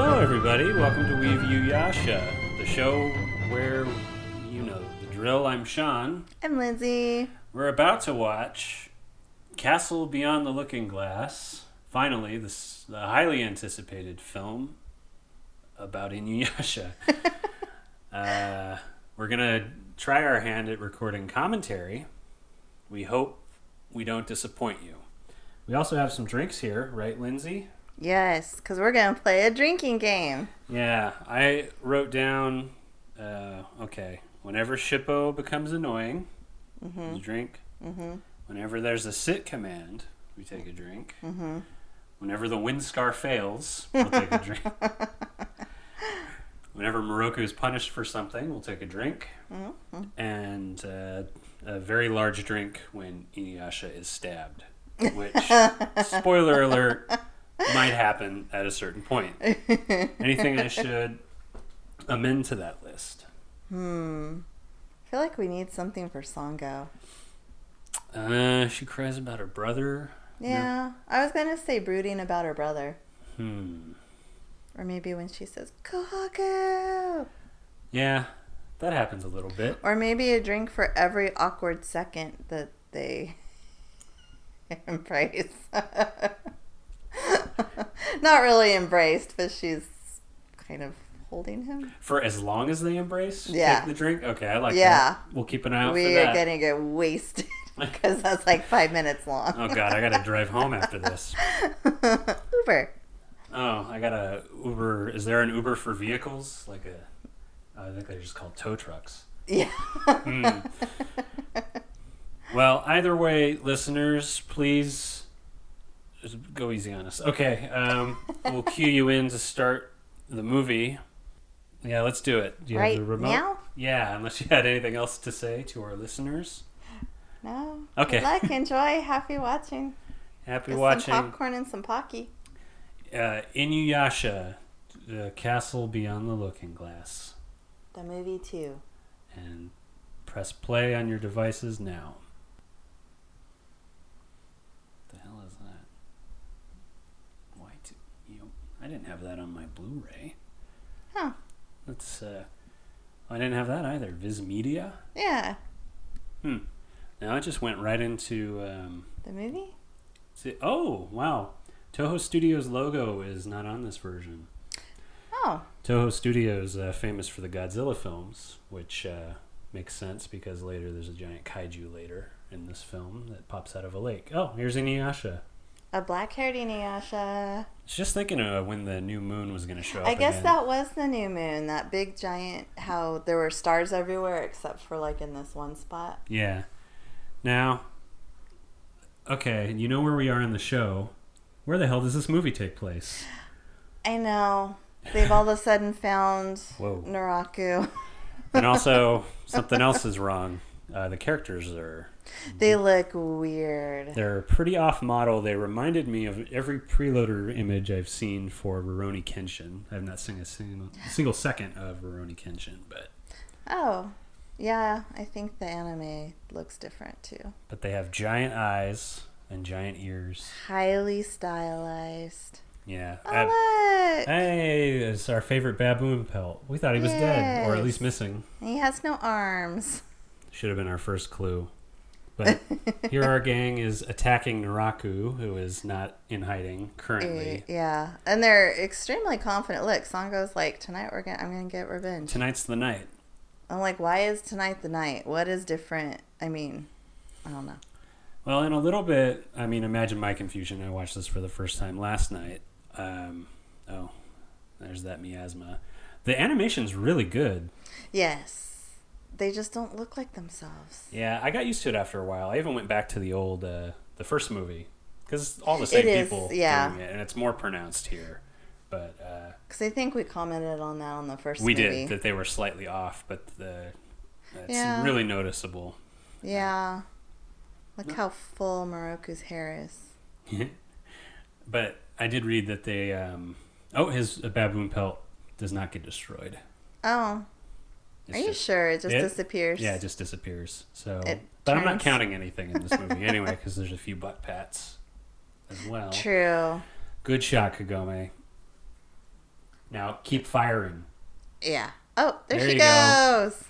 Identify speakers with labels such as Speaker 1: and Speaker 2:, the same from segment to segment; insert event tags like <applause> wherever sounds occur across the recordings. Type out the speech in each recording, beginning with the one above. Speaker 1: everybody. Welcome to Weave You Yasha, the show where you know the drill. I'm Sean.
Speaker 2: I'm Lindsay.
Speaker 1: We're about to watch Castle Beyond the Looking Glass. Finally, this the highly anticipated film about Inuyasha. uh, we're gonna try our hand at recording commentary. We hope we don't disappoint you. We also have some drinks here, right, Lindsay?
Speaker 2: Yes, because we're going to play a drinking game. <laughs>
Speaker 1: Yeah, I wrote down. Uh, okay, whenever Shippo becomes annoying, we drink.
Speaker 2: Mhm.
Speaker 1: Whenever there's a sit command, we take a drink. Whenever the windscar fails, we'll take a drink. Whenever Moroku is punished for something, we'll take a drink. And uh, a very large drink when Inuyasha is stabbed, which, spoiler alert, might happen at a certain point. Anything I should amend to that list?
Speaker 2: Hmm. I feel like we need something for Songo.
Speaker 1: Uh, she cries about her brother.
Speaker 2: Yeah, I was going to say brooding about her brother.
Speaker 1: Hmm.
Speaker 2: Or maybe when she says, Kohaku!
Speaker 1: Yeah, that happens a little bit.
Speaker 2: Or maybe a drink for every awkward second that they <laughs> embrace. <laughs> Not really embraced, but she's kind of holding him.
Speaker 1: For as long as they embrace,
Speaker 2: Yeah.
Speaker 1: take the drink. Okay, I like
Speaker 2: Yeah.
Speaker 1: that. We'll keep an eye out for
Speaker 2: we
Speaker 1: that.
Speaker 2: are going to
Speaker 1: <laughs>
Speaker 2: get wasted because that's like five minutes long.
Speaker 1: oh god,
Speaker 2: <laughs>
Speaker 1: I gotta drive home after this.
Speaker 2: Uber.
Speaker 1: Oh, I gotta Uber. Is there an Uber for vehicles? Like a, I think they're just called tow trucks.
Speaker 2: Yeah.
Speaker 1: Hmm.
Speaker 2: <laughs>
Speaker 1: Well, either way, listeners, please just go easy on us. Okay, um, we'll cue you in to start the movie. Yeah, let's do it. Do you
Speaker 2: right
Speaker 1: have the remote?
Speaker 2: now?
Speaker 1: Yeah, unless you had anything else to say to our listeners.
Speaker 2: No.
Speaker 1: Okay.
Speaker 2: Good luck. Enjoy. Happy watching.
Speaker 1: Happy
Speaker 2: Get
Speaker 1: watching.
Speaker 2: some popcorn and some Pocky.
Speaker 1: uh, Inuyasha, the castle beyond the looking glass,
Speaker 2: The movie, too.
Speaker 1: and press play on your devices now. The hell is that? Why did you? I didn't have that on my Blu-ray.
Speaker 2: Huh.
Speaker 1: That's uh, I didn't have that either. Viz Media.
Speaker 2: Yeah.
Speaker 1: No, it just went right into. Um,
Speaker 2: The movie?
Speaker 1: see, oh wow, Toho Studios logo is not on this version.
Speaker 2: Oh.
Speaker 1: Toho Studios uh, famous for the Godzilla films, which uh, makes sense because later there's a giant kaiju later in this film that pops out of a lake. Oh, here's Inuyasha.
Speaker 2: A black haired Inuyasha.
Speaker 1: I was just thinking of when the new moon was going to show up.
Speaker 2: I guess
Speaker 1: again.
Speaker 2: that was the new moon. That big giant, how there were stars everywhere except for like in this one spot.
Speaker 1: Yeah. Now, okay, you know where we are in the show. Where the hell does this movie take place?
Speaker 2: I know. They've all of a sudden found
Speaker 1: Whoa.
Speaker 2: Naraku.
Speaker 1: And also, something else is wrong. Uh, the characters are
Speaker 2: they look weird.
Speaker 1: They're pretty off model. They reminded me of every preloader image I've seen for Roroni Kenshin. I've not seen a single, single second of Roroni Kenshin, but
Speaker 2: Oh. Yeah, I think the anime looks different too.
Speaker 1: but they have giant eyes and giant ears.
Speaker 2: Highly stylized.
Speaker 1: Yeah. Uh,
Speaker 2: Oh, look!
Speaker 1: hey, it's our favorite baboon pelt. We thought he was dead, or at
Speaker 2: Yes.
Speaker 1: least missing.
Speaker 2: He has no arms.
Speaker 1: Should have been our first clue.
Speaker 2: <laughs>
Speaker 1: But here our gang is attacking Naraku, who is not in hiding currently.
Speaker 2: Eh, Yeah, and they're extremely confident. Look, Sango's like, tonight we're gonna, I'm gonna get revenge.
Speaker 1: Tonight's the night.
Speaker 2: I'm like, why is tonight the night? What is different? I mean, I don't know.
Speaker 1: Well, in a little bit, I mean, imagine my confusion. I watched this for the first time last night. Um, oh, there's that miasma. The animation's really good.
Speaker 2: Yes, they just don't look like themselves.
Speaker 1: Yeah, I got used to it after a while. I even went back to the old, uh, the first movie because all the same
Speaker 2: is,
Speaker 1: people
Speaker 2: yeah.
Speaker 1: doing it, and it's more pronounced here. But uh,
Speaker 2: Because I think we commented on that on the first
Speaker 1: we
Speaker 2: movie.
Speaker 1: did that they were slightly off, but the that's
Speaker 2: Yeah.
Speaker 1: really noticeable. <laughs>
Speaker 2: Yeah, look how full Moroku's hair is.
Speaker 1: but I did read that they um, oh his baboon pelt does not get destroyed.
Speaker 2: Oh,
Speaker 1: It's
Speaker 2: are you
Speaker 1: just-
Speaker 2: sure it just
Speaker 1: it-
Speaker 2: disappears?
Speaker 1: Yeah, it just disappears. So,
Speaker 2: It
Speaker 1: but I'm not
Speaker 2: turns-
Speaker 1: counting anything in this movie anyway, because there's a few butt pats as well.
Speaker 2: True.
Speaker 1: Good shot, Kagome. Now keep firing.
Speaker 2: Yeah. Oh, there,
Speaker 1: There
Speaker 2: she
Speaker 1: you go.
Speaker 2: goes.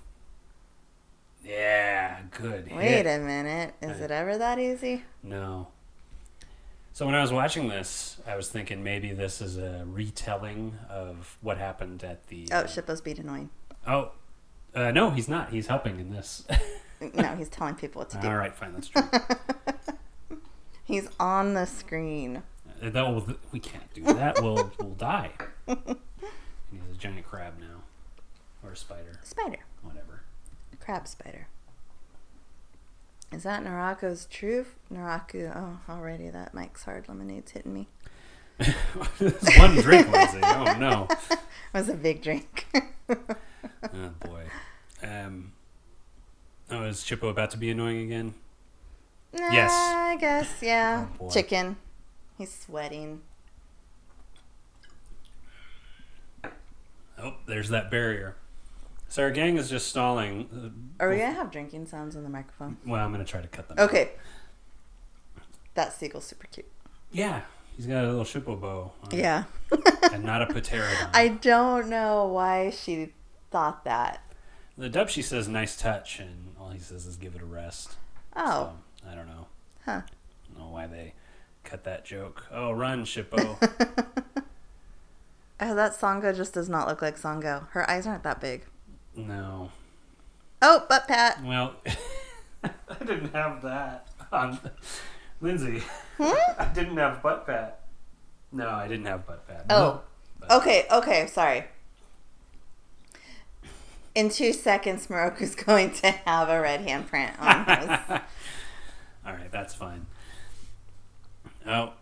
Speaker 1: Yeah, good.
Speaker 2: Wait
Speaker 1: hit.
Speaker 2: a minute. Is
Speaker 1: Hey.
Speaker 2: it ever that easy?
Speaker 1: No. So when I was watching this, I was thinking maybe this is a retelling of what happened at the. uh,
Speaker 2: Oh, Shippo's being annoying.
Speaker 1: Oh, uh, no, he's not. He's helping in this.
Speaker 2: No, he's telling people what to
Speaker 1: <laughs>
Speaker 2: do.
Speaker 1: All right, fine. That's true.
Speaker 2: He's on the screen.
Speaker 1: Uh, that will, we can't do that. We'll we'll die. And he's a giant crab now, or a spider,
Speaker 2: Spider.
Speaker 1: whatever. <laughs>
Speaker 2: Crab spider. Is that Naraku's truth? Naraku. Oh, already that Mike's Hard Lemonade's hitting me.
Speaker 1: It's one drink, Lindsay. Oh no.
Speaker 2: It was a big drink. <laughs>
Speaker 1: Oh boy. Um. Oh, is Chippo about to be annoying again? Yes.
Speaker 2: Nah, I guess, yeah.
Speaker 1: Oh, boy.
Speaker 2: Chicken. He's sweating.
Speaker 1: Oh, there's that barrier. So our gang is just stalling. Uh,
Speaker 2: Are we going to have drinking sounds on the microphone?
Speaker 1: Well, I'm gonna try to cut them. out.
Speaker 2: Okay. That seagull's super cute.
Speaker 1: Yeah, he's got a little Chippo bow. on it,
Speaker 2: Yeah.
Speaker 1: And not a pterodon.
Speaker 2: <laughs> I don't know why she thought that.
Speaker 1: The dub she says nice touch, and all he says is give it a rest.
Speaker 2: Oh,
Speaker 1: So, I don't know.
Speaker 2: Huh.
Speaker 1: I don't know why they cut that joke. Oh, run,
Speaker 2: <laughs>
Speaker 1: Shippo.
Speaker 2: oh, that Sango just does not look like Sango. Her eyes aren't that big.
Speaker 1: no.
Speaker 2: Oh, butt pat.
Speaker 1: Well, <laughs> I didn't have that on <laughs> Lindsay.
Speaker 2: Hmm?
Speaker 1: <laughs> I didn't have butt pat. No, I didn't have butt pat.
Speaker 2: Oh. <laughs>
Speaker 1: But-
Speaker 2: Okay, okay, sorry. In two seconds, Moroku's <laughs> going to have a red
Speaker 1: <laughs>
Speaker 2: handprint on hers.
Speaker 1: All right, that's fine. Oh,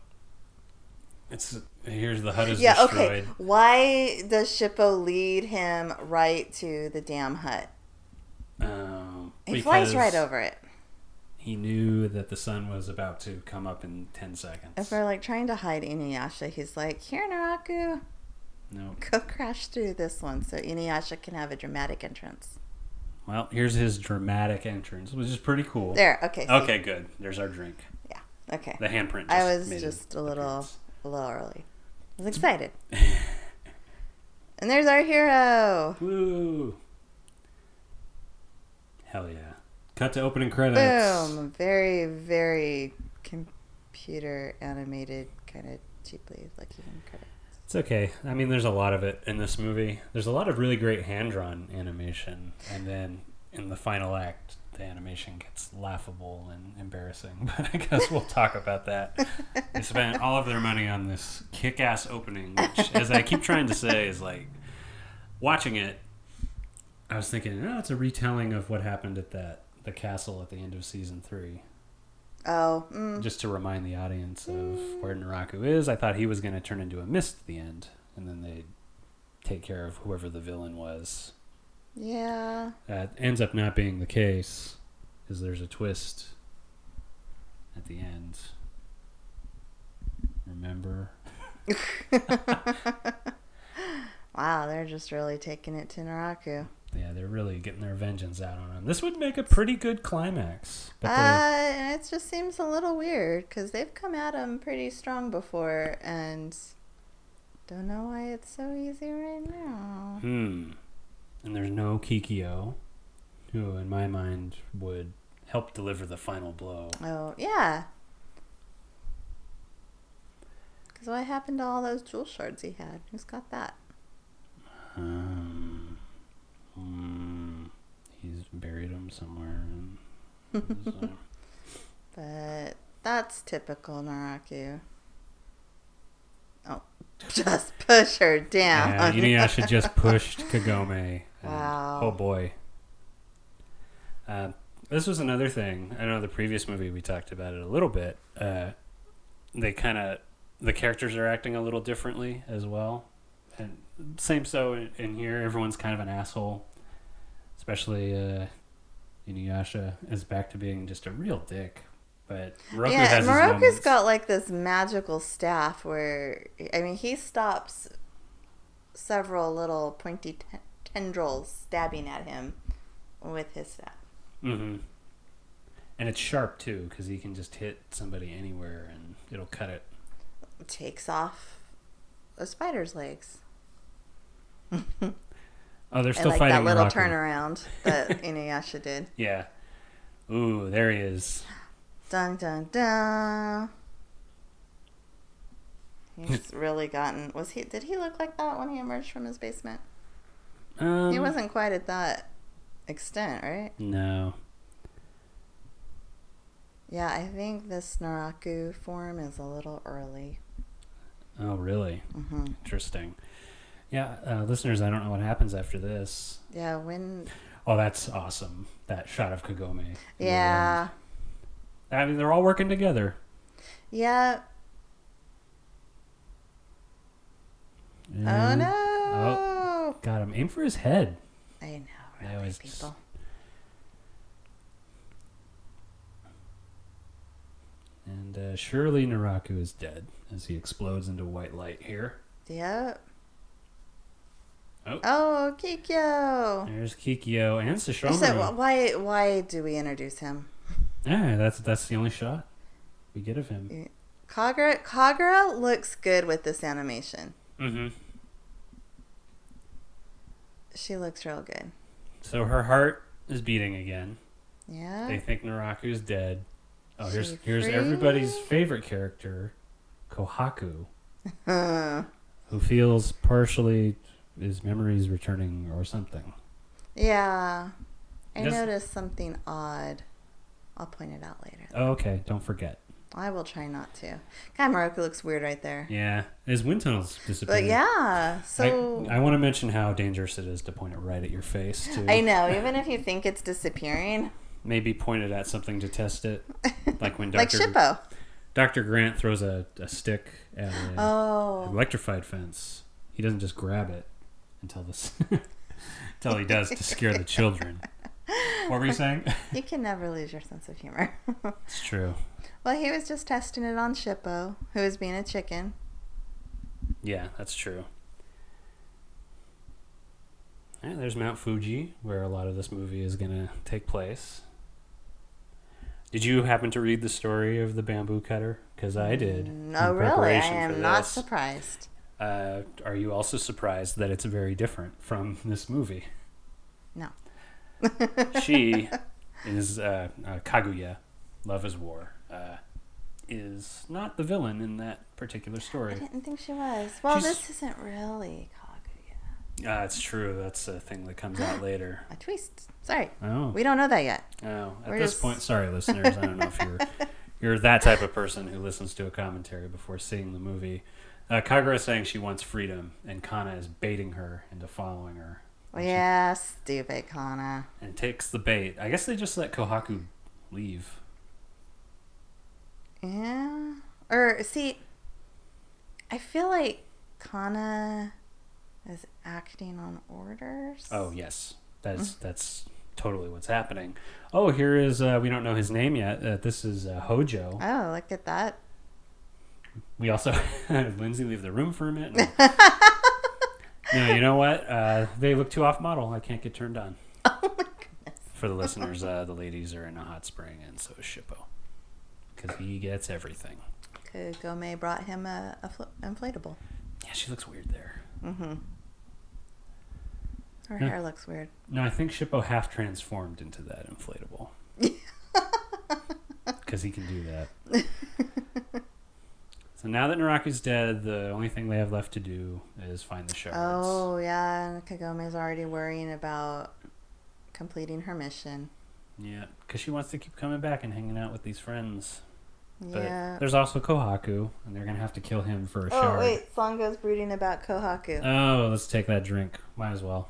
Speaker 1: it's here's the hut is
Speaker 2: yeah,
Speaker 1: destroyed.
Speaker 2: okay. Why does Shippo lead him right to the damn hut?
Speaker 1: Um,
Speaker 2: He flies
Speaker 1: because
Speaker 2: right over it.
Speaker 1: He knew that the sun was about to come up in ten
Speaker 2: If
Speaker 1: seconds.
Speaker 2: we're like trying to hide Inuyasha, he's like, "Here, Naraku,
Speaker 1: No.
Speaker 2: go crash through this one, so Inuyasha can have a dramatic entrance."
Speaker 1: Well, here's his dramatic entrance, which is pretty cool.
Speaker 2: There. Okay. see?
Speaker 1: Okay, good. There's our drink.
Speaker 2: Okay.
Speaker 1: The handprint. Just
Speaker 2: I was
Speaker 1: made
Speaker 2: just
Speaker 1: an
Speaker 2: a little,
Speaker 1: appearance.
Speaker 2: a little early. I was excited. and there's our hero.
Speaker 1: Woo! Hell yeah! Cut to opening credits.
Speaker 2: Boom. Very, very computer animated, kind of cheaply looking credit.
Speaker 1: It's okay. I mean, there's a lot of it in this movie. There's a lot of really great hand drawn animation, and then in the final act, the animation gets laughable and embarrassing. <laughs> But I guess we'll talk about that. They spent all of their money on this kick ass opening, which, as I keep trying to say, is like watching it. I was thinking, oh, it's a retelling of what happened at that the castle at the end of season three
Speaker 2: Oh, mm,
Speaker 1: just to remind the audience of where Naraku is. I thought he was going to turn into a mist at the end, and then they take care of whoever the villain was.
Speaker 2: yeah.
Speaker 1: That ends up not being the case, because there's a twist at the end. Remember?
Speaker 2: Wow, they're just really taking it to Naraku.
Speaker 1: Yeah, they're really getting their vengeance out on him. This would make a pretty good climax, but they,
Speaker 2: Uh, it just seems a little weird because they've come at him pretty strong before, and don't know why it's so easy right now.
Speaker 1: Hmm. And there's no Kikyo, who, in my mind, would help deliver the final blow.
Speaker 2: Oh yeah, because what happened to all those jewel shards he had? Who's got that?
Speaker 1: Um, mm, he's buried him somewhere. in- uh, so-
Speaker 2: But that's typical Naraku. Oh, <laughs> just push her
Speaker 1: yeah,
Speaker 2: down. <laughs>
Speaker 1: Inuyasha just pushed Kagome. and-
Speaker 2: Wow.
Speaker 1: Oh boy. Uh, this was another thing. I know the previous movie we talked about it a little bit. Uh, they kind of the characters are acting a little differently as well, and same so in, in here. Everyone's kind of an asshole, especially uh, Inuyasha is back to being just a real dick. But Roku
Speaker 2: yeah,
Speaker 1: has his
Speaker 2: Moroku's
Speaker 1: moments.
Speaker 2: got like this magical staff where I mean he stops several little pointy t- tendrils stabbing at him with his staff.
Speaker 1: Mm-hmm. And it's sharp too, because he can just hit somebody anywhere and it'll cut it.
Speaker 2: Takes off a spider's legs.
Speaker 1: Oh, they're
Speaker 2: I
Speaker 1: still
Speaker 2: like
Speaker 1: fighting
Speaker 2: that little
Speaker 1: Rocker.
Speaker 2: turnaround
Speaker 1: <laughs>
Speaker 2: that Inuyasha did.
Speaker 1: Yeah. Ooh, there he is.
Speaker 2: Dun dun dun.
Speaker 1: <laughs>
Speaker 2: He's really gotten. Was he? Did he look like that when he emerged from his basement?
Speaker 1: Um,
Speaker 2: he wasn't quite at that extent, right?
Speaker 1: No.
Speaker 2: Yeah, I think this Naraku form is a little early.
Speaker 1: Oh, really?
Speaker 2: hmm
Speaker 1: Interesting. Yeah, uh, listeners, I don't know what happens after this.
Speaker 2: Yeah, when?
Speaker 1: Oh, that's awesome. That shot of Kagome.
Speaker 2: Yeah,
Speaker 1: I mean, they're all working together.
Speaker 2: yeah. Oh
Speaker 1: And-
Speaker 2: no!
Speaker 1: Got him. Aim for his head.
Speaker 2: I know,
Speaker 1: I
Speaker 2: really,
Speaker 1: always-
Speaker 2: people.
Speaker 1: And uh, surely Naraku is dead as he explodes into white light here.
Speaker 2: Yep.
Speaker 1: Oh.
Speaker 2: Oh, Kikyo.
Speaker 1: There's Kikyo and
Speaker 2: I
Speaker 1: Sashomaru.
Speaker 2: said, wh- why? Why do we introduce him?
Speaker 1: yeah, that's that's the only shot we get of him.
Speaker 2: Kagura, Kagura looks good with this animation.
Speaker 1: Mm-hmm.
Speaker 2: She looks real good.
Speaker 1: So her heart is beating again.
Speaker 2: Yeah.
Speaker 1: They think Naraku's dead. Oh, here's
Speaker 2: She
Speaker 1: here's
Speaker 2: free?
Speaker 1: everybody's favorite character, Kohaku,
Speaker 2: Huh.
Speaker 1: who feels partially his memories returning or something.
Speaker 2: yeah. I
Speaker 1: Yes.
Speaker 2: noticed something odd. I'll point it out later.
Speaker 1: Oh, okay, don't forget.
Speaker 2: I will try not to. God, Maruka looks weird right there.
Speaker 1: Yeah, his wind tunnels disappear.
Speaker 2: But yeah, so
Speaker 1: I, I want to mention how dangerous it is to point it right at your face. Too.
Speaker 2: I know, even if you think it's disappearing,
Speaker 1: Maybe point it at something to test it, <laughs> like when
Speaker 2: <laughs> like
Speaker 1: Doctor
Speaker 2: Shippo.
Speaker 1: Doctor Grant throws a, a stick at an
Speaker 2: Oh,
Speaker 1: electrified fence. He doesn't just grab it until <laughs> this until he does to scare the children. What were you saying?
Speaker 2: you can never lose your sense of humor. <laughs>
Speaker 1: It's true.
Speaker 2: well, he was just testing it on Shippo, who was being a chicken.
Speaker 1: Yeah, that's true. Yeah, there's Mount Fuji, where a lot of this movie is gonna take place. Did you happen to read the story of the bamboo cutter? Because I did. in
Speaker 2: Mm, No, really, I
Speaker 1: preparation for
Speaker 2: am not
Speaker 1: this.
Speaker 2: surprised.
Speaker 1: Uh, are you also surprised that it's very different from this movie?
Speaker 2: No.
Speaker 1: <laughs> she is uh, uh, Kaguya, Love is War, uh, is not the villain in that particular
Speaker 2: I
Speaker 1: story.
Speaker 2: didn't think she was. Well,
Speaker 1: She's-
Speaker 2: this isn't really Kaguya.
Speaker 1: Ah, it's true. That's a thing that comes out later.
Speaker 2: A twist. Sorry,
Speaker 1: Oh,
Speaker 2: we don't know that yet.
Speaker 1: oh. At
Speaker 2: we're
Speaker 1: this
Speaker 2: just-
Speaker 1: point, sorry, listeners. I don't know if
Speaker 2: <laughs>
Speaker 1: you're you're that type of person who listens to a commentary before seeing the movie. Uh, Kagura is saying she wants freedom, and Kana is baiting her into following her. And she
Speaker 2: yeah, stupid Kana.
Speaker 1: and takes the bait. I guess they just let Kohaku leave.
Speaker 2: Yeah. Or see, I feel like Kana is acting on orders.
Speaker 1: Oh yes,
Speaker 2: Hmm.
Speaker 1: that's that's totally what's happening. Oh, here is uh, we don't know his name yet. Uh, this is uh, Hojo.
Speaker 2: Oh, look at that.
Speaker 1: We also <laughs> had Lindsay leave the room for a
Speaker 2: <laughs>
Speaker 1: minute. no, you know what? Uh, they look too off model. I can't get turned on.
Speaker 2: <laughs> Oh my goodness.
Speaker 1: For the listeners, uh, the ladies are in a hot spring, and so is Shippo, because he gets everything.
Speaker 2: Kagome brought him a, a fl- inflatable.
Speaker 1: Yeah, she looks weird there.
Speaker 2: Mm-hmm. Her
Speaker 1: Yeah.
Speaker 2: hair looks weird.
Speaker 1: No, I think Shippo half transformed into that
Speaker 2: <laughs>
Speaker 1: inflatable. Because he can do that. so now that Naraku's dead, the only thing they have left to do is find the shards.
Speaker 2: Oh yeah, and Kagome's already worrying about completing her mission.
Speaker 1: Yeah, because she wants to keep coming back and hanging out with these friends. But
Speaker 2: yeah.
Speaker 1: there's also Kohaku, and they're going to have to kill him for a
Speaker 2: Oh
Speaker 1: shard.
Speaker 2: wait, Sango's brooding about Kohaku.
Speaker 1: Oh, let's take that drink. Might as well.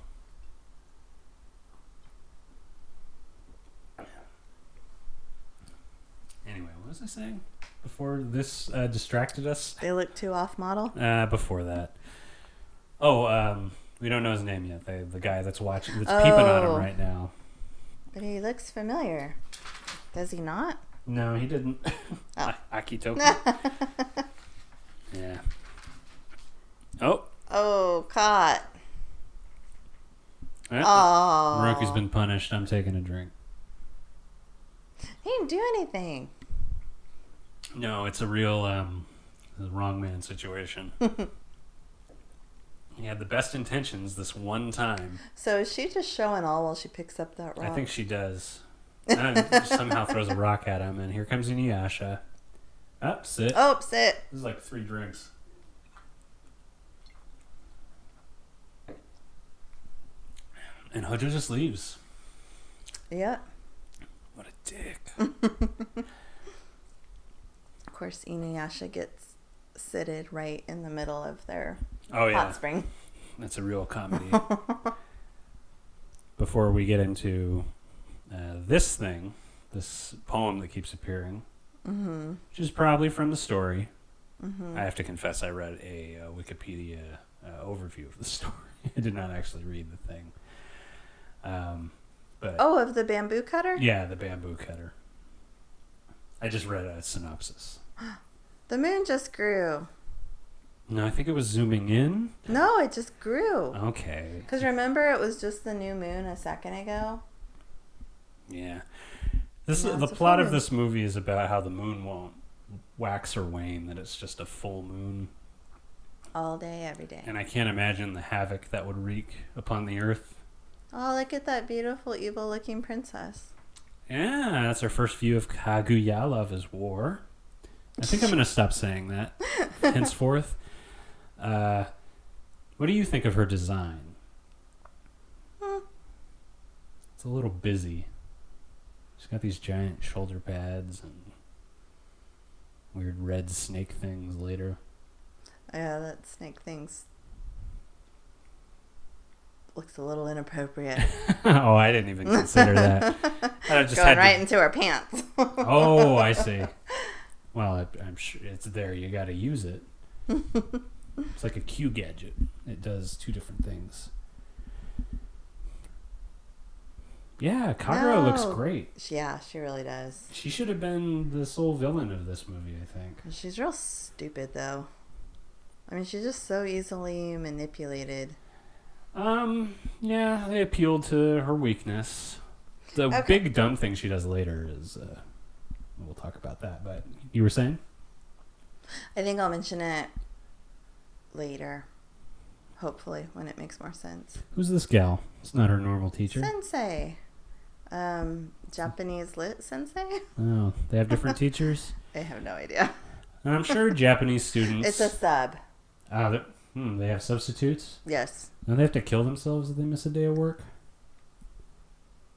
Speaker 1: Anyway, what was I saying? Before this uh, distracted us?
Speaker 2: they look too off model.
Speaker 1: Uh, before that. Oh, um, we don't know his name yet. The, the guy that's watching, that's peeping on him
Speaker 2: Oh.
Speaker 1: right now.
Speaker 2: But he looks familiar. Does he not?
Speaker 1: No, he didn't. <laughs>
Speaker 2: Oh.
Speaker 1: Akitoku.
Speaker 2: <laughs>
Speaker 1: yeah. Oh,
Speaker 2: <laughs> Oh, caught.
Speaker 1: well,
Speaker 2: Oh.
Speaker 1: Moroku's Uh-uh. been punished. I'm taking a drink.
Speaker 2: He didn't do anything. <laughs>
Speaker 1: No, it's a real um, the wrong man situation. He had the best intentions this one time.
Speaker 2: So is she just showing all while she picks up that
Speaker 1: I
Speaker 2: rock?
Speaker 1: think she does. And somehow throws a rock at him, and here comes Inuyasha. Up, sit.
Speaker 2: Oh, sit.
Speaker 1: This is like three drinks. And Hojo just leaves.
Speaker 2: Yeah.
Speaker 1: What a
Speaker 2: <laughs>
Speaker 1: dick.
Speaker 2: Of course, Inuyasha gets sitted right in the middle of their
Speaker 1: Oh, yeah.
Speaker 2: hot spring.
Speaker 1: That's a real comedy. <laughs> Before we get into uh, this thing, this poem that keeps appearing,
Speaker 2: hmm
Speaker 1: which is probably from the story.
Speaker 2: hmm
Speaker 1: I have to confess, I read a uh, Wikipedia uh, overview of the <laughs> story. I did not actually read the thing. Um, but
Speaker 2: Oh, of the bamboo cutter?
Speaker 1: yeah, the bamboo cutter. I just read a synopsis.
Speaker 2: The moon just grew.
Speaker 1: No, I think it was zooming in.
Speaker 2: No, it just
Speaker 1: Uh-huh.
Speaker 2: grew.
Speaker 1: Okay.
Speaker 2: Because remember, it was just the new moon a second ago?
Speaker 1: Yeah. This
Speaker 2: Yeah,
Speaker 1: the
Speaker 2: it's a
Speaker 1: plot of
Speaker 2: full moon.
Speaker 1: this movie is about how the moon won't wax or wane; that it's just a full moon,
Speaker 2: All day, every day.
Speaker 1: and I can't imagine the havoc that would wreak upon the earth.
Speaker 2: Oh, look at that beautiful, evil looking princess.
Speaker 1: Yeah, that's our first view of Kaguya Lava's War. I think I'm going to stop saying
Speaker 2: <laughs>
Speaker 1: that henceforth. Uh, what do you think of her design?
Speaker 2: Hmm.
Speaker 1: It's a little busy. She's got these giant shoulder pads and weird red snake things later. <laughs>
Speaker 2: Yeah, that snake thing's. looks a little inappropriate.
Speaker 1: oh, I didn't even consider that.
Speaker 2: <laughs>
Speaker 1: I <laughs> just had
Speaker 2: Going
Speaker 1: to-
Speaker 2: right into her pants.
Speaker 1: oh, I see. Well, I, I'm sure it's there. You got to use it. it's like a Q gadget. It does two different things. Yeah, Kagura looks
Speaker 2: No.
Speaker 1: great.
Speaker 2: yeah, she really does.
Speaker 1: She should have been the sole villain of this movie, I think.
Speaker 2: She's real stupid, though. I mean, she's just so easily manipulated.
Speaker 1: Um, yeah, they appealed to her weakness. The
Speaker 2: Okay.
Speaker 1: big dumb thing she does later is uh we'll talk about that, but you were saying?
Speaker 2: I think I'll mention it later. Hopefully, when it makes more sense.
Speaker 1: Who's this gal? It's not her normal teacher.
Speaker 2: Sensei. Um, Japanese lit sensei?
Speaker 1: Oh, they have
Speaker 2: <laughs>
Speaker 1: different teachers.
Speaker 2: I have no idea.
Speaker 1: And I'm sure
Speaker 2: <laughs>
Speaker 1: Japanese students.
Speaker 2: It's a sub.
Speaker 1: Ah, they're- hmm, they have substitutes.
Speaker 2: Yes.
Speaker 1: Don't they have to kill themselves if they miss a day of work?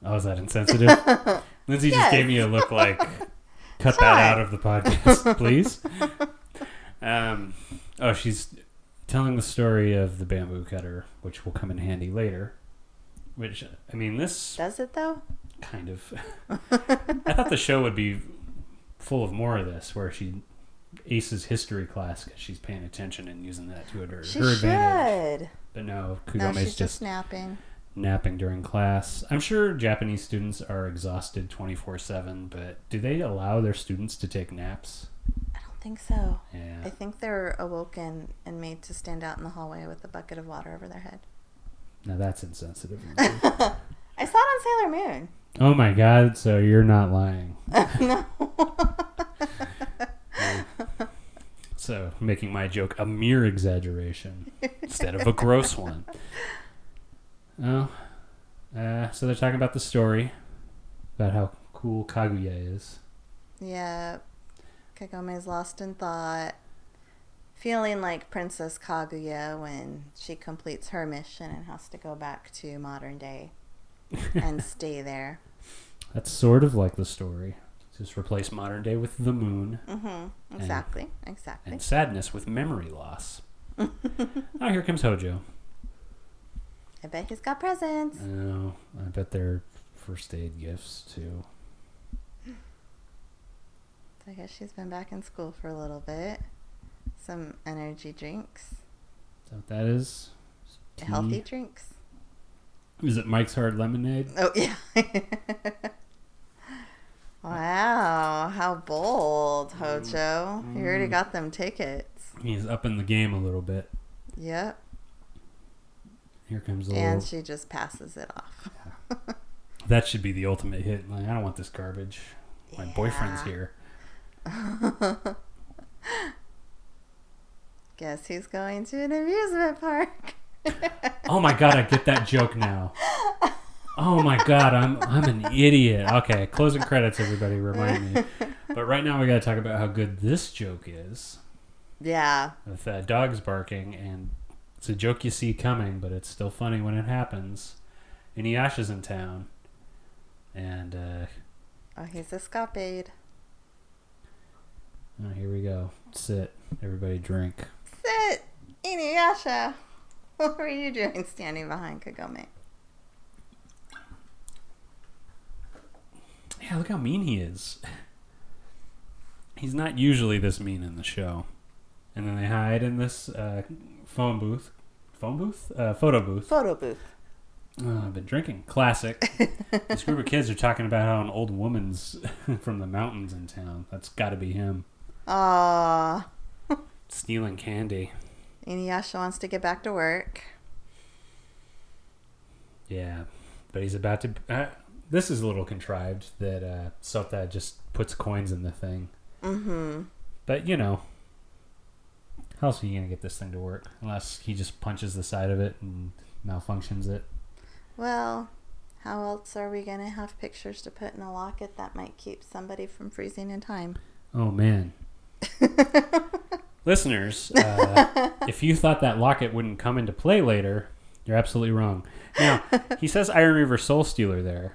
Speaker 1: Oh, is that insensitive?
Speaker 2: <laughs>
Speaker 1: Lindsay just gave me a look like, cut that
Speaker 2: Sorry.
Speaker 1: out of the
Speaker 2: <laughs>
Speaker 1: podcast, please. Um, oh, she's telling the story of the bamboo cutter, which will come in handy later. Which, I mean, this
Speaker 2: Does it though?
Speaker 1: kind of. <laughs> I thought the show would be full of more of this, where she aces history class because she's paying attention and using that to her,
Speaker 2: She
Speaker 1: her
Speaker 2: should.
Speaker 1: advantage. But no,
Speaker 2: No,
Speaker 1: Kugome's
Speaker 2: she's
Speaker 1: just,
Speaker 2: just, napping.
Speaker 1: napping during class. I'm sure Japanese students are exhausted 24 7, but do they allow their students to take naps?
Speaker 2: I don't think so. I
Speaker 1: Yeah.
Speaker 2: think they're awoken and made to stand out in the hallway with a bucket of water over
Speaker 1: <laughs>
Speaker 2: their head.
Speaker 1: Now that's
Speaker 2: <laughs>
Speaker 1: insensitive.
Speaker 2: I saw it on Sailor Moon. <laughs>
Speaker 1: oh my god, so you're not lying.
Speaker 2: no.
Speaker 1: So, making my joke a mere exaggeration instead of a gross one. Oh, uh, so they're talking about the story about how cool Kaguya is.
Speaker 2: yeah. Kagome's lost in thought, feeling like Princess Kaguya when she completes her mission and has to go back to
Speaker 1: <laughs>
Speaker 2: modern day and stay there.
Speaker 1: That's sort of like the story. Just replace modern day with the moon
Speaker 2: hmm Exactly. Exactly.
Speaker 1: and sadness with memory loss. oh, here comes Hojo.
Speaker 2: I bet he's got presents.
Speaker 1: Oh, I bet they're first aid gifts too.
Speaker 2: So I guess she's been back in school for a little bit. Some energy drinks,
Speaker 1: Is that what that is? Tea?
Speaker 2: healthy drinks.
Speaker 1: Is it Mike's Hard Lemonade?
Speaker 2: Oh yeah. <laughs> wow, how bold, Hojo. You already
Speaker 1: Mm.
Speaker 2: got them tickets.
Speaker 1: He's up in the game a little bit.
Speaker 2: Yep.
Speaker 1: Here comes the
Speaker 2: And
Speaker 1: little
Speaker 2: she just passes it off.
Speaker 1: That should be the ultimate hit. Like, I don't want this garbage. My boyfriend's
Speaker 2: Yeah.
Speaker 1: here.
Speaker 2: <laughs> Guess he's going to an amusement park. <laughs>
Speaker 1: Oh my god, I get that joke now. Oh my god, I'm I'm an idiot. Okay, closing credits, everybody. Remind me. But right now we got to talk about how good this joke is
Speaker 2: yeah.
Speaker 1: with uh, dogs barking, and it's a joke you see coming, but it's still funny when it happens. Inuyasha's in town, and uh,
Speaker 2: Oh, he's escapade.
Speaker 1: oh, here we go. Sit, everybody, drink.
Speaker 2: Sit, Inuyasha. <laughs> What were you doing standing behind Kagome?
Speaker 1: Yeah, look how mean he is. He's not usually this mean in the show. And then they hide in this uh, phone booth. Phone booth? Uh, photo booth.
Speaker 2: Photo booth.
Speaker 1: Oh, I've been drinking. <laughs> Classic. this group of kids are talking about how an old woman's <laughs> from the mountains in town. That's got to be him.
Speaker 2: Aw.
Speaker 1: Stealing candy.
Speaker 2: Inuyasha wants to get back to work.
Speaker 1: Yeah. But he's about to. Uh, this is a little contrived that uh, Sota just puts coins in the thing.
Speaker 2: Mm-hmm.
Speaker 1: But you know, how else are you gonna get this thing to work unless he just punches the side of it and malfunctions it?
Speaker 2: Well, how else are we going to have pictures to put in a locket that might keep somebody from freezing in time?
Speaker 1: Oh
Speaker 2: <laughs>
Speaker 1: man, listeners, uh, if you thought that locket wouldn't come into play later, you're absolutely wrong. Now he says Iron Reaver Soul Stealer there.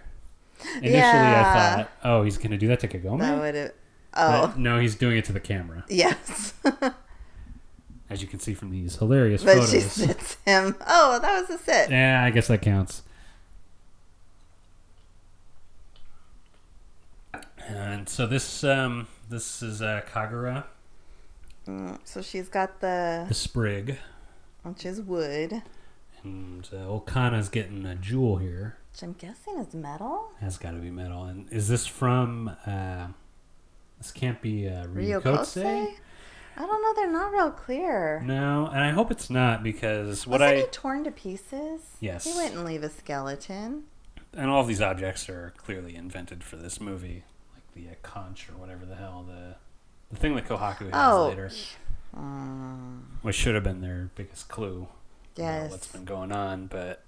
Speaker 1: Initially,
Speaker 2: Yeah.
Speaker 1: I thought, oh, he's gonna do that to Kagome.
Speaker 2: That would have. Oh,
Speaker 1: But no, he's doing it to the camera,
Speaker 2: <laughs> yes.
Speaker 1: as you can see from these hilarious
Speaker 2: but she
Speaker 1: photos.
Speaker 2: sits him. Oh, that was a sit.
Speaker 1: Yeah, I guess that counts. And so this um, this is uh, Kagura,
Speaker 2: Mm, So she's got the.
Speaker 1: the sprig,
Speaker 2: Which is wood,
Speaker 1: and uh, Okana's getting a jewel here.
Speaker 2: which I'm guessing is metal?
Speaker 1: That's got to be metal. And is this from? Uh, this can't be uh, Ryukotse.
Speaker 2: Ryokose? I don't know. They're not real clear.
Speaker 1: No, and I hope it's not because what
Speaker 2: Wasn't
Speaker 1: I
Speaker 2: he torn to pieces?
Speaker 1: Yes.
Speaker 2: He wouldn't leave a skeleton.
Speaker 3: And all of these objects are clearly invented for this movie, like the uh, conch or whatever the hell the the thing that Kohaku has
Speaker 2: Oh.
Speaker 3: later,
Speaker 2: Mm,
Speaker 3: which should have been their biggest clue about
Speaker 2: yes.
Speaker 3: what's been going on. But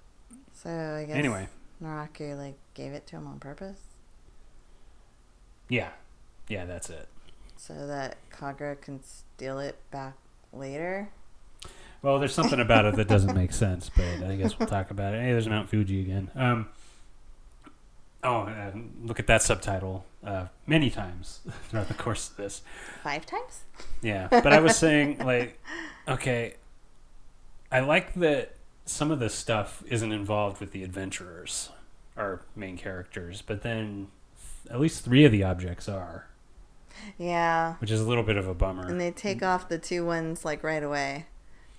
Speaker 2: so I guess
Speaker 3: anyway,
Speaker 2: Naraku like gave it to him on purpose
Speaker 3: yeah, yeah, that's it.
Speaker 2: so that Kagura can steal it back later.
Speaker 1: Well, there's something about it that doesn't make sense, but I guess we'll talk about it. Hey, there's Mount Fuji again. Um, oh, uh, look at that subtitle uh, many times <laughs> throughout the course of this.
Speaker 2: Five times?
Speaker 1: Yeah, but I was saying, like, okay, I like that some of this stuff isn't involved with the adventurers, our main characters, but then at least three of the objects are,
Speaker 2: Yeah.
Speaker 1: which is a little bit of a
Speaker 2: And
Speaker 1: bummer.
Speaker 2: they take off the two ones like right away.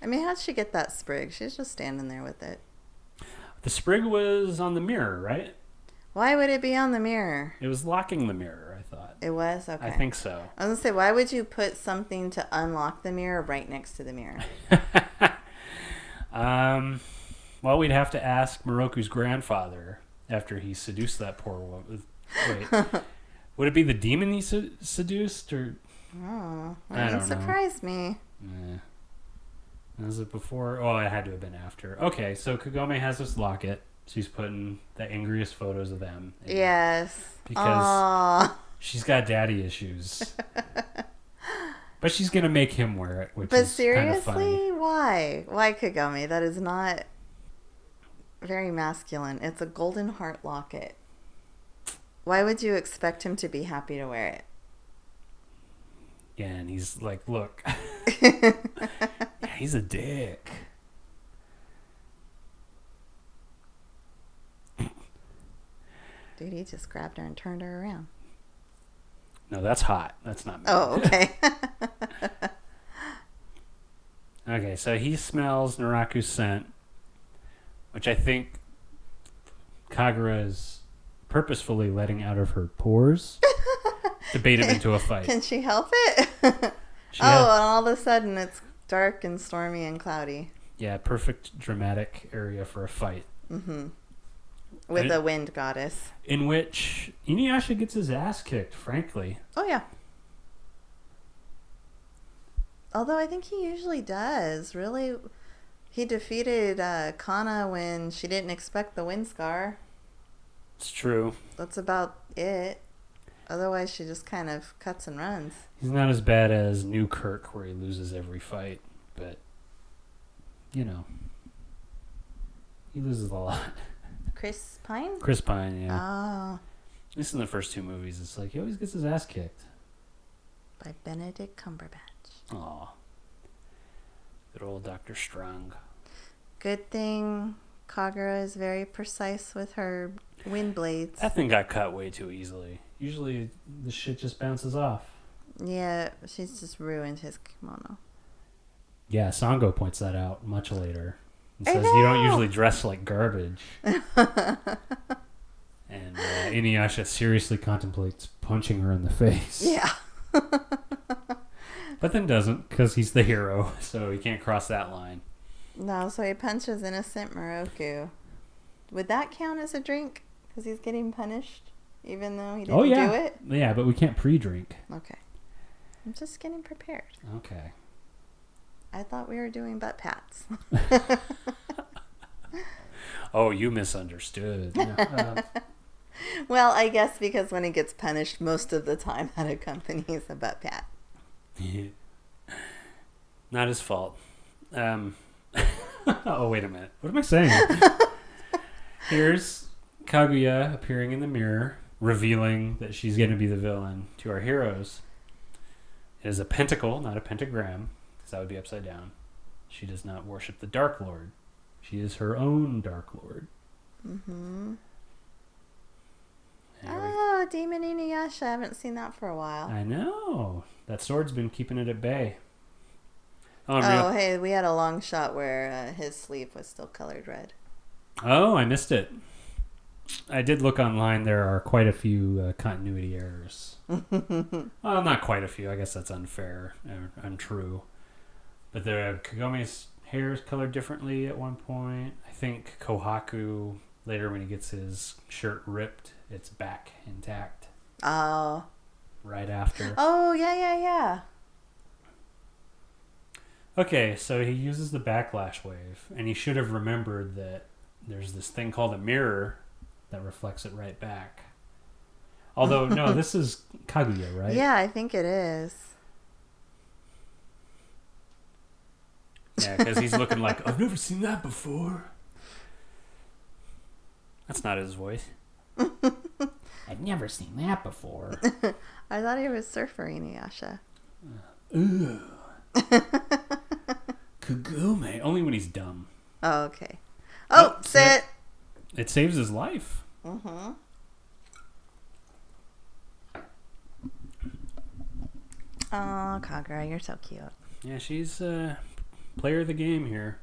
Speaker 2: I mean, how'd she get that sprig? She's just standing there with it.
Speaker 1: The sprig was on the mirror, right?
Speaker 2: Why would it be on the mirror?
Speaker 1: It was locking the mirror, I thought.
Speaker 2: It was? Okay.
Speaker 1: I think so. <laughs>
Speaker 2: I was gonna say, why would you put something to unlock the mirror right next to
Speaker 1: <laughs>
Speaker 2: the mirror?
Speaker 1: Um, well, we'd have to ask Moroku's grandfather after he seduced that poor woman.
Speaker 2: <laughs>
Speaker 1: Wait, would it be the demon he se- seduced, or
Speaker 2: Oh,
Speaker 1: I
Speaker 2: wouldn't
Speaker 1: don't know.
Speaker 2: surprise me.
Speaker 1: eh. was it before? Oh, it had to have been after. Okay, so Kagome has this locket. She's putting the angriest photos of them. in
Speaker 2: Yes.
Speaker 1: Because
Speaker 2: Aw.
Speaker 1: she's got daddy issues.
Speaker 2: <laughs>
Speaker 1: but she's gonna make him wear it, which
Speaker 2: But
Speaker 1: is kind of funny.
Speaker 2: seriously, why? Why Kagome? That is not very masculine. It's a golden heart locket. Why would you expect him to be happy to wear it?
Speaker 1: Yeah, and he's like,
Speaker 2: <laughs>
Speaker 1: "Look, yeah, he's a dick."
Speaker 2: Dude, he just grabbed her and turned her
Speaker 1: <laughs>
Speaker 2: around.
Speaker 1: No, that's hot. That's not.
Speaker 2: Oh, okay.
Speaker 1: Okay, so he smells Naraku's scent, which I think Kagura is purposefully letting out of her pores to bait him
Speaker 2: <laughs>
Speaker 1: into a fight.
Speaker 2: Can she help it?
Speaker 1: She
Speaker 2: <laughs> oh,
Speaker 1: had-
Speaker 2: and all of a sudden it's dark and stormy and cloudy.
Speaker 1: yeah, perfect dramatic area for a fight
Speaker 2: Mm-hmm. With
Speaker 1: And-
Speaker 2: a wind goddess.
Speaker 1: in which Inuyasha gets his ass kicked, frankly.
Speaker 2: Oh yeah. Although I think he usually does. Really, He defeated uh, Kana when she didn't expect the wind scar.
Speaker 1: It's true.
Speaker 2: That's about it. Otherwise, she just kind of cuts and runs.
Speaker 1: He's not as bad as New Kirk, where he loses every fight, but you know, he loses a lot. <laughs>
Speaker 2: Chris Pine?
Speaker 1: Chris Pine, yeah.
Speaker 2: Oh,
Speaker 1: At least in the first two movies, it's like he always gets his ass kicked.
Speaker 2: by Benedict Cumberbatch.
Speaker 1: Aw. Good old Doctor Strong.
Speaker 2: Good thing Kagura is very precise with her wind blades.
Speaker 1: That thing got cut way too easily. Usually, the shit just bounces off.
Speaker 2: Yeah, she's just ruined his kimono. <laughs>
Speaker 1: Yeah, Sango points that out much later. And
Speaker 2: I
Speaker 1: says you
Speaker 2: know.
Speaker 1: don't usually dress like
Speaker 2: <laughs>
Speaker 1: garbage. and uh, Inuyasha seriously contemplates punching her in the face.
Speaker 2: Yeah.
Speaker 1: But then doesn't because he's the hero, <laughs> so he can't cross that line.
Speaker 2: No, so he punches innocent Moroku. Would that count as a drink? Because he's getting punished, even though he didn't
Speaker 1: oh yeah,
Speaker 2: do it?
Speaker 1: yeah, but we can't pre-drink.
Speaker 2: Okay. I'm just getting prepared.
Speaker 1: Okay.
Speaker 2: I thought we were doing butt pats. <laughs>
Speaker 1: Oh, you <laughs> misunderstood. No, uh,
Speaker 2: well, I guess because when he gets punished, most of the time that <laughs> accompanies a butt pat.
Speaker 1: Not his fault. Um, <laughs> oh, wait a minute. What am I saying? Here's Kaguya appearing in the mirror, revealing that she's going to be the villain to our heroes. It is a pentacle, not a pentagram, because that would be upside down. She does not worship the Dark Lord. She is her own Dark Lord.
Speaker 2: Mm-hmm.
Speaker 1: There we
Speaker 2: Oh, Demon Inuyasha. I haven't seen that for a while.
Speaker 1: I know. That sword's been keeping it at bay. Oh, and
Speaker 2: Oh,
Speaker 1: real-
Speaker 2: hey, we had a long shot where uh, his sleeve was still colored red.
Speaker 1: oh, I missed it. I did look online. There are quite a few uh, continuity errors. well, not quite a few. I guess that's unfair or untrue. But there, Kagome's hair is colored differently at one point. I think Kohaku, later when he gets his shirt ripped, it's back intact
Speaker 2: Oh.
Speaker 1: right after.
Speaker 2: Oh, yeah, yeah, yeah.
Speaker 1: Okay, so he uses the backlash wave, and he should have remembered that there's this thing called a mirror that reflects it right back. Although, <laughs> no, this is Kaguya, right?
Speaker 2: Yeah, I think it is.
Speaker 1: Yeah, because he's looking like, I've never seen that before. That's not his voice. <laughs> I've never seen that before.
Speaker 2: I thought he was Surfer Inuyasha.
Speaker 1: <laughs> Ooh. Kagome. Only when he's dumb.
Speaker 2: Oh, okay. Oh,
Speaker 1: Oh,
Speaker 2: sit.
Speaker 1: It saves his life.
Speaker 2: Mm-hmm. Oh, Kagura, you're so cute. <laughs>
Speaker 1: Yeah, she's uh, player of the game here.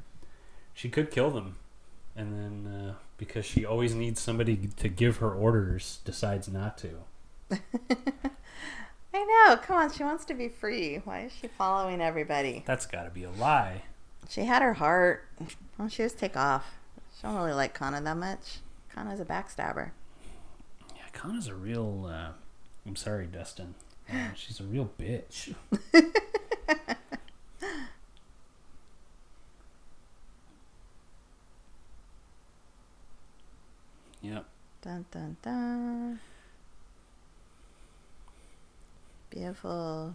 Speaker 1: She could kill them, and then uh, because she always needs somebody to give her orders, decides not to.
Speaker 2: I know. Come on, she wants to be free. Why is she following everybody?
Speaker 1: That's got to be a lie.
Speaker 2: She had her heart. Why don't she just take off? She don't really like Kana that much. Kana's a backstabber.
Speaker 1: Yeah, Kana's a real. Uh, I'm sorry, <gasps> Dustin. Uh, she's a real <laughs> bitch. yep.
Speaker 2: Dun dun dun. Beautiful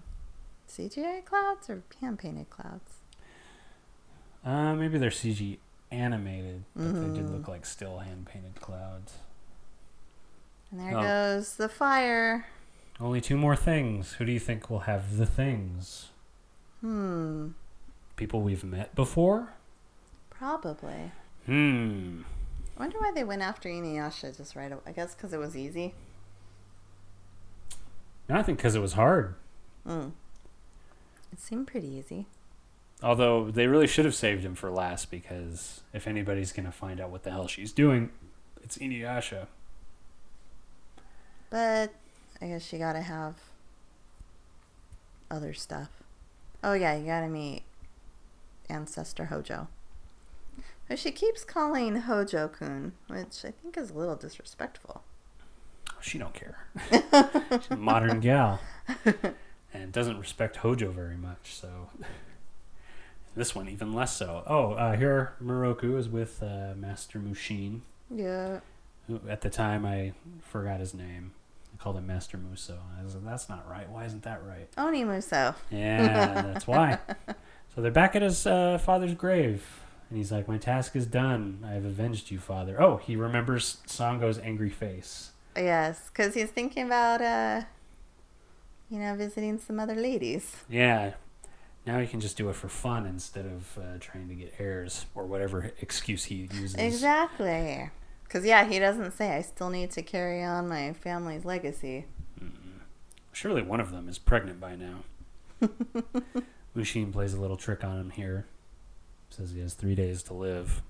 Speaker 2: CGI clouds or hand painted clouds?
Speaker 1: Uh, maybe they're CG animated, but they did
Speaker 2: Mhm.
Speaker 1: look like still hand painted clouds.
Speaker 2: And there
Speaker 1: Oh.
Speaker 2: goes the fire.
Speaker 1: Only two more things. Who do you think will have the things?
Speaker 2: Hmm.
Speaker 1: People we've met before?
Speaker 2: Probably.
Speaker 1: Hmm.
Speaker 2: I wonder why they went after Inuyasha just right away. I guess because it was easy.
Speaker 1: No, I think because it was hard.
Speaker 2: Hmm. It seemed pretty easy.
Speaker 1: Although they really should have saved him for last because if anybody's going to find out what the hell she's doing, it's Inuyasha.
Speaker 2: But I guess you gotta have other stuff. Oh, yeah, you gotta meet Ancestor Hojo. Who she keeps calling Hojo kun, which I think is a little disrespectful.
Speaker 1: She don't care. she's a modern gal. And doesn't respect Hojo very much, so This one even less so. Oh, uh, here Moroku is with uh, Master Mushin.
Speaker 2: Yeah.
Speaker 1: who At the time, I forgot his name. I called him Master Muso. I was like, that's not right. Why isn't that right?
Speaker 2: Oni Muso.
Speaker 1: Yeah, that's why. So they're back at his uh, father's grave. And he's like, My task is done. I have avenged you, father. Oh, he remembers Sango's angry face.
Speaker 2: Yes, because he's thinking about, uh, you know, visiting some other ladies.
Speaker 1: Yeah. Now he can just do it for fun instead of uh, trying to get heirs or whatever excuse he uses.
Speaker 2: Exactly. Because, yeah, he doesn't say, I still need to carry on my family's legacy.
Speaker 1: Surely one of them is pregnant by now. <laughs> Mushin plays a little trick on him here. Says he has three days to live.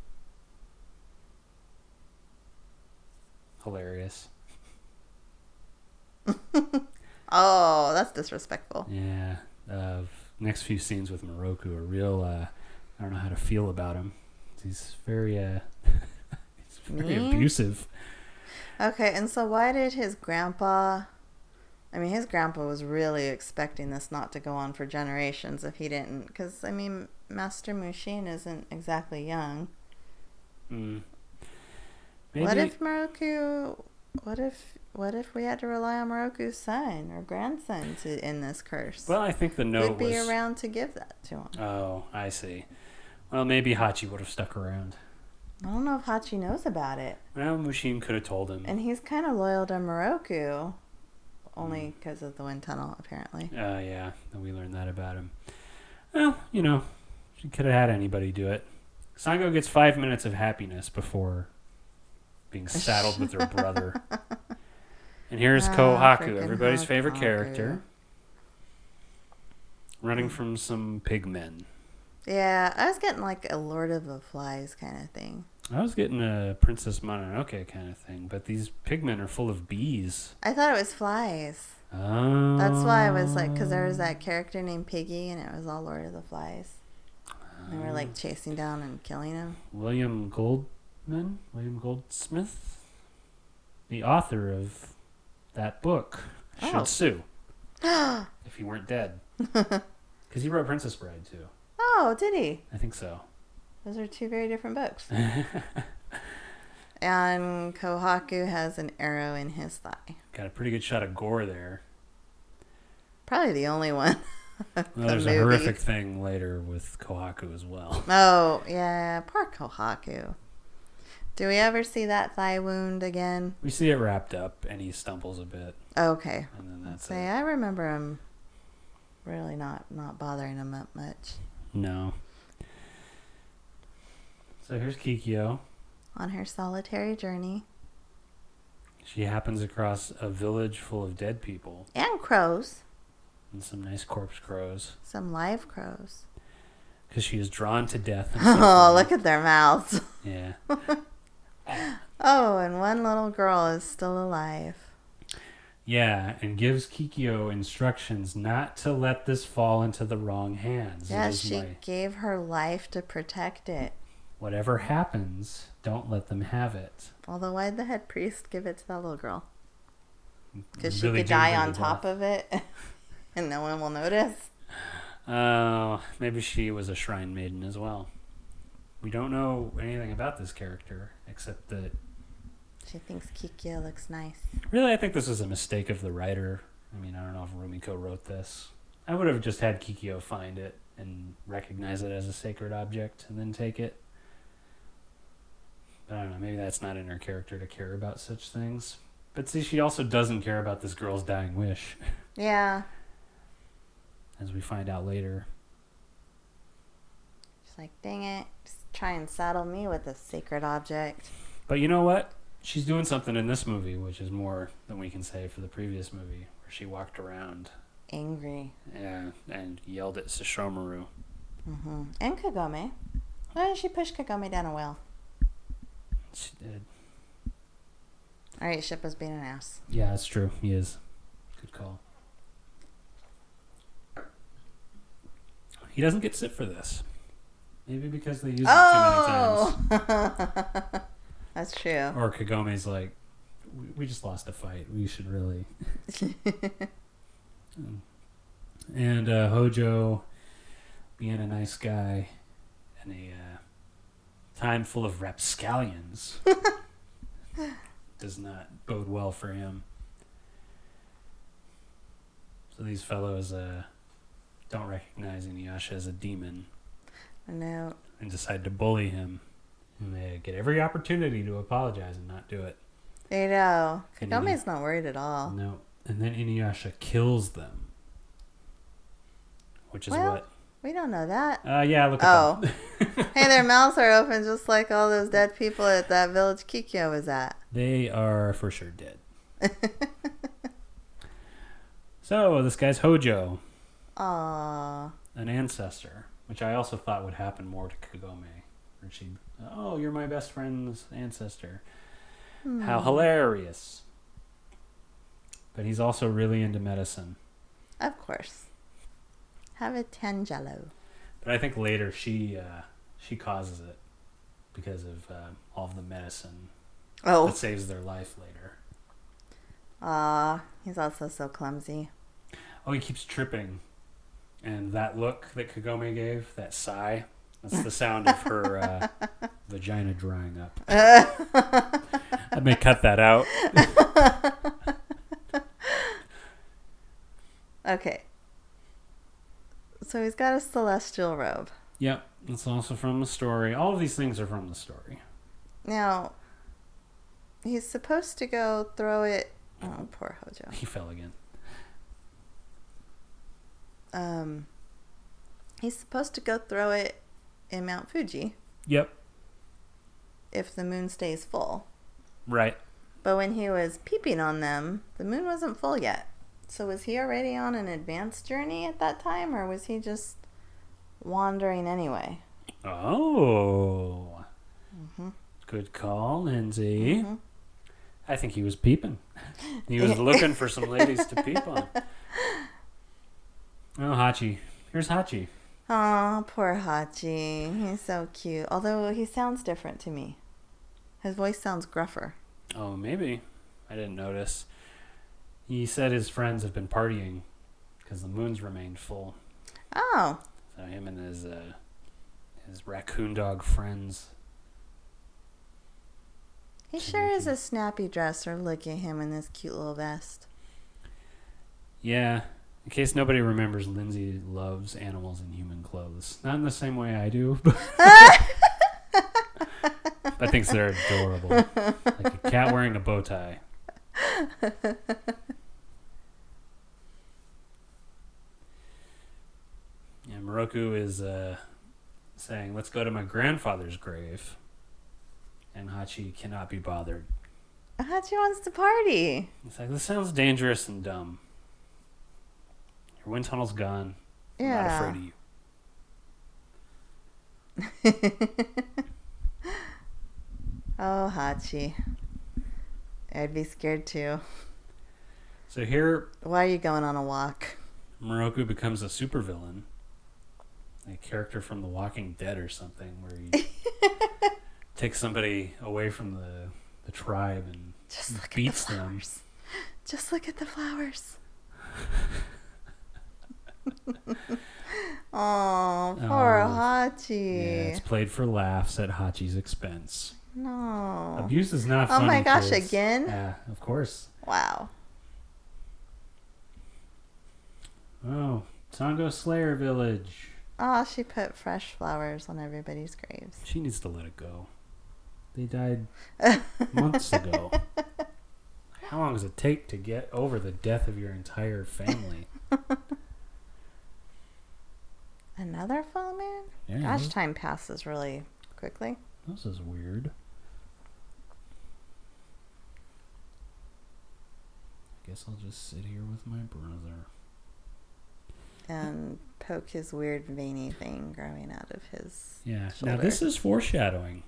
Speaker 1: Hilarious.
Speaker 2: Oh, that's disrespectful.
Speaker 1: Yeah. Uh, next few scenes with Moroku are real. Uh, I don't know how to feel about him. He's very, uh, <laughs> he's very
Speaker 2: Mean?
Speaker 1: abusive.
Speaker 2: Okay, and so why did his grandpa. I mean, his grandpa was really expecting this not to go on for generations if he didn't. Because, I mean, Master Mushin isn't exactly young.
Speaker 1: Mm. Maybe,
Speaker 2: What if Moroku? What if? What if we had to rely on Moroku's son or grandson to end this curse?
Speaker 1: well, I think the
Speaker 2: Who'd
Speaker 1: note
Speaker 2: be
Speaker 1: was.
Speaker 2: around to give that to him?
Speaker 1: Oh, I see. Well, maybe Hachi would have stuck around.
Speaker 2: I don't know if Hachi knows about it,
Speaker 1: Well, Mushin could have told him.
Speaker 2: and he's kind of loyal to Moroku, only
Speaker 1: Hmm.
Speaker 2: because of the wind tunnel, apparently.
Speaker 1: Uh, yeah, we learned that about him. Well, you know, she could have had anybody do it. Sango gets five minutes of happiness before
Speaker 2: <laughs>
Speaker 1: being saddled with her brother. And here's
Speaker 2: Ah,
Speaker 1: Kohaku,
Speaker 2: frickin'
Speaker 1: everybody's favorite
Speaker 2: Kohaku.
Speaker 1: character,
Speaker 2: Mm.
Speaker 1: running from some pigmen.
Speaker 2: Yeah, I was getting like a Lord of the Flies kind of thing.
Speaker 1: I was getting a Princess Mononoke kind of thing, but these pigmen are full of bees.
Speaker 2: I thought it was flies.
Speaker 1: Oh.
Speaker 2: That's why I was like, because there was
Speaker 1: Mm.
Speaker 2: that character named Piggy, and it was all Lord of the Flies. And we're
Speaker 1: Mm.
Speaker 2: like chasing down and killing him. <gasps>
Speaker 1: William Goldman, William Goldsmith, the author of that book, should
Speaker 2: Oh.
Speaker 1: sue if he weren't
Speaker 2: <laughs>
Speaker 1: dead. Because he wrote Princess Bride too.
Speaker 2: Oh, did he?
Speaker 1: I think so.
Speaker 2: Those are two very
Speaker 1: <laughs>
Speaker 2: different books. and Kohaku has an arrow in his thigh.
Speaker 1: Got a pretty good shot of gore there.
Speaker 2: Probably the only one. <laughs>
Speaker 1: Well,
Speaker 2: The
Speaker 1: there's
Speaker 2: movie.
Speaker 1: a horrific thing later with Kohaku as well.
Speaker 2: Oh, yeah. Poor Kohaku. Do we ever see that thigh wound again?
Speaker 1: We see it wrapped up, and he stumbles a bit,
Speaker 2: Okay.
Speaker 1: and then that's
Speaker 2: Say,
Speaker 1: it.
Speaker 2: I remember him really not, not bothering him that much.
Speaker 1: No. So here's Kikyo.
Speaker 2: On her solitary journey.
Speaker 1: She happens across a village full of dead people
Speaker 2: And crows.
Speaker 1: and some nice corpse crows.
Speaker 2: Some live crows.
Speaker 1: because she is drawn to death.
Speaker 2: <laughs>
Speaker 1: and
Speaker 2: Oh,
Speaker 1: suffering.
Speaker 2: look at their mouths. <laughs>
Speaker 1: Yeah,
Speaker 2: Oh, and one little girl is still alive.
Speaker 1: yeah, and gives Kikyo instructions not to let this fall into the wrong hands. It
Speaker 2: Yes,
Speaker 1: is
Speaker 2: she
Speaker 1: my-
Speaker 2: gave her life to protect it.
Speaker 1: whatever happens, don't let them have it.
Speaker 2: Although, why'd the head priest give it to that little girl? Because she
Speaker 1: Really
Speaker 2: could
Speaker 1: do
Speaker 2: die
Speaker 1: her
Speaker 2: on
Speaker 1: to
Speaker 2: top of it
Speaker 1: <laughs>
Speaker 2: <laughs> and no one will notice.
Speaker 1: Oh, maybe she was a shrine maiden as well. We don't know anything about this character except that
Speaker 2: She thinks Kikyo looks nice.
Speaker 1: really, I think this is a mistake of the writer. I mean, I don't know if Rumiko wrote this. I would have just had Kikyo find it and recognize it as a sacred object and then take it. But I don't know, maybe that's not in her character to care about such things. But see, she also doesn't care about this girl's dying wish,
Speaker 2: Yeah.
Speaker 1: as we find out later.
Speaker 2: She's like, dang it. Just try and saddle me with a sacred object.
Speaker 1: But you know what? She's doing something in this movie, which is more than we can say for the previous movie, where she walked around
Speaker 2: Angry.
Speaker 1: and, and yelled at Sashomaru.
Speaker 2: hmm And Kagome. Why did she push Kagome down a well?
Speaker 1: She uh, did.
Speaker 2: All right, Ship was being an ass.
Speaker 1: Yeah, that's true. He is. Good call. He doesn't get sit for this. Maybe because they use it
Speaker 2: Oh! <laughs> That's
Speaker 1: too
Speaker 2: true. <laughs>
Speaker 1: many times. Or Kagome's like, "We- we just lost a fight. We should really. and uh, Hojo being a nice guy in a uh, time full of rapscallions does not bode well for him. So these fellows uh, don't recognize Inuyasha as a demon
Speaker 2: No,
Speaker 1: and decide to bully him. And they get every opportunity to apologize and not do it.
Speaker 2: they know.
Speaker 1: And
Speaker 2: Kagome's not worried at all.
Speaker 1: No. And then Inuyasha kills them. Which is
Speaker 2: Well-
Speaker 1: what?
Speaker 2: We don't know that.
Speaker 1: Uh, yeah, look at
Speaker 2: Oh.
Speaker 1: them. <laughs>
Speaker 2: hey, their mouths are open just like all those dead people at that village Kikyo was at.
Speaker 1: <laughs> They are for sure dead. so this guy's Hojo,
Speaker 2: Aww.
Speaker 1: an ancestor, which I also thought would happen more to Kagome. Or she'd, oh, you're my best friend's ancestor. How hilarious. But he's also really into medicine.
Speaker 2: Of course. Have a tangelo.
Speaker 1: But I think later she uh, she causes it because of uh, all of the medicine
Speaker 2: Oh.
Speaker 1: that saves their life later.
Speaker 2: Aw. He's also so clumsy. <laughs>
Speaker 1: Oh, he keeps tripping. And that look that Kagome gave, that sigh, that's the sound of her uh, vagina drying up. I may cut that out.
Speaker 2: Okay. So he's got a celestial robe.
Speaker 1: Yep, that's also from the story. All of these things are from the story.
Speaker 2: Now, he's supposed to go throw it. Oh, poor Hojo.
Speaker 1: He fell again.
Speaker 2: Um, he's supposed to go throw it in Mount Fuji
Speaker 1: Yep,
Speaker 2: if the moon stays full.
Speaker 1: right.
Speaker 2: But when he was peeping on them, the moon wasn't full yet. So was he already on an advanced journey at that time, or was he just wandering anyway?
Speaker 1: Oh. Good call, Lindsay.
Speaker 2: Mm-hmm.
Speaker 1: I think he was peeping. He was looking for some ladies to peep on. Oh, Hachi. Here's Hachi.
Speaker 2: Oh, poor Hachi. He's so cute. Although he sounds different to me. His voice sounds gruffer.
Speaker 1: Oh, maybe. I didn't notice. He said his friends have been partying because the moon's remained full.
Speaker 2: Oh,
Speaker 1: So him and his uh, his raccoon dog friends.
Speaker 2: he sure is a snappy dresser. Look at him in this cute little vest.
Speaker 1: Yeah. In case nobody remembers, Lindsay loves animals in human clothes. Not in the same way I do, but but thinks they're adorable. Like a cat wearing a bow tie. Yeah, Moroku is uh, saying, let's go to my grandfather's grave. And Hachi cannot be bothered.
Speaker 2: Hachi wants to party.
Speaker 1: It's like, this sounds dangerous and dumb. Your wind tunnel's gone. I'm not
Speaker 2: Yeah.
Speaker 1: afraid of you.
Speaker 2: <laughs> Oh, Hachi. I'd be scared too.
Speaker 1: So here,
Speaker 2: Why are you going on a walk?
Speaker 1: Moroku becomes a supervillain. A character from The Walking Dead or something, where he
Speaker 2: <laughs>
Speaker 1: takes somebody away from the, the tribe and
Speaker 2: Just look
Speaker 1: beats
Speaker 2: at the
Speaker 1: them.
Speaker 2: flowers. Just look at the <laughs> flowers. oh, poor
Speaker 1: Oh, Yeah,
Speaker 2: Hachi.
Speaker 1: it's played for laughs at Hachi's expense.
Speaker 2: no.
Speaker 1: Abuse is not
Speaker 2: Oh
Speaker 1: fun.
Speaker 2: my
Speaker 1: in
Speaker 2: gosh,
Speaker 1: kids.
Speaker 2: again?
Speaker 1: Yeah, of course.
Speaker 2: Wow.
Speaker 1: Oh, Sango Slayer Village.
Speaker 2: Oh, she put fresh flowers on everybody's graves.
Speaker 1: She needs to let it go. They died months ago. How long does it take to get over the death of your entire family?
Speaker 2: Another full moon?
Speaker 1: Yeah,
Speaker 2: Gosh,
Speaker 1: this-
Speaker 2: time passes really quickly.
Speaker 1: this is weird. I guess I'll just sit here with my brother.
Speaker 2: And poke his weird veiny thing growing out of his.
Speaker 1: Yeah. Now
Speaker 2: Shoulder.
Speaker 1: this is foreshadowing,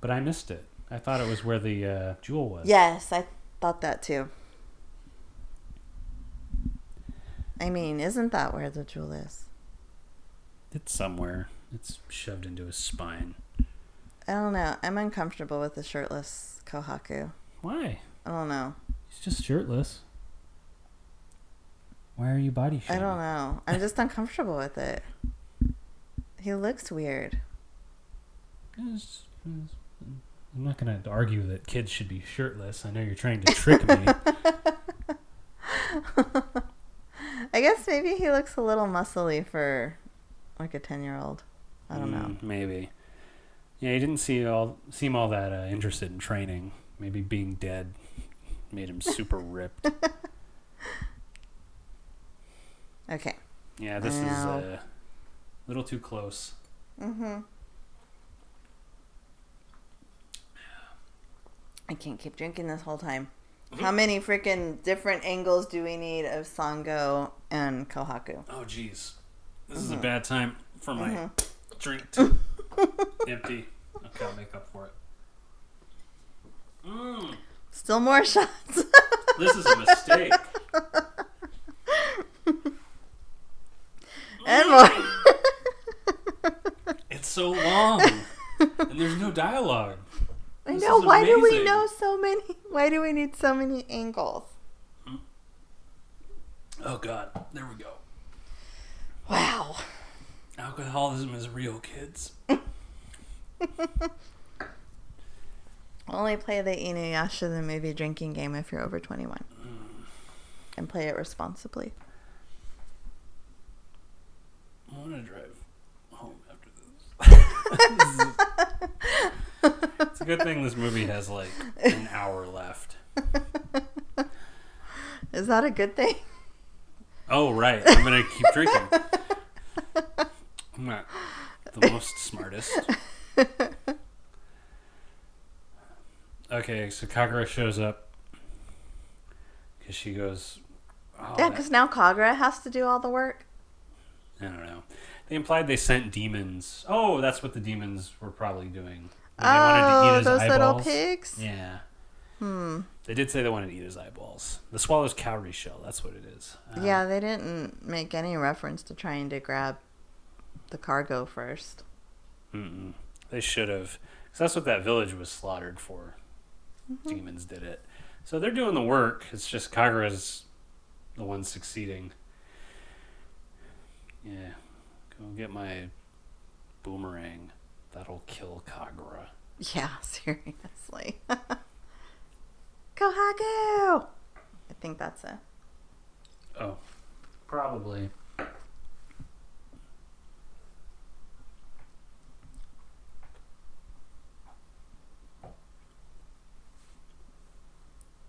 Speaker 1: but I missed it. I thought it was where the uh, jewel was.
Speaker 2: Yes, I thought that too. I mean, isn't that where the jewel is?
Speaker 1: It's somewhere. It's shoved into his spine.
Speaker 2: I don't know. I'm uncomfortable with the shirtless Kohaku.
Speaker 1: Why?
Speaker 2: I don't know.
Speaker 1: He's just shirtless. Why are you body
Speaker 2: I
Speaker 1: shaming?
Speaker 2: don't know. I'm just uncomfortable with it. He looks weird.
Speaker 1: it's- it's- I'm not going to argue that kids should be shirtless. I know you're trying to trick me.
Speaker 2: I guess maybe he looks a little muscly for like a 10 year old. <laughs> I don't know.
Speaker 1: Mm, Maybe. Yeah, he didn't see all seem all that uh, interested in training. Maybe being dead made him
Speaker 2: <laughs>
Speaker 1: super ripped.
Speaker 2: Okay.
Speaker 1: Yeah, this is
Speaker 2: Wow.
Speaker 1: uh, a little too close.
Speaker 2: Mm-hmm. I can't keep drinking this whole time. How many freaking different angles do we need of Sango and Kohaku?
Speaker 1: Oh, jeez. This
Speaker 2: Mm-hmm.
Speaker 1: is a bad time for my drink
Speaker 2: <laughs>
Speaker 1: to empty. Okay, I'll make up for it. Mm,
Speaker 2: Still more <laughs> shots.
Speaker 1: this is a mistake.
Speaker 2: and more.
Speaker 1: It's so long. And there's no dialogue.
Speaker 2: I
Speaker 1: This
Speaker 2: know.
Speaker 1: is
Speaker 2: Why do we
Speaker 1: amazing.
Speaker 2: know so many? <laughs> Why do we need so many angles?
Speaker 1: Oh, God. There we go.
Speaker 2: Wow.
Speaker 1: Alcoholism is real, kids.
Speaker 2: Only play the Inuyasha the movie drinking game if you're over 21. Mm. And play it responsibly.
Speaker 1: I want to drive home after this. <laughs> it's a good thing this movie has like an hour left.
Speaker 2: Is that a good thing?
Speaker 1: Oh, right. I'm going to keep
Speaker 2: <laughs>
Speaker 1: drinking. I'm not the most smartest. Okay, so Kagura shows up because she goes, oh,
Speaker 2: yeah,
Speaker 1: that-
Speaker 2: because now Kagura has to do all the work.
Speaker 1: I don't know. They implied they sent demons. Oh, that's what the demons were probably doing. They wanted to eat
Speaker 2: Oh,
Speaker 1: his
Speaker 2: those little
Speaker 1: eyeballs.
Speaker 2: pigs. Hmm.
Speaker 1: Yeah. They did say they wanted to eat his eyeballs. The swallow's cowrie shell. That's what it is. Um,
Speaker 2: Yeah, they didn't make any reference to trying to grab the cargo first.
Speaker 1: Mm-mm. They should have. Because that's what that village was slaughtered for. Demons did it. So they're doing the work. It's just Kagura's the one succeeding. Yeah. Go get my boomerang. That'll kill Kagura.
Speaker 2: Yeah, <laughs> seriously. <laughs> Kohaku! I think that's a.
Speaker 1: Oh. Probably.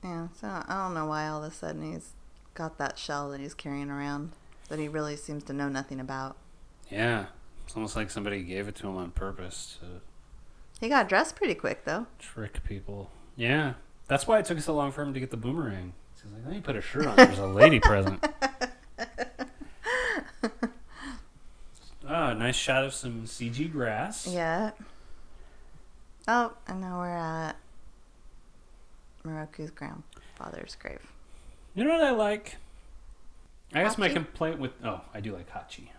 Speaker 2: Yeah, so I don't know why all of a sudden he's got that shell that he's carrying around that he really seems to know nothing about.
Speaker 1: Yeah. It's almost like somebody gave it to him on purpose to
Speaker 2: He got dressed pretty quick, though.
Speaker 1: trick people. Yeah. That's why it took so long for him to get the boomerang. He's like, let me put a shirt on. There's a lady present. <laughs> Ah, nice shot of some CG grass.
Speaker 2: Yeah. Oh, and now we're at Moroku's grandfather's grave.
Speaker 1: You know what I like? I guess my
Speaker 2: Hachi?
Speaker 1: complaint with. Oh, I do like Hachi.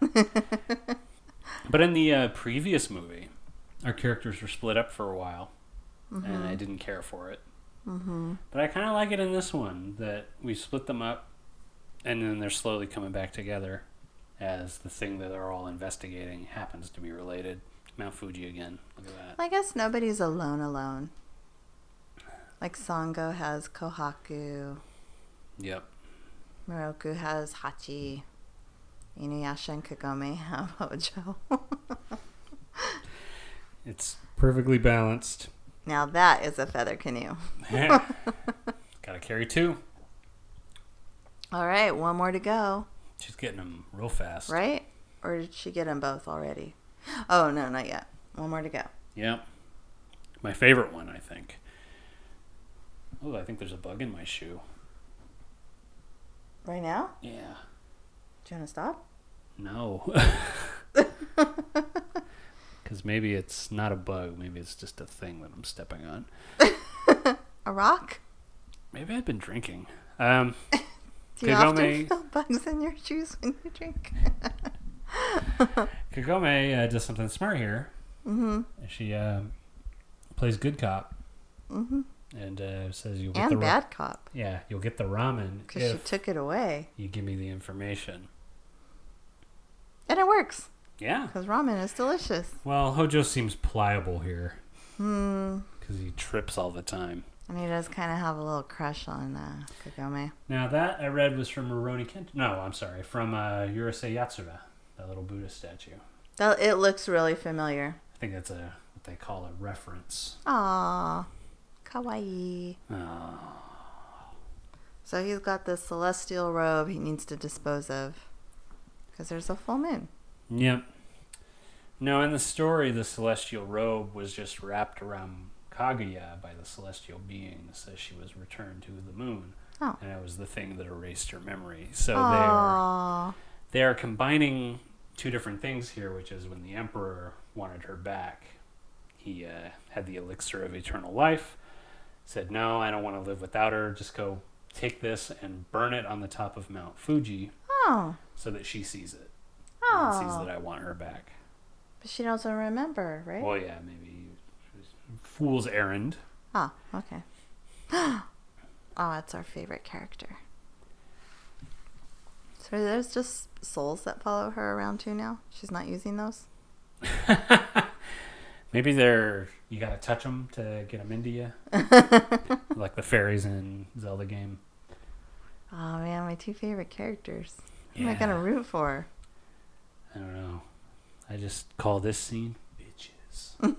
Speaker 1: but in the uh, previous movie, our characters were split up for a while, and I didn't care for it. Mm-hmm. But I kind of like it in this one that we split them up, and then they're slowly coming back together as the thing that they're all investigating happens to be related. Mount Fuji again. Look at that.
Speaker 2: I guess nobody's alone alone. Like Sango has Kohaku,
Speaker 1: Yep.
Speaker 2: Moroku has Hachi, Inuyasha and Kagome <laughs> have Hojo.
Speaker 1: It's perfectly balanced.
Speaker 2: now that is a feather canoe.
Speaker 1: <laughs> Gotta carry two.
Speaker 2: All right, one more to go,
Speaker 1: She's getting them real fast.
Speaker 2: right? Or did she get them both already? Oh, no, not yet. One more to go.
Speaker 1: Yep. My favorite one, I think. Oh, I think there's a bug in my shoe.
Speaker 2: Right now?
Speaker 1: Yeah.
Speaker 2: Do you want to stop?
Speaker 1: No. <laughs> Because maybe it's not a bug. Maybe it's just a thing that I'm stepping on.
Speaker 2: A rock?
Speaker 1: Maybe I've been drinking. Um,
Speaker 2: Do you often
Speaker 1: Kagome-
Speaker 2: feel <laughs> bugs in your shoes when you drink?
Speaker 1: Kagome uh, does something smart here.
Speaker 2: mm-hmm.
Speaker 1: She uh, plays good cop
Speaker 2: Mm-hmm.
Speaker 1: and uh, says you'll get the
Speaker 2: And
Speaker 1: ra-
Speaker 2: bad cop,
Speaker 1: yeah you'll get the ramen
Speaker 2: because she
Speaker 1: if
Speaker 2: took it away.
Speaker 1: you give me the information.
Speaker 2: And it works.
Speaker 1: Yeah.
Speaker 2: because ramen is delicious.
Speaker 4: Well, Hojo seems pliable here
Speaker 2: Hmm.
Speaker 4: because he trips all the time.
Speaker 2: And he does kind of have a little crush on uh, Kagome.
Speaker 1: Now that I read was from Moroni Kent. No, I'm sorry, from uh, Yurusei Yatsura, that little Buddha statue.
Speaker 2: That, it looks really familiar.
Speaker 1: I think that's a what they call a reference.
Speaker 2: Aww, kawaii.
Speaker 1: Oh.
Speaker 2: So he's got this celestial robe he needs to dispose of because there's a full moon.
Speaker 1: Yep. No, in the story, the celestial robe was just wrapped around Kaguya by the celestial beings as she was returned to the moon,
Speaker 2: Oh.
Speaker 1: and it was the thing that erased her memory. So they are
Speaker 2: Aww.
Speaker 1: they are combining two different things here, which is when the emperor wanted her back, he uh, had the elixir of eternal life, said, No, I don't want to live without her. Just go take this and burn it on the top of Mount Fuji
Speaker 2: Oh.
Speaker 1: so that she sees it. And sees that
Speaker 2: Oh.
Speaker 1: I want her back.
Speaker 2: But she doesn't remember, right?
Speaker 1: Well, yeah, maybe. Fool's errand. <laughs>
Speaker 2: Oh, okay. <gasps> oh, it's our favorite character. So there's just souls that follow her around too now. She's not using those.
Speaker 1: Maybe they're. You gotta touch them to get them into
Speaker 2: <laughs>
Speaker 1: you. like the fairies in Zelda game.
Speaker 2: Oh man, my two favorite characters. Who am I
Speaker 1: Yeah.
Speaker 2: gonna root for?
Speaker 1: I don't know. I just call this scene bitches.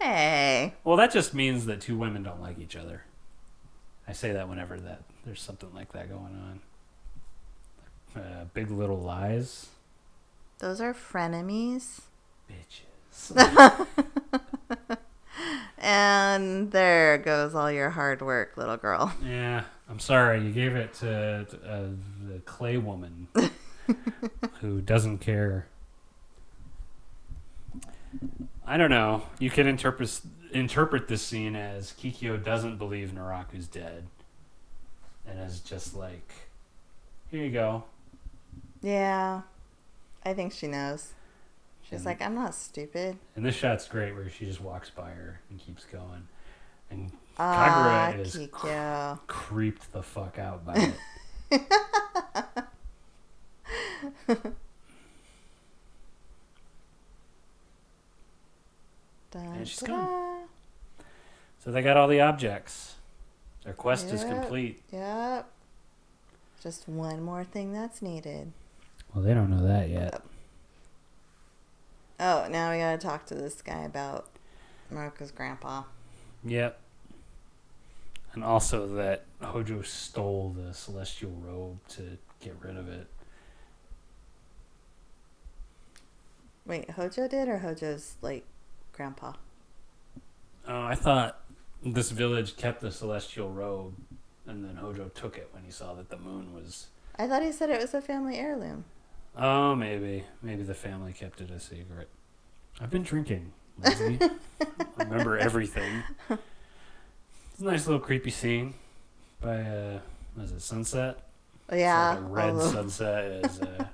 Speaker 2: Hey,
Speaker 1: Well, that just means that two women don't like each other. I say that whenever that there's something like that going on. Uh, big Little Lies,
Speaker 2: those are frenemies, <laughs>
Speaker 1: bitches.
Speaker 2: and there goes all your hard work, little girl. <laughs>
Speaker 1: yeah, I'm sorry you gave it to, to, uh, the clay woman who doesn't care. I don't know. You can interpret interpret this scene as Kikyo doesn't believe Naraku's dead, and is just like, "Here you go."
Speaker 2: Yeah, I think she knows. She's
Speaker 1: And-
Speaker 2: like, I'm not stupid.
Speaker 1: And this shot's great where she just walks by her and keeps going. And
Speaker 2: Ah,
Speaker 1: Kagura is- <sighs>
Speaker 2: Kikyo.
Speaker 1: creeped the fuck out by it.
Speaker 2: Dun,
Speaker 1: she's
Speaker 2: da-da.
Speaker 1: so they got all the objects. Their quest is
Speaker 2: Yep.
Speaker 1: complete.
Speaker 2: Yep. Just one more thing that's needed.
Speaker 1: Well, they don't know that yet.
Speaker 2: Oh, now we gotta talk to this guy about Maruka's grandpa.
Speaker 1: Yep. And also that Hojo stole the celestial robe to get rid of it.
Speaker 2: Wait, Hojo did or Hojo's like grandpa?
Speaker 1: Oh, I thought this village kept the celestial robe, and then Hojo took it when he saw that the moon was.
Speaker 2: I thought he said it was a family heirloom.
Speaker 1: Oh, maybe. Maybe the family kept it a secret. I've been drinking, Lindsay. I remember everything. It's a nice little creepy scene by, uh, what is it, Sunset?
Speaker 2: Oh, yeah.
Speaker 1: It's like a red
Speaker 2: although-
Speaker 1: sunset as
Speaker 2: <laughs>
Speaker 1: uh,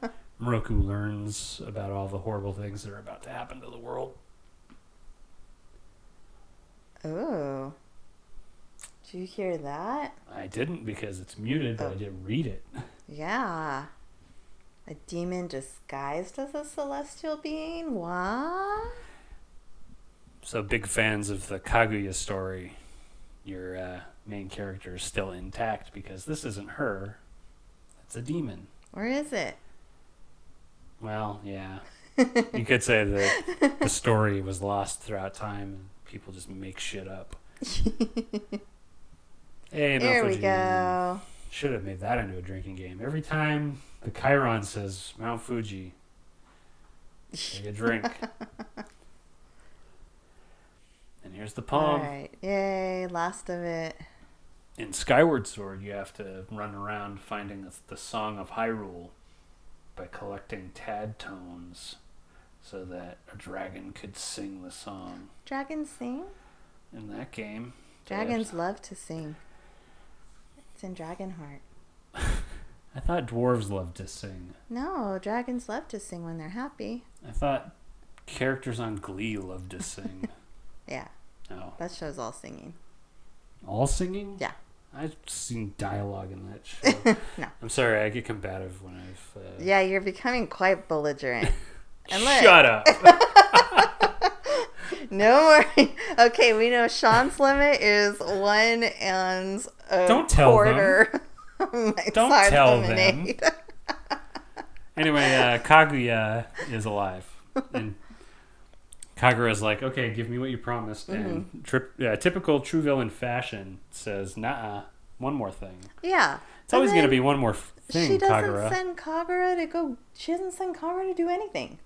Speaker 1: Moroku learns about all the horrible things that are about to happen to the world.
Speaker 2: Ooh. Did you hear that?
Speaker 1: I didn't because it's muted, but I
Speaker 2: Oh.
Speaker 1: did read it.
Speaker 2: Yeah. A demon disguised as a celestial being? What?
Speaker 1: So, big fans of the Kaguya story, your uh, main character is still intact because this isn't her, it's a demon.
Speaker 2: Where is it?
Speaker 1: Well, yeah. you could say
Speaker 2: <laughs>
Speaker 1: that the story was lost throughout time and people just make shit
Speaker 2: <laughs>
Speaker 1: up. hey,
Speaker 2: There we
Speaker 1: Malfujin.
Speaker 2: go.
Speaker 1: Should have made that into a drinking game. Every time the Chiron says Mount Fuji, take a
Speaker 2: <laughs>
Speaker 1: drink. and here's the
Speaker 2: All
Speaker 1: poem.
Speaker 2: right. Yay. Last of it.
Speaker 1: In Skyward Sword, you have to run around finding the, the Song of Hyrule by collecting tad tones so that a dragon could sing the song.
Speaker 2: Dragons sing?
Speaker 1: In that game,
Speaker 2: Dragons love to sing. It's in Dragonheart.
Speaker 1: I thought dwarves loved to sing.
Speaker 2: No, dragons love to sing when they're happy.
Speaker 1: I thought characters on Glee loved to
Speaker 2: <laughs>
Speaker 1: sing.
Speaker 2: Yeah,
Speaker 1: no.
Speaker 2: that show's all singing.
Speaker 1: All singing?
Speaker 2: Yeah.
Speaker 1: I've seen dialogue in that show.
Speaker 2: <laughs> No.
Speaker 1: I'm sorry, I get combative when I've. Uh,
Speaker 2: Yeah, you're becoming quite belligerent. <laughs> And look.
Speaker 1: Shut
Speaker 2: <laughs>
Speaker 1: up.
Speaker 2: No more. Okay, we know Sean's limit is one and a
Speaker 1: Don't tell them.
Speaker 2: <laughs> quarter. My
Speaker 1: Don't
Speaker 2: side
Speaker 1: tell
Speaker 2: lemonade.
Speaker 1: Anyway, uh, Kaguya is alive, and Kagura's like, "Okay, give me what you promised."
Speaker 2: Mm-hmm.
Speaker 1: And trip, uh, typical true villain fashion says, "Nah, one more thing.
Speaker 2: <laughs> Yeah.
Speaker 1: It's always going to be one more f- thing."
Speaker 2: She doesn't
Speaker 1: Kagura.
Speaker 2: send Kagura to go. She doesn't send Kagura to do anything.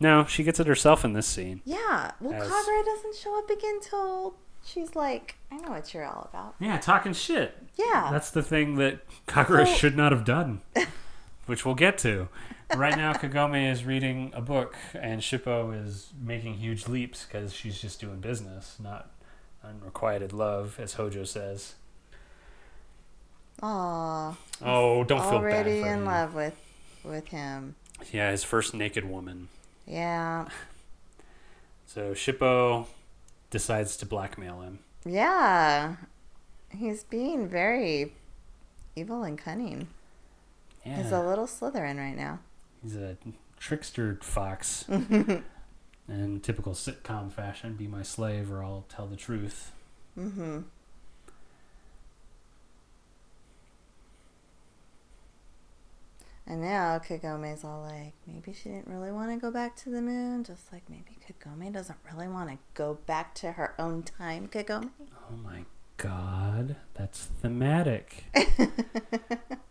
Speaker 1: no, she gets it herself in this scene.
Speaker 2: Yeah. Well,
Speaker 1: As-
Speaker 2: Kagura doesn't show up again till she's like, I know what you're all about.
Speaker 1: Yeah, talking shit.
Speaker 2: Yeah.
Speaker 1: That's the thing that Kagura
Speaker 2: So-
Speaker 1: should not have done, which we'll get to. Right now, Kagome is reading a book, and Shippo is making huge leaps because she's just doing business, not unrequited love, as Hojo says.
Speaker 2: Aw.
Speaker 1: Oh, don't feel bad for
Speaker 2: Already in
Speaker 1: him.
Speaker 2: love with, with him.
Speaker 1: Yeah, his first naked woman.
Speaker 2: Yeah.
Speaker 1: So Shippo decides to blackmail him.
Speaker 2: Yeah. He's being very evil and cunning.
Speaker 1: Yeah,
Speaker 2: He's a little Slytherin right now. <laughs>
Speaker 1: he's a trickster fox.
Speaker 2: Mm.
Speaker 1: In typical sitcom fashion, be my slave or I'll tell the truth.
Speaker 2: Mm-hmm. And now Kagome's all like, maybe she didn't really want to go back to the moon. Just like maybe Kagome doesn't really want to go back to her own time, Kagome.
Speaker 1: Oh my god, that's
Speaker 2: <laughs>
Speaker 1: thematic.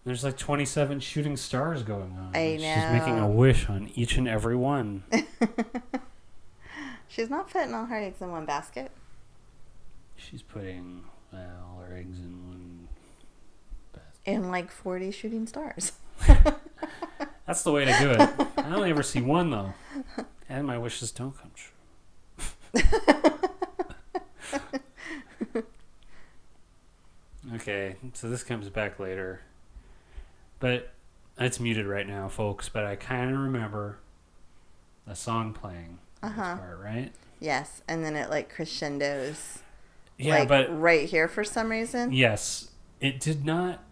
Speaker 1: There's like 27 shooting stars going on.
Speaker 2: I
Speaker 1: She's making
Speaker 2: know.
Speaker 1: a wish on each and every one.
Speaker 2: She's not putting all her eggs in one basket.
Speaker 1: She's putting well, all her eggs in one.
Speaker 2: And like 40 shooting stars. <laughs>
Speaker 1: That's the way to do it. I only ever see one though, and my wishes don't come true. <laughs> okay, so this comes back later, but it's muted right now, folks. But I kind of remember a song playing in this
Speaker 2: Uh-huh.
Speaker 1: part, right?
Speaker 2: Yes. And then it like crescendos.
Speaker 1: Yeah,
Speaker 2: like,
Speaker 1: but
Speaker 2: right here for some reason.
Speaker 1: yes, it did not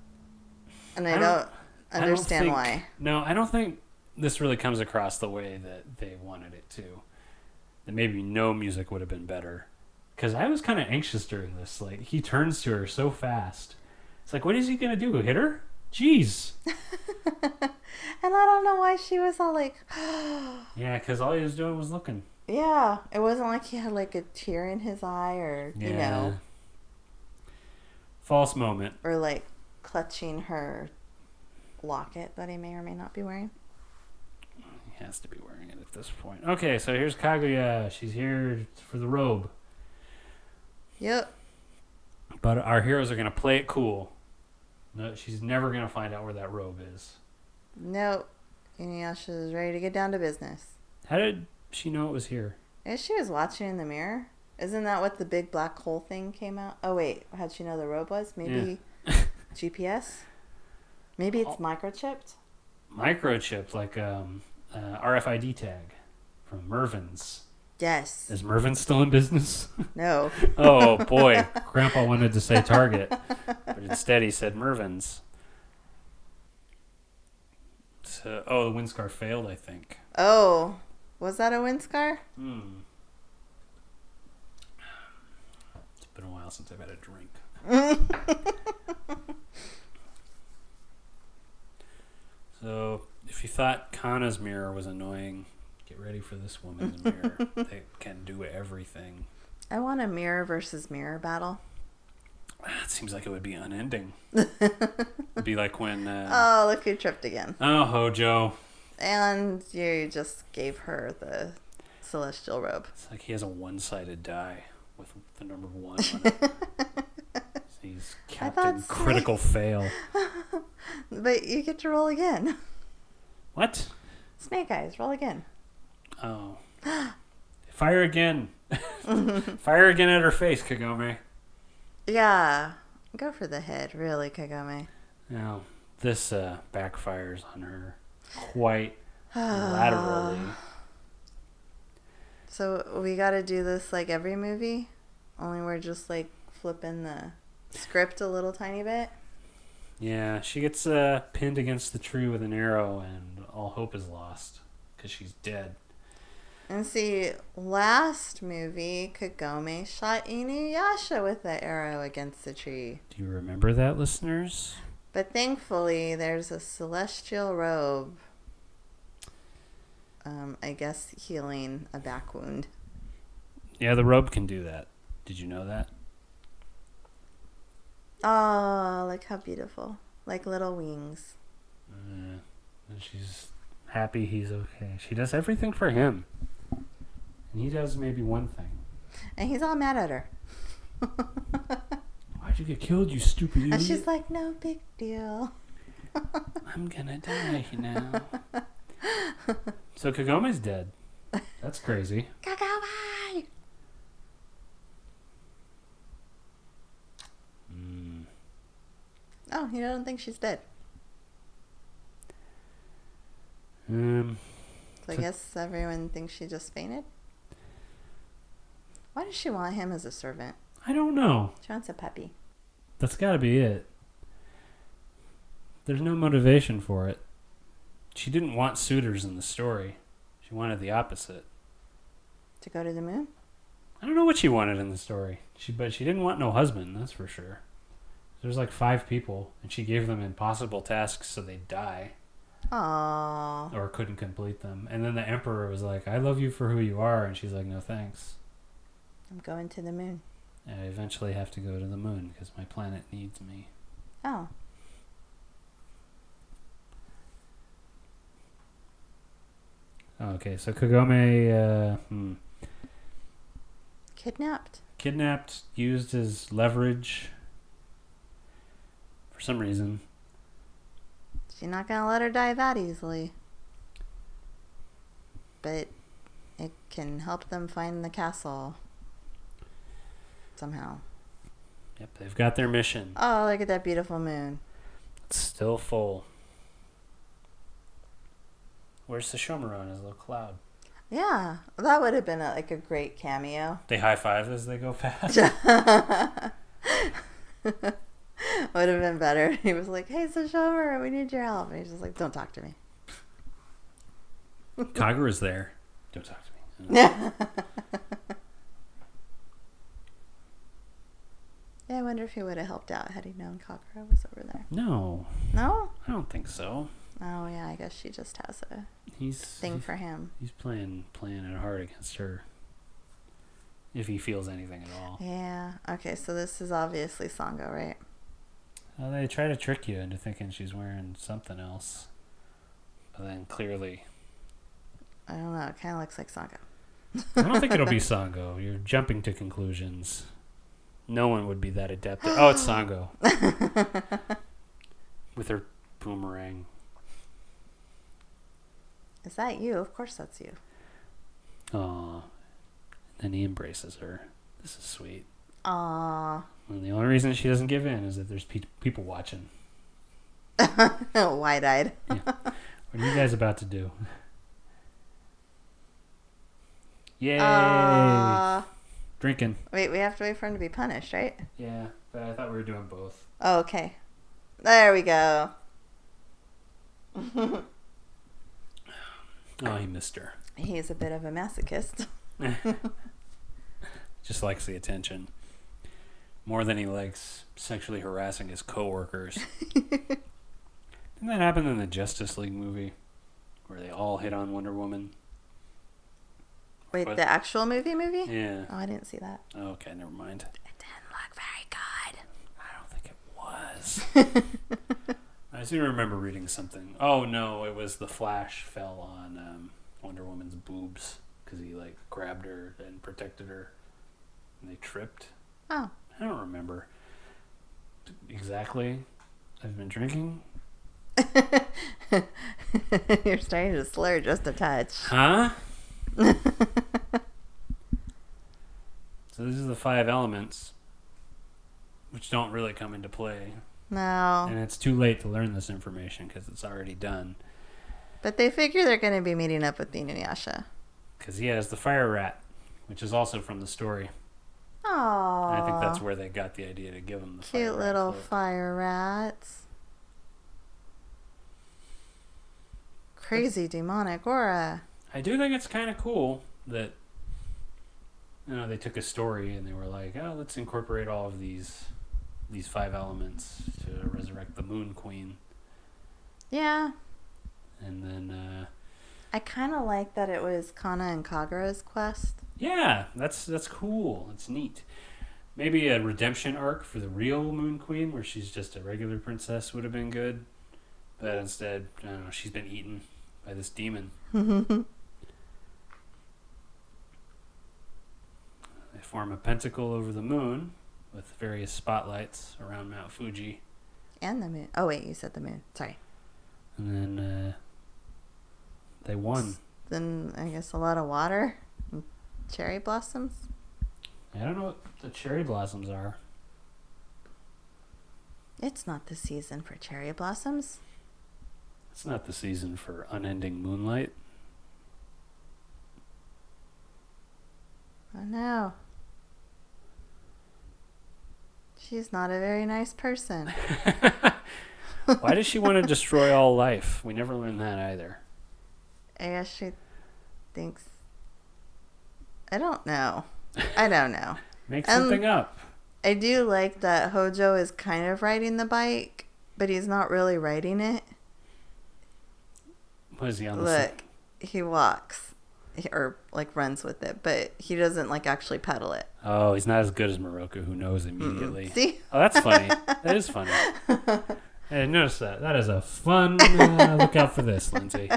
Speaker 2: And I,
Speaker 1: I
Speaker 2: don't,
Speaker 1: don't- I don't
Speaker 2: understand
Speaker 1: think-
Speaker 2: why.
Speaker 1: No, I don't think this really comes across the way that they wanted it to. That maybe no music would have been better. Because I was kind of anxious during this. Like, he turns to her so fast. It's like, what is he going to do? Hit her?
Speaker 2: <laughs>
Speaker 1: Jeez.
Speaker 2: And I don't know why she was all like, <gasps> "Oh,
Speaker 1: Yeah, because all he was doing was looking.
Speaker 2: Yeah, it wasn't like he had like a tear in his eye or
Speaker 1: Yeah.
Speaker 2: you know
Speaker 1: False moment.
Speaker 2: or like clutching her locket that he may or may not be wearing.
Speaker 1: He has to be wearing it at this point. Okay, so here's Kaguya. She's here for the robe.
Speaker 2: Yep.
Speaker 1: But our heroes are going to play it cool. No, she's never going to find out where that robe is.
Speaker 2: Nope. Inuyasha is ready to get down to business.
Speaker 1: How did she know it was here?
Speaker 2: As she was watching in the mirror, isn't that what the big black hole thing came out? Oh wait, how'd she know the robe was? Maybe <laughs> GPS. Maybe it's microchipped.
Speaker 1: Microchip, like um, uh, RFID tag from Mervin's.
Speaker 2: Yes.
Speaker 1: Is Mervin still in <laughs> business?
Speaker 2: No.
Speaker 1: oh boy, Grandpa wanted to say Target, but <laughs> instead he said Mervin's. So, oh, the wind scar failed, I think.
Speaker 2: Oh, was that a wind scar?
Speaker 1: Hmm. It's been a while since I've had a
Speaker 2: <laughs>
Speaker 1: drink. so, if you thought Kana's mirror was annoying, get ready for this woman's mirror.
Speaker 2: <laughs>
Speaker 1: They can do everything.
Speaker 2: I want a mirror versus mirror battle. <laughs>
Speaker 1: Ah, It seems like it would be unending. It'd be like when. Uh,
Speaker 2: <laughs> Oh, look who tripped again.
Speaker 1: oh, Hojo.
Speaker 2: And you just gave her the celestial robe.
Speaker 1: It's like he has a one sided die with the number one on
Speaker 2: <laughs>
Speaker 1: it. He's
Speaker 2: I thought
Speaker 1: Captain
Speaker 2: so.
Speaker 1: Critical Fail.
Speaker 2: But you get to roll again. <laughs>
Speaker 1: What?
Speaker 2: Snake eyes, roll again.
Speaker 1: Oh. <gasps> Fire again. <laughs> Fire again at her face, Kagome.
Speaker 2: Yeah. Go for the head, really, <sighs> Kagome.
Speaker 1: Now, this uh, backfires on her quite
Speaker 2: Ah.
Speaker 1: laterally.
Speaker 2: So we gotta do this like every movie, only we're just like flipping the script a little tiny bit.
Speaker 1: Yeah, she gets uh, pinned against the tree with an arrow, and all hope is lost. because she's dead.
Speaker 2: And see, last movie, Kagome shot Inuyasha with the arrow against the tree.
Speaker 1: Do you remember that, listeners?
Speaker 2: But thankfully, there's a celestial robe. Um, I guess healing a back wound.
Speaker 1: Yeah, the robe can do that. Did you know that?
Speaker 2: Oh, look how beautiful. Like little wings.
Speaker 1: Uh, and she's happy he's okay. She does everything for him. And he does maybe one thing.
Speaker 2: And he's all mad at her. <laughs>
Speaker 1: Why'd you get killed, you stupid idiot?
Speaker 2: and she's like, no big deal.
Speaker 1: I'm gonna die now. so Kagome's dead. That's crazy.
Speaker 2: Kagome!
Speaker 1: Mm.
Speaker 2: Oh, you don't think she's dead.
Speaker 1: Um,
Speaker 2: So I guess everyone thinks she just fainted. Why does she want him as a servant?
Speaker 1: I don't know.
Speaker 2: She wants a puppy.
Speaker 1: That's gotta be it. There's no motivation for it. She didn't want suitors in the story. She wanted the opposite.
Speaker 2: To go to the moon?
Speaker 1: I don't know what she wanted in the story. She but she didn't want no husband, that's for sure. There's like five people, and she gave them impossible tasks so they'd die
Speaker 2: Aww.
Speaker 1: or couldn't complete them. And then the emperor was like, "I love you for who you are," and she's like, "No thanks.
Speaker 2: I'm going to the moon.
Speaker 1: I eventually have to go to the moon because my planet needs me."
Speaker 2: Oh.
Speaker 1: Oh, Okay, so Kagome uh, hmm,
Speaker 2: Kidnapped.
Speaker 1: kidnapped, used his leverage for some reason.
Speaker 2: She's not going to let her die that easily. But it can help them find the castle. Somehow.
Speaker 1: Yep, they've got their mission.
Speaker 2: Oh, look at that beautiful moon.
Speaker 1: It's still full. Where's the Shomer on his little cloud?
Speaker 2: Yeah, that would have been a, like a great cameo. <laughs>
Speaker 1: They high five as they go <laughs> past.
Speaker 2: Would have been better. <laughs> He was like, "Hey, Sashomer, we need your help." And he's just like, "Don't talk to me."
Speaker 1: Kagura's there. Don't talk to me.
Speaker 2: <laughs> yeah, I wonder if he would have helped out had he known Kakara was over there.
Speaker 1: No,
Speaker 2: No?
Speaker 1: I don't think so.
Speaker 2: Oh yeah, I guess she just has a
Speaker 1: He's
Speaker 2: thing for him.
Speaker 1: he's playing playing it hard against her. If he feels anything at all,
Speaker 2: Yeah. Okay, so this is obviously Sango, right?
Speaker 1: well, Uh, they try to trick you into thinking she's wearing something else, but then clearly,
Speaker 2: I don't know. It kind of looks like Sango.
Speaker 1: I don't think it'll be Sango. You're jumping to conclusions. No one would be that adept. At... Oh, it's Sango with her boomerang.
Speaker 2: Is that you? Of course, that's you.
Speaker 1: Aw. Then he embraces her. This is sweet.
Speaker 2: Aww.
Speaker 1: And the only reason she doesn't give in is that there's pe- people watching.
Speaker 2: <laughs> Wide-eyed.
Speaker 1: What are you guys about to do? <laughs> Yay!
Speaker 2: Aw.
Speaker 1: Drinking.
Speaker 2: Wait, we have to wait for him to be punished, right?
Speaker 1: Yeah, but I thought we were doing both.
Speaker 2: Oh, okay. There we go. <laughs>
Speaker 1: Oh, he missed her.
Speaker 2: He's a bit of a masochist.
Speaker 1: Just likes the attention. More than he likes sexually harassing his coworkers. Didn't that happen in the Justice League movie? Where they all hit on Wonder Woman?
Speaker 2: Wait,
Speaker 1: What?
Speaker 2: the actual movie movie?
Speaker 1: Yeah.
Speaker 2: Oh, I didn't see that.
Speaker 1: Okay, never mind.
Speaker 2: It didn't look very good.
Speaker 1: I don't think it was. I seem to remember reading something. Oh no, it was the Flash fell on um, Wonder Woman's boobs because he like grabbed her and protected her, and they tripped.
Speaker 2: Oh.
Speaker 1: I don't remember exactly. I've been drinking,
Speaker 2: Oh. <laughs> You're starting to slur just a touch.
Speaker 1: huh? so these are the five elements, which don't really come into play,
Speaker 2: No.
Speaker 1: and it's too late to learn this information because it's already done.
Speaker 2: But they figure they're going to be meeting up with Inuyasha.
Speaker 1: Because he has the fire rat, which is also from the story.
Speaker 2: Oh.
Speaker 1: And I think that's where they got the idea to give him the fire
Speaker 2: Cute
Speaker 1: rat
Speaker 2: little
Speaker 1: cloak.
Speaker 2: fire rats. crazy demonic aura.
Speaker 1: I do think it's kind of cool that you know they took a story and they were like, oh, let's incorporate all of these these five elements to resurrect the Moon Queen,
Speaker 2: Yeah,
Speaker 1: and then uh,
Speaker 2: I kind of like that it was Kana and Kagura's quest.
Speaker 1: yeah, that's that's cool. It's neat. Maybe a redemption arc for the real Moon Queen, where she's just a regular princess, would have been good. But instead, I don't know, she's been eaten by this demon. They form a pentacle over the moon with various spotlights around Mount Fuji.
Speaker 2: And the moon. Oh wait, you said the moon. Sorry.
Speaker 1: And then uh, they won.
Speaker 2: Then I guess a lot of water, and cherry blossoms.
Speaker 1: I don't know what the cherry blossoms are.
Speaker 2: It's not the season for cherry blossoms.
Speaker 1: It's not the season for unending moonlight. <laughs>
Speaker 2: Oh no. She's not a very nice person.
Speaker 1: Why does she want to destroy all life? We never learned that either.
Speaker 2: <laughs> I guess she thinks. I don't know. I don't know.
Speaker 1: Make
Speaker 2: Um,
Speaker 1: something up.
Speaker 2: I do like that Hojo is kind of riding the bike, but he's not really riding it.
Speaker 1: What is he on the
Speaker 2: Look,
Speaker 1: side?
Speaker 2: he walks he- or like runs with it, but he doesn't like actually pedal it.
Speaker 1: Oh, he's not as good as Morocco, who knows immediately.
Speaker 2: See?
Speaker 1: Oh, that's funny. that is
Speaker 2: <laughs>
Speaker 1: funny. Hey, notice that. That is a fun. Uh, look out for this, Lindsay.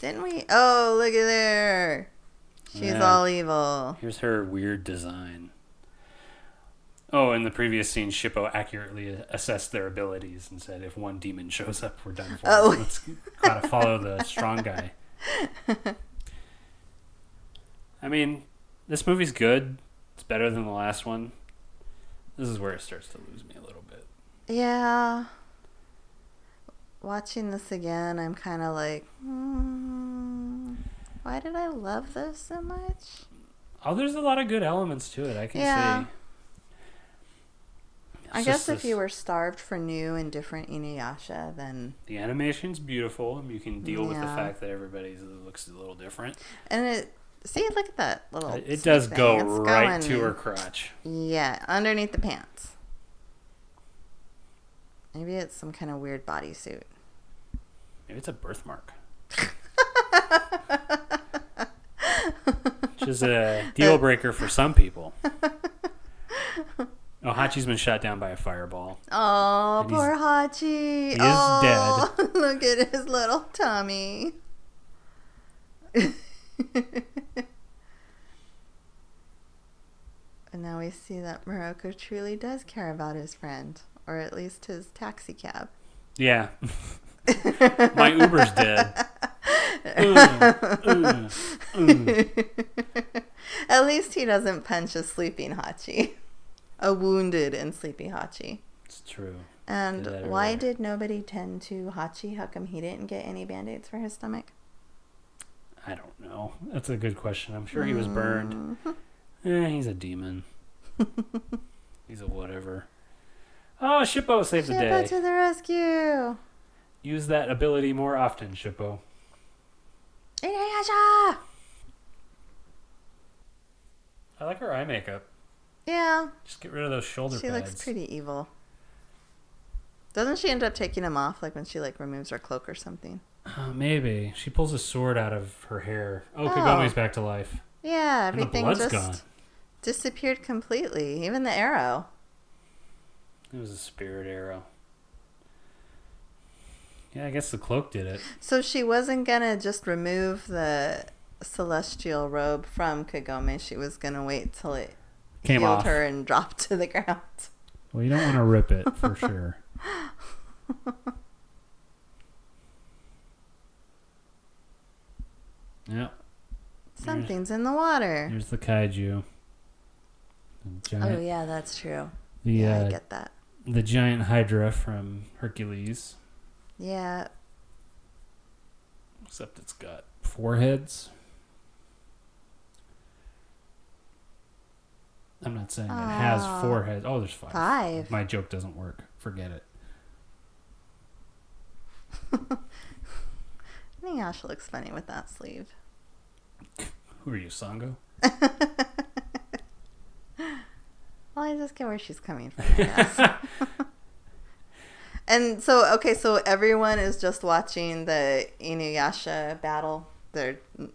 Speaker 2: Didn't we? Oh, look at there. She's
Speaker 1: Yeah.
Speaker 2: all evil.
Speaker 1: Here's her weird design. Oh, in the previous scene, Shippo accurately assessed their abilities and said, "If one demon shows up, we're done for.
Speaker 2: Oh.
Speaker 1: Let's gotta follow the strong
Speaker 2: <laughs>
Speaker 1: guy." I mean, this movie's good. It's better than the last one. This is where it starts to lose me a little bit.
Speaker 2: Yeah. Watching this again, I'm kind of like, hmm, why did I love this so much?
Speaker 1: Oh, there's a lot of good elements to it. I can
Speaker 2: Yeah.
Speaker 1: see.
Speaker 2: I
Speaker 1: It's
Speaker 2: guess
Speaker 1: just
Speaker 2: if
Speaker 1: this-
Speaker 2: you were starved for new and different Inuyasha, then
Speaker 1: The animation's beautiful. and You can deal with the
Speaker 2: Yeah.
Speaker 1: fact that everybody's looks a little different.
Speaker 2: and it see, look at that little.
Speaker 1: It- it
Speaker 2: sweet
Speaker 1: does
Speaker 2: thing.
Speaker 1: go
Speaker 2: It's
Speaker 1: right to
Speaker 2: going-
Speaker 1: her crotch.
Speaker 2: Yeah, underneath the pants. Maybe it's some kind of weird bodysuit.
Speaker 1: Maybe it's a
Speaker 2: <laughs>
Speaker 1: birthmark. Which is a deal breaker for
Speaker 2: <laughs>
Speaker 1: some people. Oh, Hachi's been shot down by a fireball.
Speaker 2: Oh,
Speaker 1: And he's-
Speaker 2: poor Hachi.
Speaker 1: is
Speaker 2: oh, <laughs> look at his little tummy. <laughs> and now we see that Morocco truly does care about his friend, or at least his taxi cab. <laughs>
Speaker 1: Yeah. My Uber's dead. Mm, Ugh, ugh. mm.
Speaker 2: <laughs> At least he doesn't punch a sleeping Hachi, a wounded and sleepy Hachi.
Speaker 1: It's true.
Speaker 2: And
Speaker 1: Did that
Speaker 2: why
Speaker 1: earlier.
Speaker 2: did nobody tend to Hachi? How come he didn't get any band aids for his stomach?
Speaker 1: I don't know. That's a good question. I'm sure he
Speaker 2: Mm.
Speaker 1: was
Speaker 2: <laughs>
Speaker 1: burned. Eh, he's a demon. he's a whatever. Oh, Shippo saved the
Speaker 2: Shippo
Speaker 1: day.
Speaker 2: to the rescue!
Speaker 1: Use that ability more often, Shippo.
Speaker 2: Inuyasha!
Speaker 1: I like her eye makeup.
Speaker 2: Yeah,
Speaker 1: Just get rid of those shoulder
Speaker 2: she
Speaker 1: pads.
Speaker 2: looks pretty evil. Doesn't she end up taking him off, like when she like removes her cloak or something?
Speaker 1: Oh, maybe she pulls a sword out of her hair. Oh,
Speaker 2: Oh.
Speaker 1: Kagome's back to life.
Speaker 2: Yeah,
Speaker 1: And the
Speaker 2: everything
Speaker 1: blood's
Speaker 2: just
Speaker 1: gone.
Speaker 2: disappeared completely. Even the arrow.
Speaker 1: It was a spirit arrow. Yeah, I guess the cloak did
Speaker 2: <laughs>
Speaker 1: it.
Speaker 2: So she wasn't gonna just remove the celestial robe from Kagome. She was gonna wait till it
Speaker 1: Came
Speaker 2: healed
Speaker 1: off.
Speaker 2: her and <laughs> dropped to the ground.
Speaker 1: Well, you don't want to rip it
Speaker 2: <laughs>
Speaker 1: for sure. Yeah,
Speaker 2: Something's in the water.
Speaker 1: here's the kaiju. The
Speaker 2: Oh
Speaker 1: giant,
Speaker 2: yeah, that's true.
Speaker 1: the,
Speaker 2: Yeah, I
Speaker 1: uh,
Speaker 2: get that.
Speaker 1: the giant Hydra from Hercules.
Speaker 2: Yeah,
Speaker 1: Except it's got four heads. I'm not saying it has
Speaker 2: Oh.
Speaker 1: four heads. Oh, there's five.
Speaker 2: Five.
Speaker 1: My joke doesn't work. Forget it.
Speaker 2: <laughs> I think Ash looks funny with that sleeve.
Speaker 1: Who are you, Sango?
Speaker 2: <laughs> Well, I just get where she's coming from. I <laughs> guess. and so, okay, so everyone is just watching the Inuyasha battle. They're n-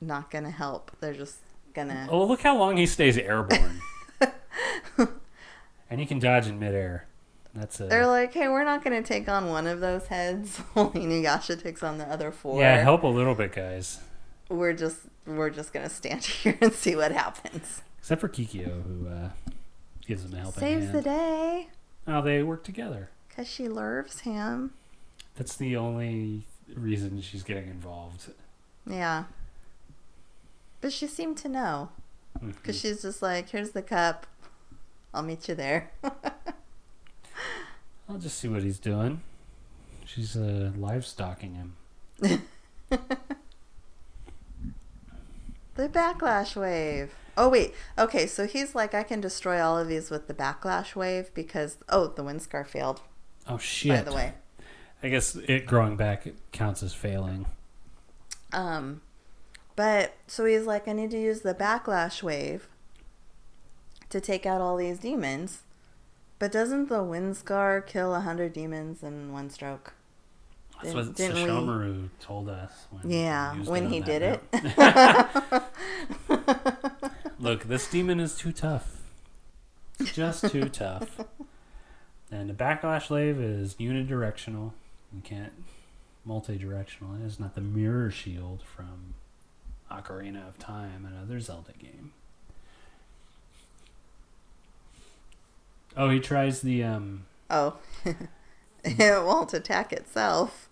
Speaker 2: not gonna help. They're just gonna.
Speaker 1: Oh, look how long he stays
Speaker 2: <laughs>
Speaker 1: airborne. and he can dodge in midair. That's a
Speaker 2: They're like, hey, we're not gonna take on one of those heads. <laughs> Only Inuyasha takes on the other four.
Speaker 1: yeah. Help a little bit, guys.
Speaker 2: We're just we're just gonna stand <laughs> here and see what happens.
Speaker 1: Except for Kikyo, who uh, gives him a helping
Speaker 2: Saves
Speaker 1: hand.
Speaker 2: the day
Speaker 1: Oh, they work together.
Speaker 2: because she lurves him.
Speaker 1: That's the only reason she's getting involved.
Speaker 2: Yeah. But she seemed to know. Because
Speaker 1: Mm.
Speaker 2: she's just like, here's the cup. I'll meet you there. <laughs>
Speaker 1: I'll just see what he's doing. She's uh, livestocking him.
Speaker 2: The backlash wave. Oh, wait. Okay, so he's like, I can destroy all of these with the backlash wave because, oh, the windscar failed,
Speaker 1: Oh shit!
Speaker 2: by the way.
Speaker 1: I guess it growing back counts as failing.
Speaker 2: Um, but so he's like, I need to use the backlash wave to take out all these demons. But doesn't the windscar kill a hundred demons in one stroke? <laughs>
Speaker 1: That's
Speaker 2: Didn't-
Speaker 1: what
Speaker 2: didn't we-
Speaker 1: Sashomaru told us. When
Speaker 2: Yeah,
Speaker 1: used
Speaker 2: when
Speaker 1: on
Speaker 2: he
Speaker 1: that
Speaker 2: did it.
Speaker 1: note. <laughs> Look, this demon is too tough. Just too tough. And the backlash wave is unidirectional. You can't multi-directional. It is not the mirror shield from Ocarina of Time, another Zelda game. Oh, he tries the um
Speaker 2: Oh, <laughs> it won't attack itself.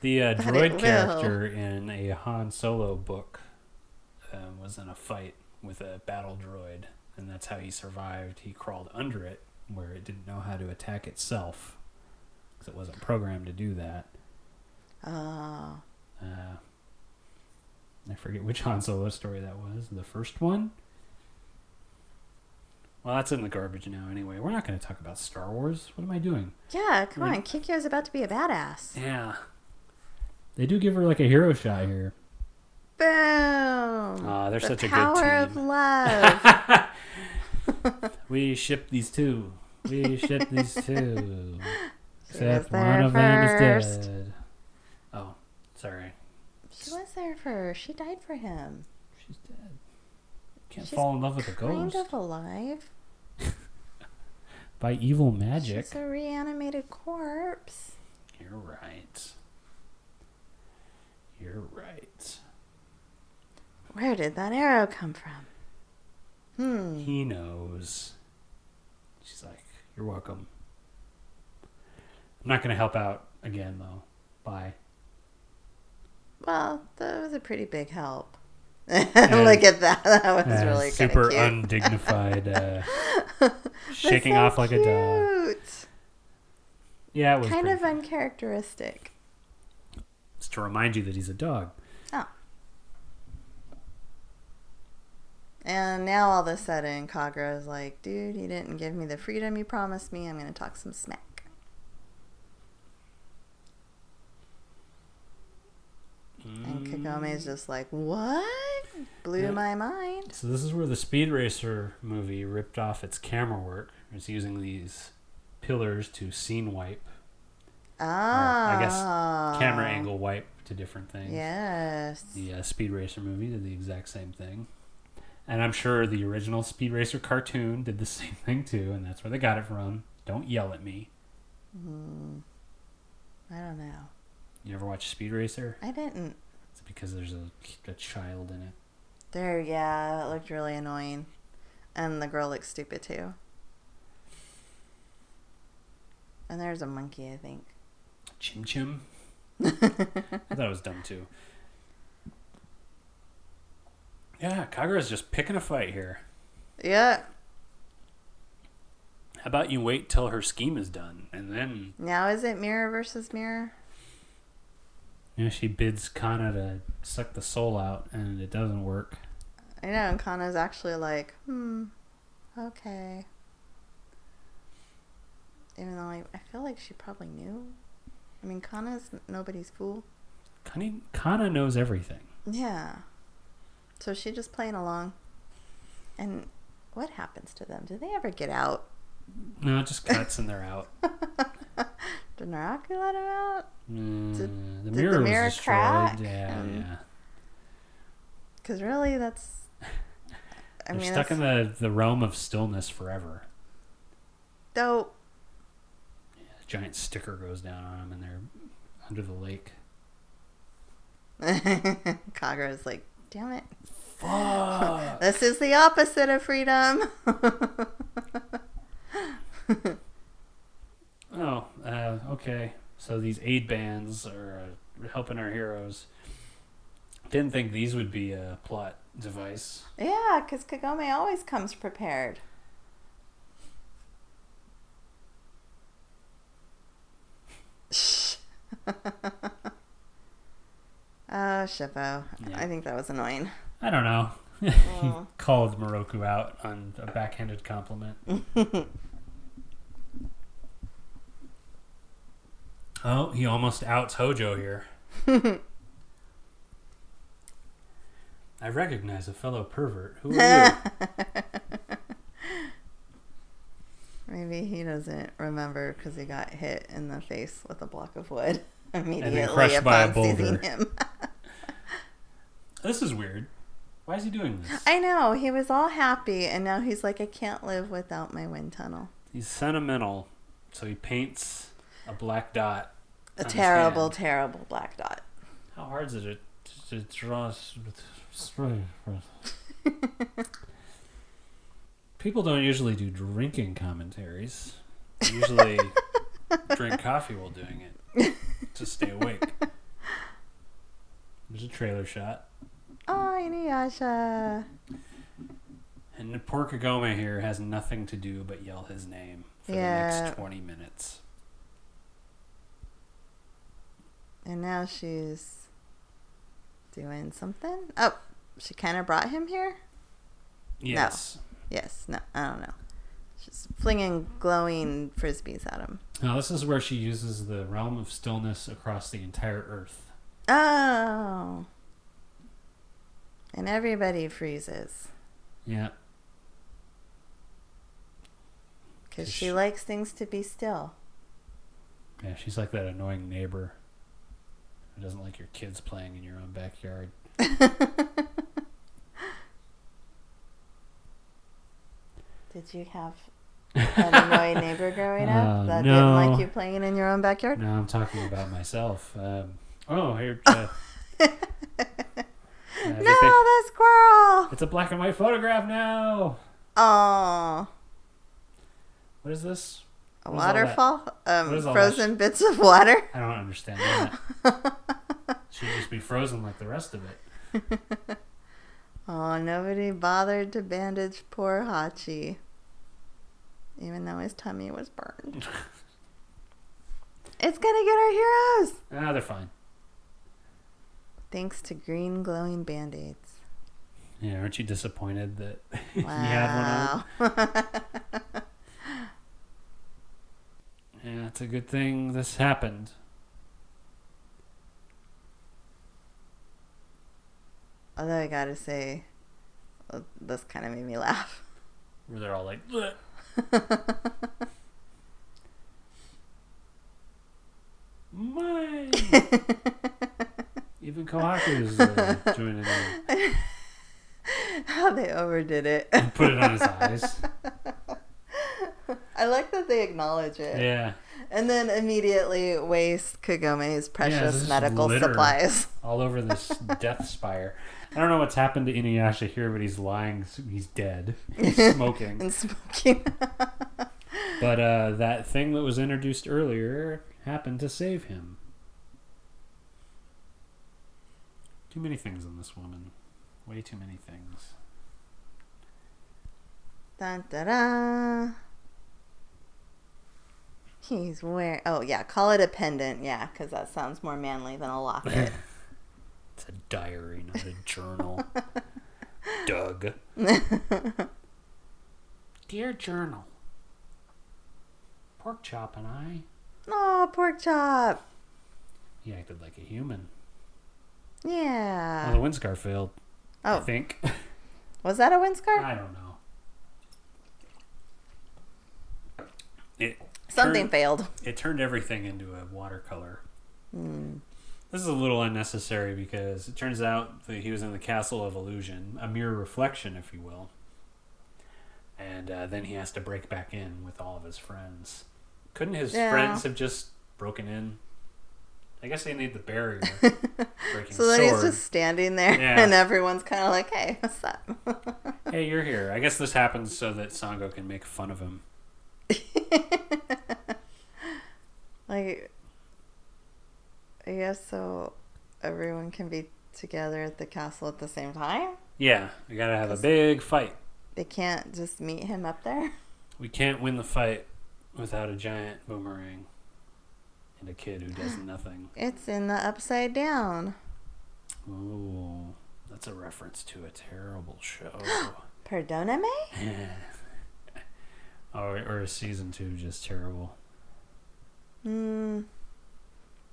Speaker 1: The uh,
Speaker 2: But
Speaker 1: droid
Speaker 2: it will.
Speaker 1: character in a Han Solo book um, was in a fight with a battle droid, and that's how he survived. He crawled under it, where it didn't know how to attack itself, because it wasn't programmed to do that.
Speaker 2: Oh,
Speaker 1: Uh, I forget which Han Solo story that was. The first one? Well, that's in the garbage now, anyway. We're not going to talk about Star Wars. What am I doing?
Speaker 2: yeah, come
Speaker 1: Like-
Speaker 2: on. Kikyo's about to be a badass.
Speaker 1: Yeah. They do give her like a hero shot here.
Speaker 2: Boom!
Speaker 1: Aw, they're
Speaker 2: the
Speaker 1: such a good
Speaker 2: power of
Speaker 1: team.
Speaker 2: love.
Speaker 1: We ship these two. We ship
Speaker 2: <laughs>
Speaker 1: these two.
Speaker 2: She
Speaker 1: <laughs>
Speaker 2: was
Speaker 1: Except
Speaker 2: there
Speaker 1: one of them is
Speaker 2: first.
Speaker 1: dead. Oh, sorry.
Speaker 2: she was there for her. She died for him.
Speaker 1: She's dead. Can't
Speaker 2: She's
Speaker 1: fall in love with a Oh, ghost
Speaker 2: Kind of alive.
Speaker 1: by evil magic.
Speaker 2: She's a reanimated corpse.
Speaker 1: You're right. You're right.
Speaker 2: Where did that arrow come from? Hmm.
Speaker 1: He knows. She's like, You're welcome. I'm not going to help out again, though. Bye.
Speaker 2: Well, that was a pretty big help. <laughs> Look at that. That was
Speaker 1: Uh,
Speaker 2: really kind of
Speaker 1: super
Speaker 2: cute.
Speaker 1: undignified,
Speaker 2: <laughs>
Speaker 1: uh,
Speaker 2: That's
Speaker 1: shaking
Speaker 2: so
Speaker 1: off like a dog.
Speaker 2: cute.
Speaker 1: Yeah, it was
Speaker 2: Kind
Speaker 1: pretty
Speaker 2: of uncharacteristic.
Speaker 1: It's to remind you that he's a dog.
Speaker 2: Oh. And now all of a sudden, Kagura is like, dude, you didn't give me the freedom you promised me. I'm going to talk some smack. And
Speaker 1: Mm.
Speaker 2: Kagome's just like, what? Blew
Speaker 1: Yeah.
Speaker 2: my mind.
Speaker 1: So this is where the Speed Racer movie ripped off its camera work. It's using these pillars to scene wipe,
Speaker 2: Ah.
Speaker 1: Uh, I guess
Speaker 2: Uh,
Speaker 1: camera angle wipe to different things.
Speaker 2: Yes.
Speaker 1: The uh, Speed Racer movie did the exact same thing. And I'm sure the original Speed Racer cartoon did the <laughs> same thing too, and that's where they got it from. Don't yell at me.
Speaker 2: Hmm. I don't know.
Speaker 1: You ever watch Speed Racer?
Speaker 2: I didn't.
Speaker 1: It's because there's a, a child in it.
Speaker 2: There, yeah, that looked really annoying. And the girl looks stupid too. And there's a monkey, I think.
Speaker 1: Chim <laughs> Chim. I thought it was dumb too. Yeah, Kagura's just picking a fight here.
Speaker 2: Yeah,
Speaker 1: How about you wait till her scheme is done, and then
Speaker 2: now is it mirror versus mirror?
Speaker 1: you know, she bids Kana to suck the soul out, and it doesn't work.
Speaker 2: I know, and Kana's actually like, hmm, okay. Even though I, I feel like she probably knew. I mean, Kana's n- nobody's fool.
Speaker 1: Kana, Kana knows everything.
Speaker 2: Yeah. So she just playing along. And what happens to them? Do they ever get out?
Speaker 1: No, it just cuts and they're <laughs> out.
Speaker 2: Did Naraku let them out?
Speaker 1: Mm, the
Speaker 2: did the
Speaker 1: mirror
Speaker 2: mirror
Speaker 1: was destroyed.
Speaker 2: crack?
Speaker 1: Yeah,
Speaker 2: Um,
Speaker 1: yeah.
Speaker 2: Because really, that's. I
Speaker 1: They're
Speaker 2: mean,
Speaker 1: stuck
Speaker 2: that's,
Speaker 1: in the, the realm of stillness forever.
Speaker 2: though, <laughs>
Speaker 1: A giant sticker goes down on them and they're under the lake.
Speaker 2: Kagura's like, damn it.
Speaker 1: Fuck!
Speaker 2: This is the opposite of freedom. <laughs>
Speaker 1: oh, uh, okay. So these aid bands are uh, helping our heroes. Didn't think these would be a plot device.
Speaker 2: yeah, because Kagome always comes prepared. <laughs> oh, Shippo.
Speaker 1: Yeah.
Speaker 2: I think that was annoying.
Speaker 1: I don't know. <laughs>
Speaker 2: Oh.
Speaker 1: Called Moroku out on a backhanded compliment. oh, he almost outs Hojo here. I recognize a fellow pervert. Who are you?
Speaker 2: Maybe he doesn't remember because he got hit in the face with a block of wood <laughs> immediately
Speaker 1: crushed by a
Speaker 2: upon seizing
Speaker 1: boulder.
Speaker 2: him. <laughs>
Speaker 1: this is weird. Why is he doing this?
Speaker 2: I know he was all happy, and now he's like, I can't live without my wind tunnel.
Speaker 1: He's sentimental, so he paints a black dot.
Speaker 2: A
Speaker 1: On his
Speaker 2: terrible,
Speaker 1: hand.
Speaker 2: terrible black dot.
Speaker 1: How hard is it to draw? s- with spray? <laughs> People don't usually do drinking commentaries. They usually <laughs> drink coffee while doing it to stay awake. There's a trailer shot.
Speaker 2: Oh, Inuyasha.
Speaker 1: And poor Kagome here has nothing to do but yell his name for the
Speaker 2: Yeah.
Speaker 1: next 20 minutes.
Speaker 2: And now she's doing something. Oh, she kind of brought him here?
Speaker 1: Yes.
Speaker 2: Yes, no, I don't know. She's flinging glowing frisbees at him.
Speaker 1: Now, this is where she uses the realm of stillness across the entire earth.
Speaker 2: Oh. And everybody freezes
Speaker 1: Yeah.
Speaker 2: because
Speaker 1: Cause
Speaker 2: she
Speaker 1: she-
Speaker 2: likes things to be still.
Speaker 1: <laughs> Yeah, she's like that annoying neighbor who doesn't like your kids playing in your own backyard.
Speaker 2: Did you have an annoying neighbor growing up
Speaker 1: <laughs> Uh,
Speaker 2: that
Speaker 1: no.
Speaker 2: didn't like you playing in your own backyard?
Speaker 1: No, I'm talking about myself. Um, <laughs> oh, here. Uh,
Speaker 2: No,
Speaker 1: everything-
Speaker 2: the squirrel!
Speaker 1: It's a black and white photograph now.
Speaker 2: Oh,
Speaker 1: What is this?
Speaker 2: a
Speaker 1: What is all that?
Speaker 2: waterfall?
Speaker 1: What
Speaker 2: Um,
Speaker 1: is all
Speaker 2: frozen bits of water? <laughs>
Speaker 1: I don't understand that. She'd just be frozen like the rest of it.
Speaker 2: Oh, nobody bothered to bandage poor Hachi, even though his tummy
Speaker 1: <laughs>
Speaker 2: was burned. it's gonna get our heroes!
Speaker 1: Ah, they're fine.
Speaker 2: Thanks to green glowing band aids.
Speaker 1: Yeah, aren't you disappointed that <laughs> you had one on?
Speaker 2: Wow.
Speaker 1: Yeah, it's a good thing this happened.
Speaker 2: Although I gotta say, uh, this kind of made me <laughs> laugh.
Speaker 1: Where they're all like, "Bleh." <laughs> mine. Even Kohaku's uh, joining in.
Speaker 2: How they overdid it.
Speaker 1: Put it on his eyes.
Speaker 2: I like that they acknowledge it.
Speaker 1: Yeah,
Speaker 2: And then immediately waste Kagome's
Speaker 1: this
Speaker 2: precious
Speaker 1: is
Speaker 2: medical
Speaker 1: litter.
Speaker 2: supplies. <laughs>
Speaker 1: all over this death spire. I don't know what's happened to Inuyasha here, but he's lying. He's dead. He's smoking.
Speaker 2: and smoking.
Speaker 1: But uh, that thing that was introduced earlier happened to save him. Too many things in this woman. Way too many <laughs> things.
Speaker 2: dun, dun, dun. He's wearing. Oh, yeah, call it a pendant. Yeah, because that sounds
Speaker 1: <laughs>
Speaker 2: more <laughs> manly than a locket.
Speaker 1: It's a diary, not a journal.
Speaker 5: Doug. Dear Journal, Pork Chop and I,
Speaker 2: Oh, pork chop.
Speaker 5: he acted like a human. well,
Speaker 2: Yeah.
Speaker 1: Oh.
Speaker 5: the wind scar failed, I
Speaker 2: Uh. Oh,
Speaker 5: think.
Speaker 2: was that a wind
Speaker 1: Uh,
Speaker 2: scar?
Speaker 5: I don't know.
Speaker 1: It
Speaker 2: Something
Speaker 1: turned-
Speaker 2: failed.
Speaker 1: it turned everything into a watercolor.
Speaker 2: Mm.
Speaker 1: This is a little unnecessary because it turns out that he was in the castle of illusion, a mere reflection, if you will. And uh, then he has to break back in with all of his friends. Couldn't his
Speaker 2: Yeah.
Speaker 1: friends have just broken in? I guess they need the
Speaker 2: <laughs>
Speaker 1: barrier. breaking
Speaker 2: So then
Speaker 1: sword.
Speaker 2: he's just standing there,
Speaker 1: Yeah.
Speaker 2: and everyone's kind of like, "Hey, what's up?" <laughs>
Speaker 1: Hey, you're here. I guess this happens so that Sango can make fun of him.
Speaker 2: Like, I guess so everyone can be together at the castle at the same time.
Speaker 1: Yeah, we gotta have a
Speaker 2: Yes.
Speaker 1: big fight.
Speaker 2: They can't just meet him up there.
Speaker 1: We can't win the fight without a giant boomerang and a kid who
Speaker 2: <gasps>
Speaker 1: does nothing.
Speaker 2: It's in the upside down.
Speaker 1: Ooh, that's a reference to a terrible <laughs> show.
Speaker 2: Perdoname?
Speaker 1: or, Oh, or is season two just terrible?
Speaker 2: Hmm.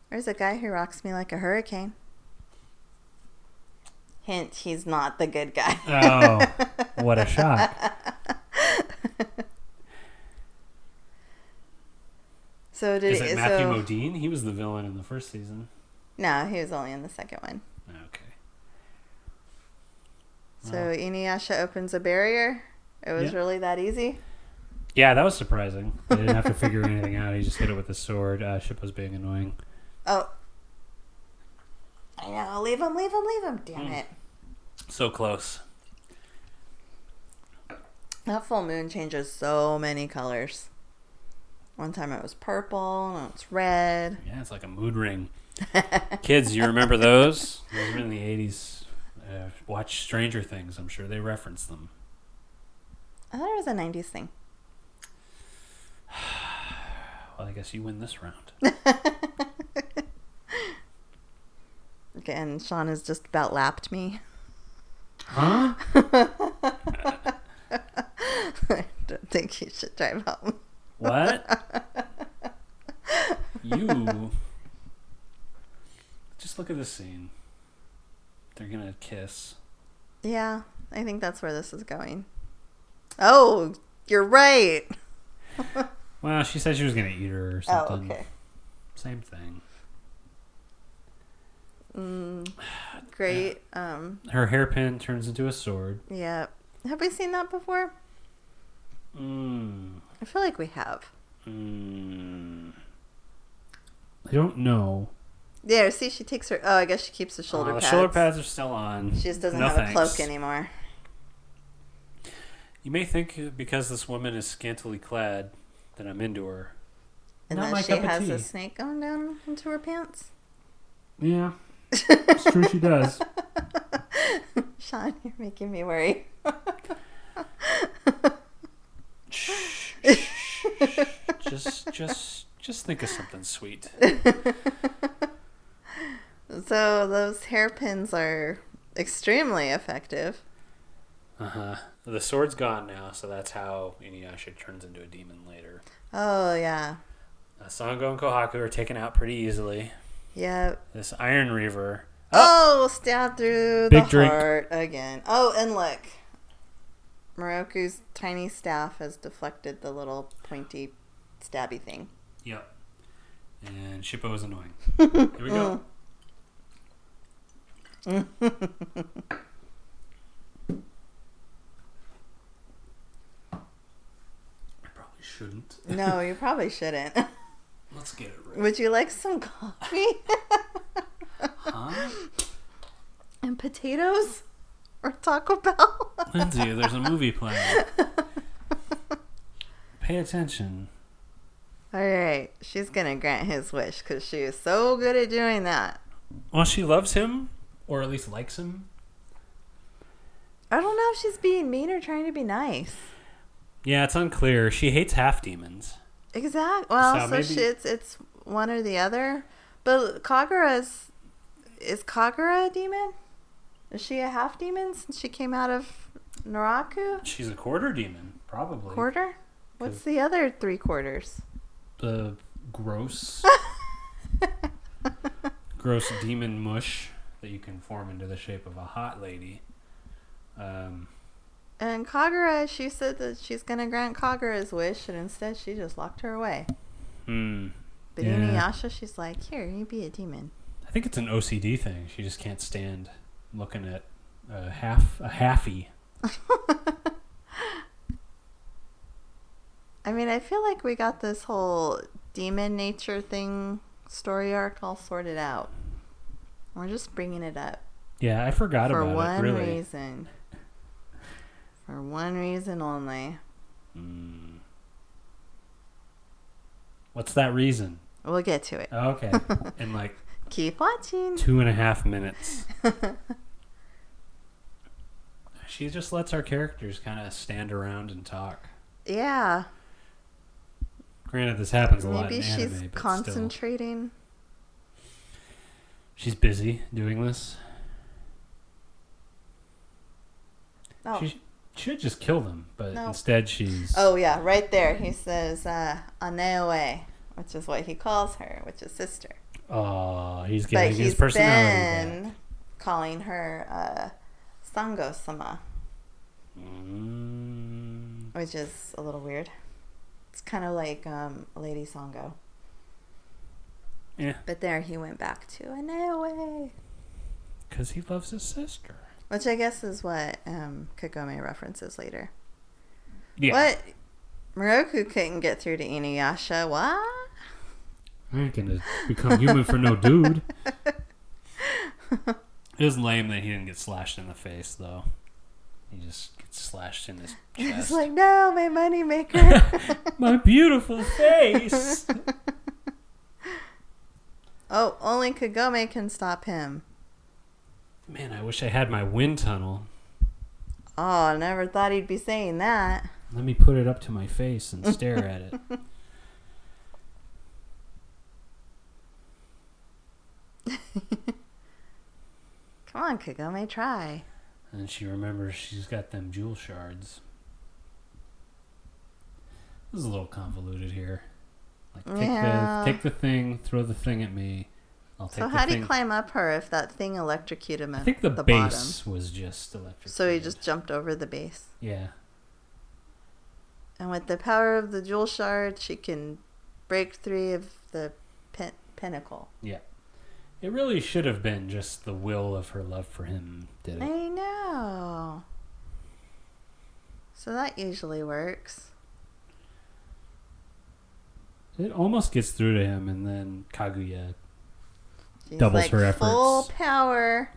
Speaker 2: There's a guy who rocks me like a hurricane. Hint, he's not the
Speaker 1: <laughs>
Speaker 2: good guy.
Speaker 1: Oh, what a shock.
Speaker 2: So did
Speaker 1: Is
Speaker 2: he,
Speaker 1: it Matthew
Speaker 2: so,
Speaker 1: Modine? He was the villain in the first season.
Speaker 2: No, he was only in the second one.
Speaker 1: Okay.
Speaker 2: So Inuyasha opens a barrier. It was
Speaker 1: Oh. Yeah.
Speaker 2: really that easy.
Speaker 1: Yeah, that was surprising. They didn't have to figure anything out. He just hit it with a sword. Uh, Ship was being annoying.
Speaker 2: Oh. I know. Leave him, leave him, leave him. Damn
Speaker 1: Hmm.
Speaker 2: it.
Speaker 1: So close.
Speaker 2: That full moon changes so many colors. One time it was purple, now it's red.
Speaker 1: Yeah, it's like a mood <laughs> ring. Kids, you remember those? Those were in the 80s. Uh, watch Stranger Things. I'm sure they reference them.
Speaker 2: I thought it was a 90s thing. <laughs>
Speaker 1: Well, I guess you win this round.
Speaker 2: Okay, and Sean has just about lapped me. <laughs>
Speaker 1: Huh?
Speaker 2: I don't think he should drive home.
Speaker 1: What?
Speaker 2: <laughs>
Speaker 1: you. Just look at this scene. They're gonna kiss.
Speaker 2: Yeah, I think that's where this is going. Oh, you're right.
Speaker 1: Well, she said she was gonna eat her or
Speaker 2: Oh,
Speaker 1: something.
Speaker 2: okay.
Speaker 1: Same thing.
Speaker 2: Mm, <sighs> great. Um,
Speaker 1: Her hairpin turns into a sword.
Speaker 2: yeah. Have we seen that before?
Speaker 1: Mmm.
Speaker 2: I feel like we have. mm.
Speaker 1: Mmm. I don't know.
Speaker 2: Yeah, see, she takes her. Oh, I guess she keeps the shoulder
Speaker 1: Uh,
Speaker 2: pads.
Speaker 1: The shoulder pads are still on.
Speaker 2: She just doesn't
Speaker 1: No
Speaker 2: have a cloak
Speaker 1: thanks.
Speaker 2: anymore.
Speaker 1: You may think uh, because this woman is scantily clad that I'm into her. Not my
Speaker 2: Unless she
Speaker 1: cup of
Speaker 2: has a
Speaker 1: tea.
Speaker 2: snake going down into her pants. <laughs>
Speaker 1: Yeah. It's true she does.
Speaker 2: Sean, you're making me worry.
Speaker 1: just just just think of something sweet.
Speaker 2: So those hairpins are extremely effective.
Speaker 1: Uh-huh. The sword's gone now, so that's how Inuyasha turns into a demon later.
Speaker 2: Oh yeah,
Speaker 1: Uh, Sango and Kohaku are taken out pretty easily.
Speaker 2: yep.
Speaker 1: This Iron Reaver.
Speaker 2: Oh, stabbed through
Speaker 1: Big
Speaker 2: the
Speaker 1: drink.
Speaker 2: heart again. Oh, and look, Moroku's tiny staff has deflected the little pointy stabby thing. <laughs>
Speaker 1: Yep. And Shippo is annoying. Here we
Speaker 2: Mm.
Speaker 1: go. I probably shouldn't.
Speaker 2: <laughs> No, you probably shouldn't. <laughs>
Speaker 1: Let's get it right.
Speaker 2: Would you like some coffee <laughs>
Speaker 1: Huh?
Speaker 2: and potatoes or Taco Bell? <laughs>
Speaker 1: Lindsay, there's a movie playing. Pay attention.
Speaker 2: All right, she's gonna grant his wish because she is so good at doing that.
Speaker 1: Well, she loves him, or at least likes him.
Speaker 2: I don't know if she's being mean or trying to be nice.
Speaker 1: Yeah, it's unclear. She hates half demons.
Speaker 2: Exact. Well,
Speaker 1: So
Speaker 2: so,
Speaker 1: maybe-
Speaker 2: she, it's it's one or the other. But Kagura's is Kagura a demon? Is she a half demon since she came out of Naraku?
Speaker 1: She's a quarter demon, probably.
Speaker 2: Quarter? What's
Speaker 1: uh,
Speaker 2: the other three quarters?
Speaker 1: the
Speaker 2: <laughs>
Speaker 1: gross, gross demon mush that you can form into the shape of a hot lady. Um,
Speaker 2: And Kagura, she said that she's gonna grant Kagura's wish, and instead she just locked her away.
Speaker 1: hmm.
Speaker 2: But
Speaker 1: Yeah.
Speaker 2: Inuyasha, she's like, "Here, you be a demon."
Speaker 1: I think it's an OCD thing. She just can't stand looking at a half a halfy.
Speaker 2: I mean, I feel like we got this whole demon nature thing story arc all sorted out. We're just bringing it up
Speaker 1: Yeah, I forgot
Speaker 2: for
Speaker 1: about
Speaker 2: one
Speaker 1: it. Really.
Speaker 2: reason. For one reason only.
Speaker 1: Hmm. What's that reason?
Speaker 2: We'll get to it.
Speaker 1: Oh,
Speaker 2: <laughs>
Speaker 1: okay, in like
Speaker 2: Keep watching.
Speaker 1: two and a half <laughs> minutes. she just lets our characters kind of stand around and talk.
Speaker 2: Yeah,
Speaker 1: Granted, this happens a lot
Speaker 2: maybe
Speaker 1: in anime,
Speaker 2: she's
Speaker 1: but still,
Speaker 2: concentrating.
Speaker 1: she's busy doing this.
Speaker 2: Oh.
Speaker 1: She should just kill them, but
Speaker 2: No.
Speaker 1: instead she's
Speaker 2: Oh yeah, right there. He says uh, Aneoe, which is what he calls her, which is sister.
Speaker 1: oh, he's
Speaker 2: but
Speaker 1: getting his
Speaker 2: he's
Speaker 1: personality.
Speaker 2: been
Speaker 1: back.
Speaker 2: calling her uh, Sango Sama,
Speaker 1: Mm,
Speaker 2: which is a little weird. It's kind of like um, Lady Sango.
Speaker 1: Yeah.
Speaker 2: But there he went back to Aneoe,
Speaker 1: Because he loves his sister.
Speaker 2: which I guess is what um, Kagome references later.
Speaker 1: Yeah,
Speaker 2: What Moroku couldn't get through to Inuyasha. What?
Speaker 1: I ain't gonna become human for
Speaker 2: <laughs>
Speaker 1: no dude. It was lame that he didn't get slashed in the face, though. He just gets slashed in his
Speaker 2: It's
Speaker 1: chest.
Speaker 2: like no, my moneymaker.
Speaker 1: <laughs> My beautiful face.
Speaker 2: oh, only Kagome can stop him.
Speaker 1: Man, I wish I had my wind tunnel.
Speaker 2: Oh, I never thought he'd be saying that.
Speaker 1: Let me put it up to my face and stare at <laughs> it.
Speaker 2: Come on, Kagome, try.
Speaker 1: And she remembers she's got them jewel shards. This is a little convoluted here. Like take
Speaker 2: Yeah.
Speaker 1: the take the thing, throw the thing at me. I'll take
Speaker 2: so
Speaker 1: the
Speaker 2: how do
Speaker 1: thing.
Speaker 2: you climb up her if that thing electrocuted him
Speaker 1: I
Speaker 2: at
Speaker 1: think the,
Speaker 2: the bottom?
Speaker 1: base was just electric.
Speaker 2: So he just jumped over the base.
Speaker 1: yeah.
Speaker 2: And with the power of the jewel shard, she can break three of the pin- pinnacle.
Speaker 1: It really should have been just the will of her love for him did it.
Speaker 2: I know. So that usually works.
Speaker 1: It almost gets through to him, and then Kaguya.
Speaker 2: She's
Speaker 1: Doubles her efforts.
Speaker 2: Full power.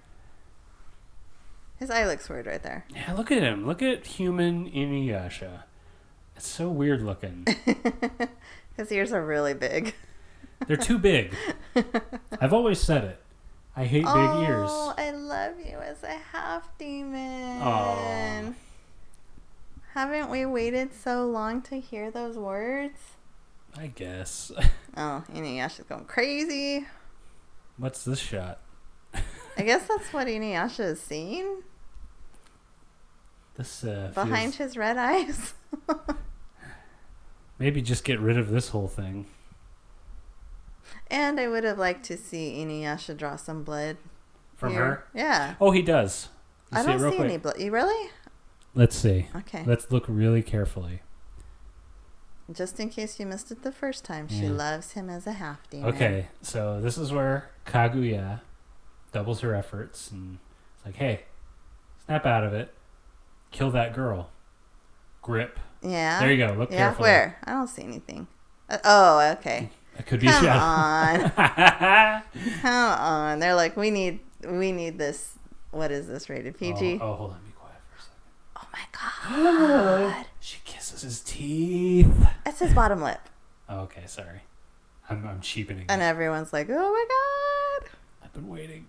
Speaker 2: His eye looks weird right there. <laughs>
Speaker 1: Yeah, look at him. Look at human Inuyasha. It's so weird looking.
Speaker 2: His ears are really big.
Speaker 1: They're too
Speaker 2: <laughs>
Speaker 1: big. I've always said it. I hate big ears.
Speaker 2: Oh, I love you as a half demon.
Speaker 1: Aw.
Speaker 2: Haven't we waited so long to hear those words?
Speaker 1: I guess. <laughs>
Speaker 2: Oh, Inuyasha's going crazy.
Speaker 1: What's this shot?
Speaker 2: I guess that's what Inuyasha is seeing
Speaker 1: This uh,
Speaker 2: behind
Speaker 1: feels-
Speaker 2: his red eyes.
Speaker 1: Maybe just get rid of this whole thing.
Speaker 2: and I would have liked to see Inuyasha draw some blood.
Speaker 1: From
Speaker 2: here.
Speaker 1: her?
Speaker 2: Yeah.
Speaker 1: Oh, he does. You
Speaker 2: I
Speaker 1: see it
Speaker 2: don't
Speaker 1: real
Speaker 2: see
Speaker 1: quick.
Speaker 2: any blood. You really?
Speaker 1: Let's see.
Speaker 2: Okay.
Speaker 1: Let's look really carefully.
Speaker 2: Just in case you missed it the first time, she
Speaker 1: Yeah.
Speaker 2: loves him as a half demon.
Speaker 1: Mm. Okay, so this is where Kaguya doubles her efforts and it's like, hey, snap out of it. Kill that girl. Grip.
Speaker 2: Yeah.
Speaker 1: There you go. Look
Speaker 2: Yeah.
Speaker 1: carefully.
Speaker 2: Where? I don't see anything. Uh, oh,
Speaker 1: <laughs>
Speaker 2: okay.
Speaker 1: It could be
Speaker 2: Come
Speaker 1: shot.
Speaker 2: on. <laughs>
Speaker 1: <laughs>
Speaker 2: Come on. They're like, we need we need this what is this rated PG?
Speaker 1: Oh, oh, hold on. Be quiet for a
Speaker 2: <gasps>
Speaker 1: second.
Speaker 2: Oh my god.
Speaker 1: <gasps> She kisses his teeth.
Speaker 2: That's his bottom lip.
Speaker 1: Oh, okay, sorry. I'm, I'm cheapening.
Speaker 2: And everyone's like, Oh my god.
Speaker 1: I've been waiting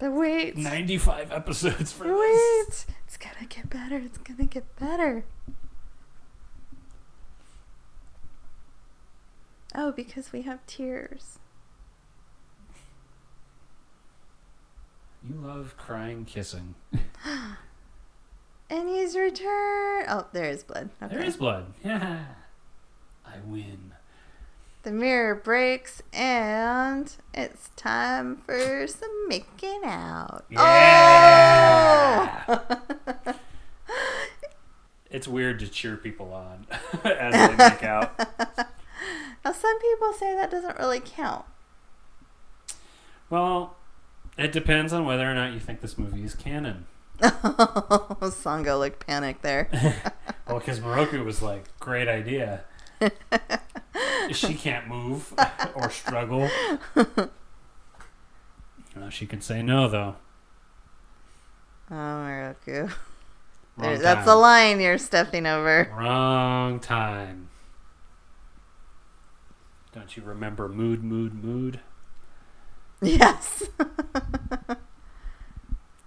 Speaker 2: But wait.
Speaker 1: 95 episodes for this.
Speaker 2: Wait. It's gonna get better. It's gonna get better. Oh, because we have tears.
Speaker 1: You love crying, kissing.
Speaker 2: And he's returned. Oh, there is blood. Okay.
Speaker 1: There is blood. <laughs> Yeah. I win.
Speaker 2: The mirror breaks, and it's time for some making out.
Speaker 1: Yeah.
Speaker 2: Oh! <laughs>
Speaker 1: It's weird to cheer people on <laughs> as they make
Speaker 2: <laughs>
Speaker 1: out.
Speaker 2: now, some people say that doesn't really count. <laughs>
Speaker 1: Well, it depends on whether or not you think this movie is canon.
Speaker 2: Sango looked panicked there.
Speaker 1: <laughs> Well, because Moroku was like, great
Speaker 2: <laughs>
Speaker 1: idea. she can't move or struggle. Uh, she can say no, though.
Speaker 2: Oh, Moroku.
Speaker 1: Wrong
Speaker 2: There, that's the
Speaker 1: time.
Speaker 2: line you're stepping over.
Speaker 1: Wrong time. Don't you remember mood, mood, mood? <laughs>
Speaker 2: Yes.
Speaker 1: I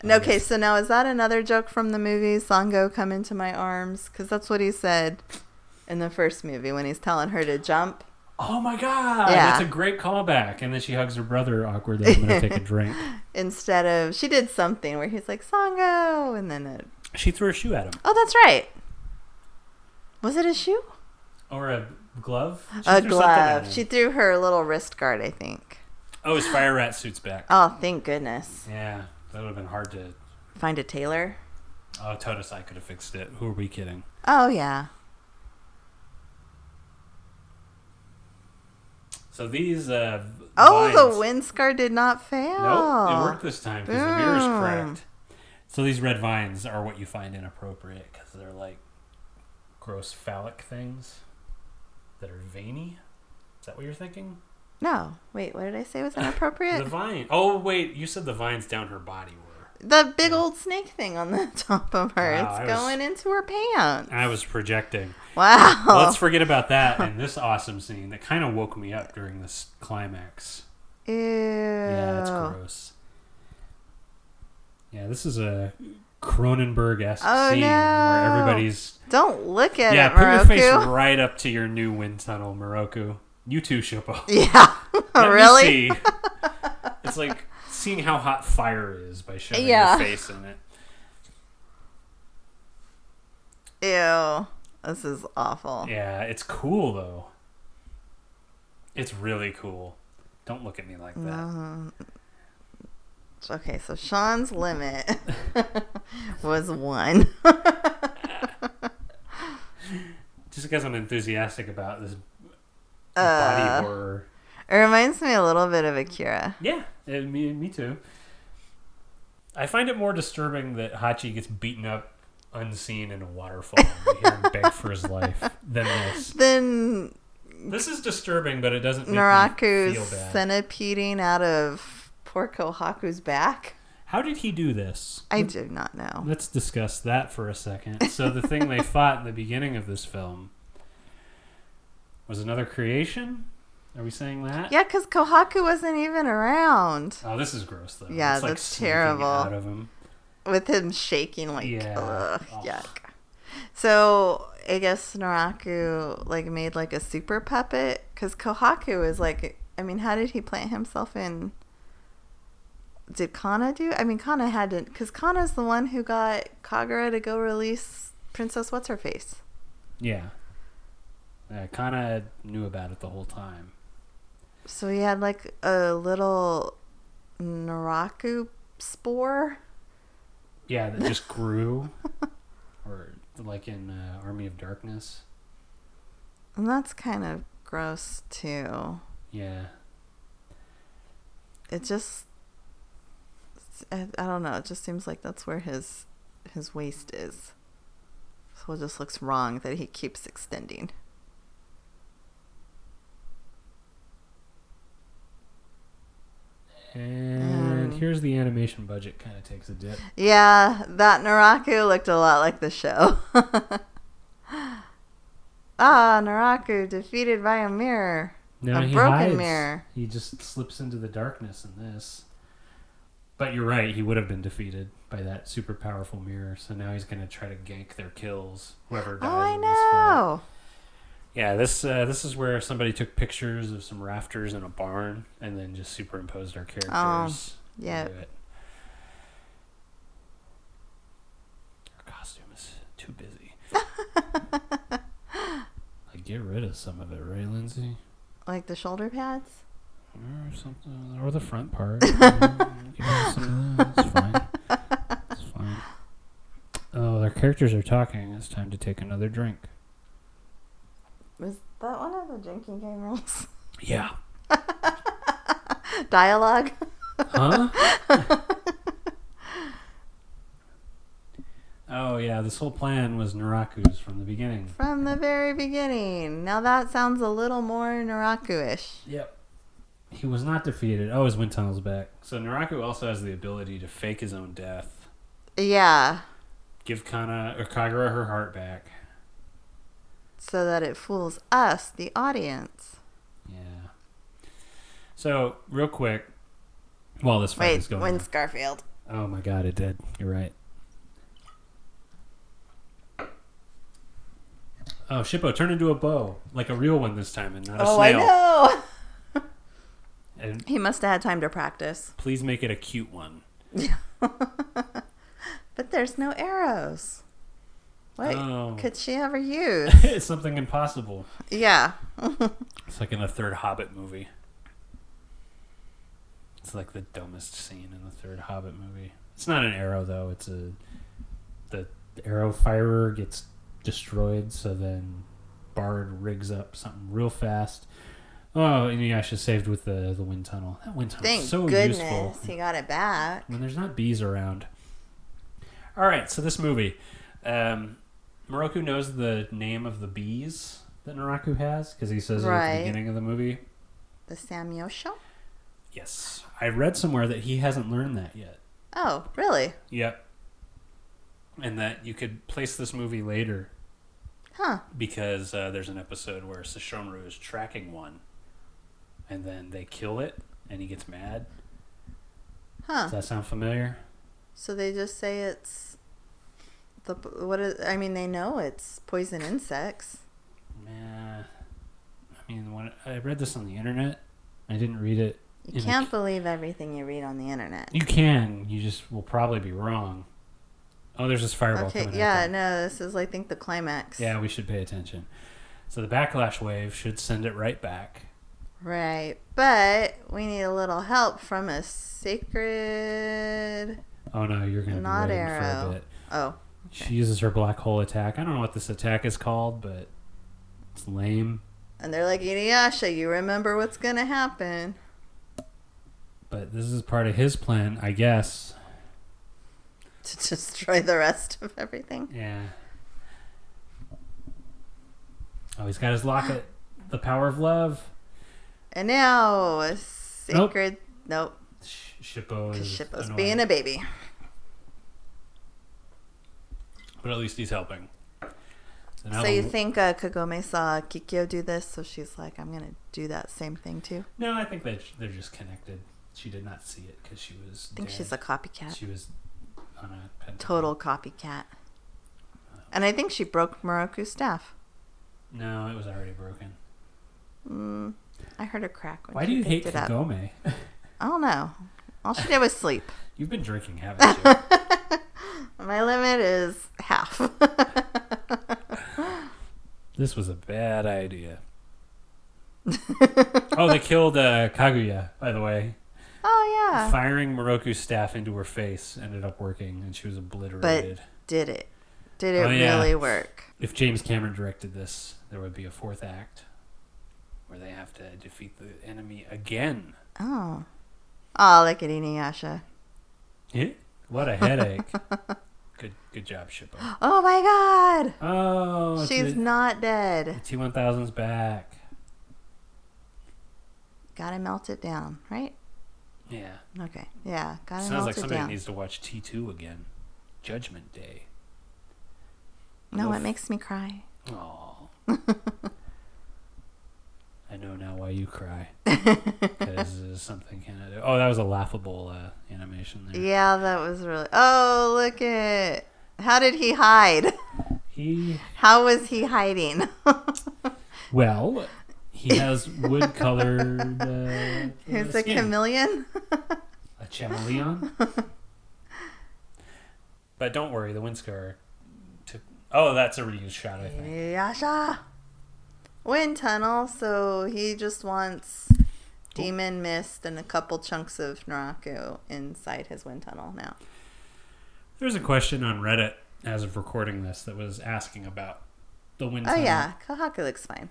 Speaker 2: okay,
Speaker 1: guess-
Speaker 2: so now is that another joke from the movie Sango come into my arms? Because that's what he said in the first movie when he's telling her to jump.
Speaker 1: Oh my god!
Speaker 2: Yeah.
Speaker 1: That's a great callback. And then she hugs her brother awkwardly. I'm gonna
Speaker 2: <laughs>
Speaker 1: take a drink.
Speaker 2: Instead of she did something where he's like Sango, and then it,
Speaker 1: She threw a shoe at him.
Speaker 2: oh, that's right. Was it a shoe?
Speaker 1: Or a glove? She
Speaker 2: a
Speaker 1: threw something at
Speaker 2: glove.
Speaker 1: him.
Speaker 2: She threw her little wrist guard, I think.
Speaker 1: Oh, his fire rat suit's back.
Speaker 2: Oh, thank goodness.
Speaker 1: Yeah, that would have been hard to.
Speaker 2: Find a tailor.
Speaker 1: Oh, Todesai could have fixed it. Who are we kidding?
Speaker 2: Oh yeah.
Speaker 1: So these. Uh,
Speaker 2: Oh,
Speaker 1: vines-
Speaker 2: the wind scar did not fail.
Speaker 1: Nope, it worked this time because the mirror's
Speaker 2: Boom.
Speaker 1: cracked. So these red vines are what you find inappropriate because they're like gross phallic things that are veiny. Is that what you're thinking?
Speaker 2: No, wait, what did I say was
Speaker 1: The
Speaker 2: inappropriate?
Speaker 1: vine. Oh wait, you said the vines down her body were.
Speaker 2: the big old snake thing on the <laughs> top of her.
Speaker 1: Wow, I was-
Speaker 2: it's
Speaker 1: Uh,
Speaker 2: going into her pants.
Speaker 1: I was projecting.
Speaker 2: Wow.
Speaker 1: Let's forget about that and this awesome scene that kind of woke me up during this climax.
Speaker 2: Ew.
Speaker 1: Yeah, that's
Speaker 2: Oh.
Speaker 1: gross. Yeah, this is a Cronenberg-esque
Speaker 2: Oh,
Speaker 1: scene where
Speaker 2: no.
Speaker 1: everybody's
Speaker 2: Don't look at
Speaker 1: yeah,
Speaker 2: it,
Speaker 1: put your face
Speaker 2: Moroku.
Speaker 1: right up to your new wind tunnel, Moroku. You too,
Speaker 2: <laughs>
Speaker 1: Shippo.
Speaker 2: <laughs> Yeah.
Speaker 1: Let me
Speaker 2: really? <laughs>
Speaker 1: see. it's like seeing how hot fire is by shoving
Speaker 2: Yeah.
Speaker 1: your face in it.
Speaker 2: Ew. This is awful.
Speaker 1: Yeah, it's cool though. It's really cool. Don't look at me like that.
Speaker 2: Um, okay,
Speaker 1: <laughs>
Speaker 2: so Sean's limit was one.
Speaker 1: Just because I'm enthusiastic about this
Speaker 2: Uh.
Speaker 1: body horror.
Speaker 2: It reminds me a little bit of Akira.
Speaker 1: Yeah, eh, me, me too. I find it more disturbing that Hachi gets beaten up unseen in a waterfall and we hear
Speaker 2: <laughs>
Speaker 1: him beg for his life than this.
Speaker 2: Then
Speaker 1: This is disturbing, but it doesn't make me
Speaker 2: Naraku's
Speaker 1: feel bad.
Speaker 2: centipeding out of poor Kohaku's back.
Speaker 1: How did he do this?
Speaker 2: I do not know.
Speaker 1: Let's discuss that for a second. So
Speaker 2: <laughs>
Speaker 1: the thing they fought in the beginning of this film was another creation. Are we saying that?
Speaker 2: Yeah, because Kohaku wasn't even around
Speaker 1: Oh, this is gross though.
Speaker 2: Yeah,
Speaker 1: It's, like,
Speaker 2: that's
Speaker 1: sneaking
Speaker 2: terrible.
Speaker 1: Out of him.
Speaker 2: with him shaking like,
Speaker 1: Yeah.
Speaker 2: ugh,
Speaker 1: Ugh.
Speaker 2: yuck. So I guess Naraku like made like a super puppet because Kohaku is like, I mean, how did he plant himself in? Did Kana do? I mean, Kana had to because Kana's the one who got Kagura to go release Princess What's Her Face.
Speaker 1: Yeah. Yeah, Kana knew about it the whole time.
Speaker 2: So he had like a little Naraku spore.
Speaker 1: Yeah, that just
Speaker 2: <laughs>
Speaker 1: grew, or like in uh, Army of Darkness.
Speaker 2: And that's kind of gross too.
Speaker 1: Yeah.
Speaker 2: It just I, I don't know, it just seems like that's where his his waist is. So it just looks wrong that he keeps extending.
Speaker 1: And
Speaker 2: Um.
Speaker 1: here's the animation budget kind of takes a dip.
Speaker 2: Yeah, that Naraku looked a lot like the show. <laughs> ah, Naraku defeated by a mirror.
Speaker 1: No,
Speaker 2: A
Speaker 1: he
Speaker 2: broken
Speaker 1: hides.
Speaker 2: mirror.
Speaker 1: He just slips into the darkness in this. But you're right, he would have been defeated by that super powerful mirror. So now he's going to try to gank their kills. Whoever dies.
Speaker 2: Oh, I
Speaker 1: in this fight.
Speaker 2: know.
Speaker 1: Yeah, this uh, this is where somebody took pictures of some rafters in a barn and then just superimposed our characters.
Speaker 2: yeah.
Speaker 1: into it. could get rid of some of it, right, Lindsay?
Speaker 2: Like the shoulder pads?
Speaker 1: Or something, or the front part. you know, get rid of some of that. It's fine. It's fine. Oh, their characters are talking. It's time to take another drink.
Speaker 2: Was that one of the drinking game rules? <laughs>
Speaker 1: Yeah.
Speaker 2: Dialogue?
Speaker 1: Huh? <laughs> oh yeah, this whole plan was Naraku's from the beginning.
Speaker 2: From the very beginning. Now that sounds a little more Naraku ish.
Speaker 1: Yep. He was not defeated. Oh, his wind tunnel's back. So Naraku also has the ability to fake his own death,
Speaker 2: Yeah.
Speaker 1: give Kana or Kagura her heart back.
Speaker 2: So that it fools us, the audience.
Speaker 1: Yeah. So real quick, while this fight
Speaker 2: Wait,
Speaker 1: is going,
Speaker 2: when
Speaker 1: on-
Speaker 2: Scarfield.
Speaker 1: oh my god, it did. You're right. Oh, Shippo, turn into a bow, like a real one this time, and not a
Speaker 2: Oh, I
Speaker 1: snail.
Speaker 2: know.
Speaker 1: And
Speaker 2: He must have had time to practice. <laughs>
Speaker 1: Please make it a cute one.
Speaker 2: But there's no arrows. What
Speaker 1: Oh.
Speaker 2: could she ever use?
Speaker 1: <laughs> it's something impossible.
Speaker 2: yeah.
Speaker 1: It's like in the third Hobbit movie. It's like the dumbest scene in the third Hobbit movie. It's not an arrow though. It's a the arrow firer gets destroyed, so then Bard rigs up something real fast. Oh, and Inuyasha saved with the the wind tunnel. That wind tunnel
Speaker 2: <laughs> Thank
Speaker 1: is so
Speaker 2: goodness
Speaker 1: useful.
Speaker 2: he got it back.
Speaker 1: when there's not bees around. All right, so this movie, um, Moroku knows the name of the bees that Naraku has because he says it at
Speaker 2: Right.
Speaker 1: the beginning of the movie.
Speaker 2: The Samyosho?
Speaker 1: Yes, I read somewhere that he hasn't learned that yet.
Speaker 2: Oh, really?
Speaker 1: Yep, and that you could place this movie later
Speaker 2: Huh.
Speaker 1: because uh, there's an episode where Sesshomaru is tracking one, and then they kill it, and he gets mad.
Speaker 2: Huh.
Speaker 1: Does that sound familiar?
Speaker 2: So they just say it's the what is I mean they know it's poison insects.
Speaker 1: Nah. I mean, when I read this on the internet, I didn't read it.
Speaker 2: You
Speaker 1: in a-
Speaker 2: can't believe everything you read on the internet.
Speaker 1: you can. You just will probably be wrong. Oh, there's this fireball
Speaker 2: Okay,
Speaker 1: coming.
Speaker 2: yeah,
Speaker 1: At them.
Speaker 2: no, this is I think the climax.
Speaker 1: Yeah, we should pay attention. So the backlash wave should send it right back.
Speaker 2: Right. But we need a little help from a sacred
Speaker 1: Oh no, you're gonna
Speaker 2: Not
Speaker 1: be waiting for
Speaker 2: arrow.
Speaker 1: a bit.
Speaker 2: Oh,
Speaker 1: She uses her black hole attack. I don't know what this attack is called, but it's lame.
Speaker 2: and they're like, Inuyasha, you remember what's gonna happen. <laughs>
Speaker 1: But this is part of his plan, I guess.
Speaker 2: to destroy the rest of everything.
Speaker 1: Yeah. Oh, he's got his
Speaker 2: <gasps>
Speaker 1: locket. The power of love.
Speaker 2: And now a sacred nope,
Speaker 1: Sh- Shippo
Speaker 2: because
Speaker 1: Oh, is
Speaker 2: Shippo's
Speaker 1: annoying.
Speaker 2: being a baby.
Speaker 1: but at least he's helping. And
Speaker 2: So
Speaker 1: I
Speaker 2: you
Speaker 1: don't-
Speaker 2: think uh, Kagome saw Kikyo do this, so she's like, I'm gonna do that same thing too.
Speaker 1: No, I think that sh- they're just connected. She did not see it because she was.
Speaker 2: I think
Speaker 1: dead.
Speaker 2: she's a copycat,
Speaker 1: She was on a pen-
Speaker 2: total copycat. And I think she broke Moroku's staff.
Speaker 1: No, it was already broken.
Speaker 2: Mm, I heard a crack. When
Speaker 1: Why
Speaker 2: she
Speaker 1: do you hate
Speaker 2: picked it up. <laughs>
Speaker 1: Kagome?
Speaker 2: I don't know. All she did was sleep.
Speaker 1: You've been drinking, haven't
Speaker 2: <laughs>
Speaker 1: you?
Speaker 2: My limit is half. <laughs>
Speaker 1: this was a bad
Speaker 2: <laughs>
Speaker 1: idea. oh, they killed uh, Kaguya, by the way.
Speaker 2: oh yeah,
Speaker 1: Firing Moroku's staff into her face ended up working, and she was obliterated.
Speaker 2: did it? Did it
Speaker 1: Oh, yeah.
Speaker 2: really work?
Speaker 1: if James Cameron directed this, there would be a fourth act where they have to defeat the enemy again.
Speaker 2: Oh. Oh, look at Inuyasha.
Speaker 1: What a headache. <laughs> good good job, Shippo.
Speaker 2: Oh my god!
Speaker 1: Oh,
Speaker 2: She's
Speaker 1: it's the,
Speaker 2: not dead.
Speaker 1: T one thousand's back.
Speaker 2: Gotta melt it down, right?
Speaker 1: Yeah.
Speaker 2: Okay. Yeah, gotta
Speaker 1: Sounds like
Speaker 2: melt it
Speaker 1: somebody
Speaker 2: down.
Speaker 1: needs to watch T two again. Judgment
Speaker 2: <laughs>
Speaker 1: Day.
Speaker 2: no,
Speaker 1: no
Speaker 2: it
Speaker 1: f-
Speaker 2: makes
Speaker 1: <laughs>
Speaker 2: me cry.
Speaker 1: Oh. I know now why you cry. Because something Canada. Oh, that was a laughable uh, animation there.
Speaker 2: Yeah, that was really. Oh, look at. How did he hide? <laughs>
Speaker 1: He
Speaker 2: How was he hiding? <laughs>
Speaker 1: Well, he has wood colored.
Speaker 2: <laughs>
Speaker 1: Uh,
Speaker 2: He's
Speaker 1: uh,
Speaker 2: a
Speaker 1: skin.
Speaker 2: chameleon.
Speaker 1: A chameleon. <laughs> but don't worry,
Speaker 2: <laughs>
Speaker 1: the wind scar. Took... Oh, that's a reused shot, I think.
Speaker 2: Inuyasha! wind tunnel, so he just wants demon mist and a couple chunks of Naraku inside his wind tunnel now.
Speaker 1: There's a question on Reddit as of recording this that was asking about the wind
Speaker 2: Oh
Speaker 1: tunnel.
Speaker 2: yeah, Kohaku looks fine.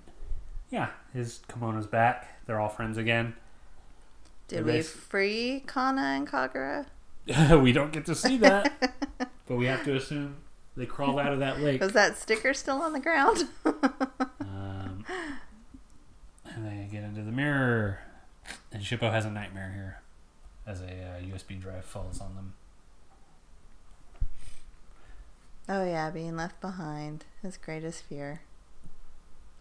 Speaker 1: Yeah, his kimono's back. They're all friends again. <laughs>
Speaker 2: Did
Speaker 1: The
Speaker 2: we
Speaker 1: rest-
Speaker 2: free Kana and Kagura?
Speaker 1: we don't get to see
Speaker 2: <laughs>
Speaker 1: that, but we have to assume they crawled out of that lake.
Speaker 2: Was that sticker still on the ground?
Speaker 1: Um, and they get into the mirror, and Shippo has a nightmare here as a uh, USB drive falls on them.
Speaker 2: oh yeah, being left behind. His greatest fear.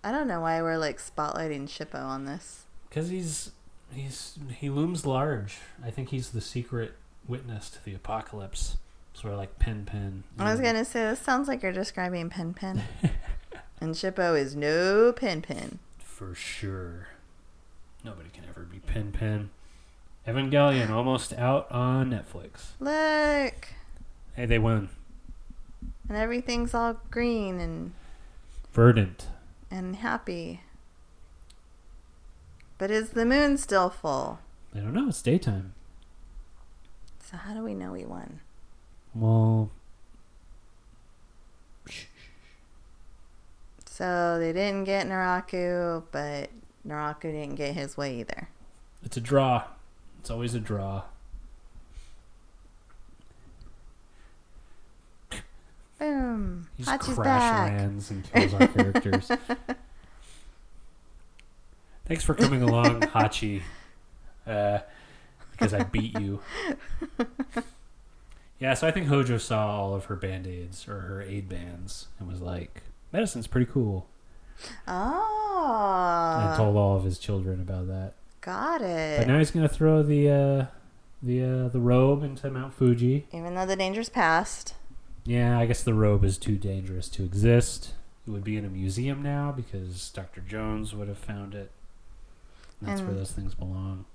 Speaker 2: I don't know why we're like spotlighting Shippo on this.
Speaker 1: Because he's he's he looms large. I think he's the secret witness to the apocalypse. Sort of like Pen Pen.
Speaker 2: I was gonna say this sounds like you're describing Pen Pen. and Shippo is no Pen Pen.
Speaker 1: for sure. Nobody can ever be Pen Pen. Evangelion almost out on Netflix.
Speaker 2: Look.
Speaker 1: Hey, they won.
Speaker 2: And everything's all green and
Speaker 1: Verdant.
Speaker 2: and happy. But is the moon still full?
Speaker 1: I don't know. It's daytime.
Speaker 2: So how do we know we won?
Speaker 1: Well,
Speaker 2: So they didn't get Naraku, but Naraku didn't get his way either.
Speaker 1: it's a draw. It's always a draw.
Speaker 2: Boom.
Speaker 1: He just
Speaker 2: Hachi's
Speaker 1: crash
Speaker 2: back.
Speaker 1: lands and kills our characters. Thanks for coming along, Hachi. Uh, because I beat you. Yeah, so I think Hojo saw all of her band aids or her aid bands and was like, medicine's pretty cool. and
Speaker 2: Oh,
Speaker 1: told all of his children about that.
Speaker 2: got
Speaker 1: But
Speaker 2: it.
Speaker 1: now he's gonna throw the uh, the uh, the robe into Mount Fuji.
Speaker 2: Even though the danger's passed.
Speaker 1: Yeah, I guess the robe is too dangerous to exist. It would be in a museum now because Dr. Jones would have found it. And that's where
Speaker 2: And-
Speaker 1: those things belong.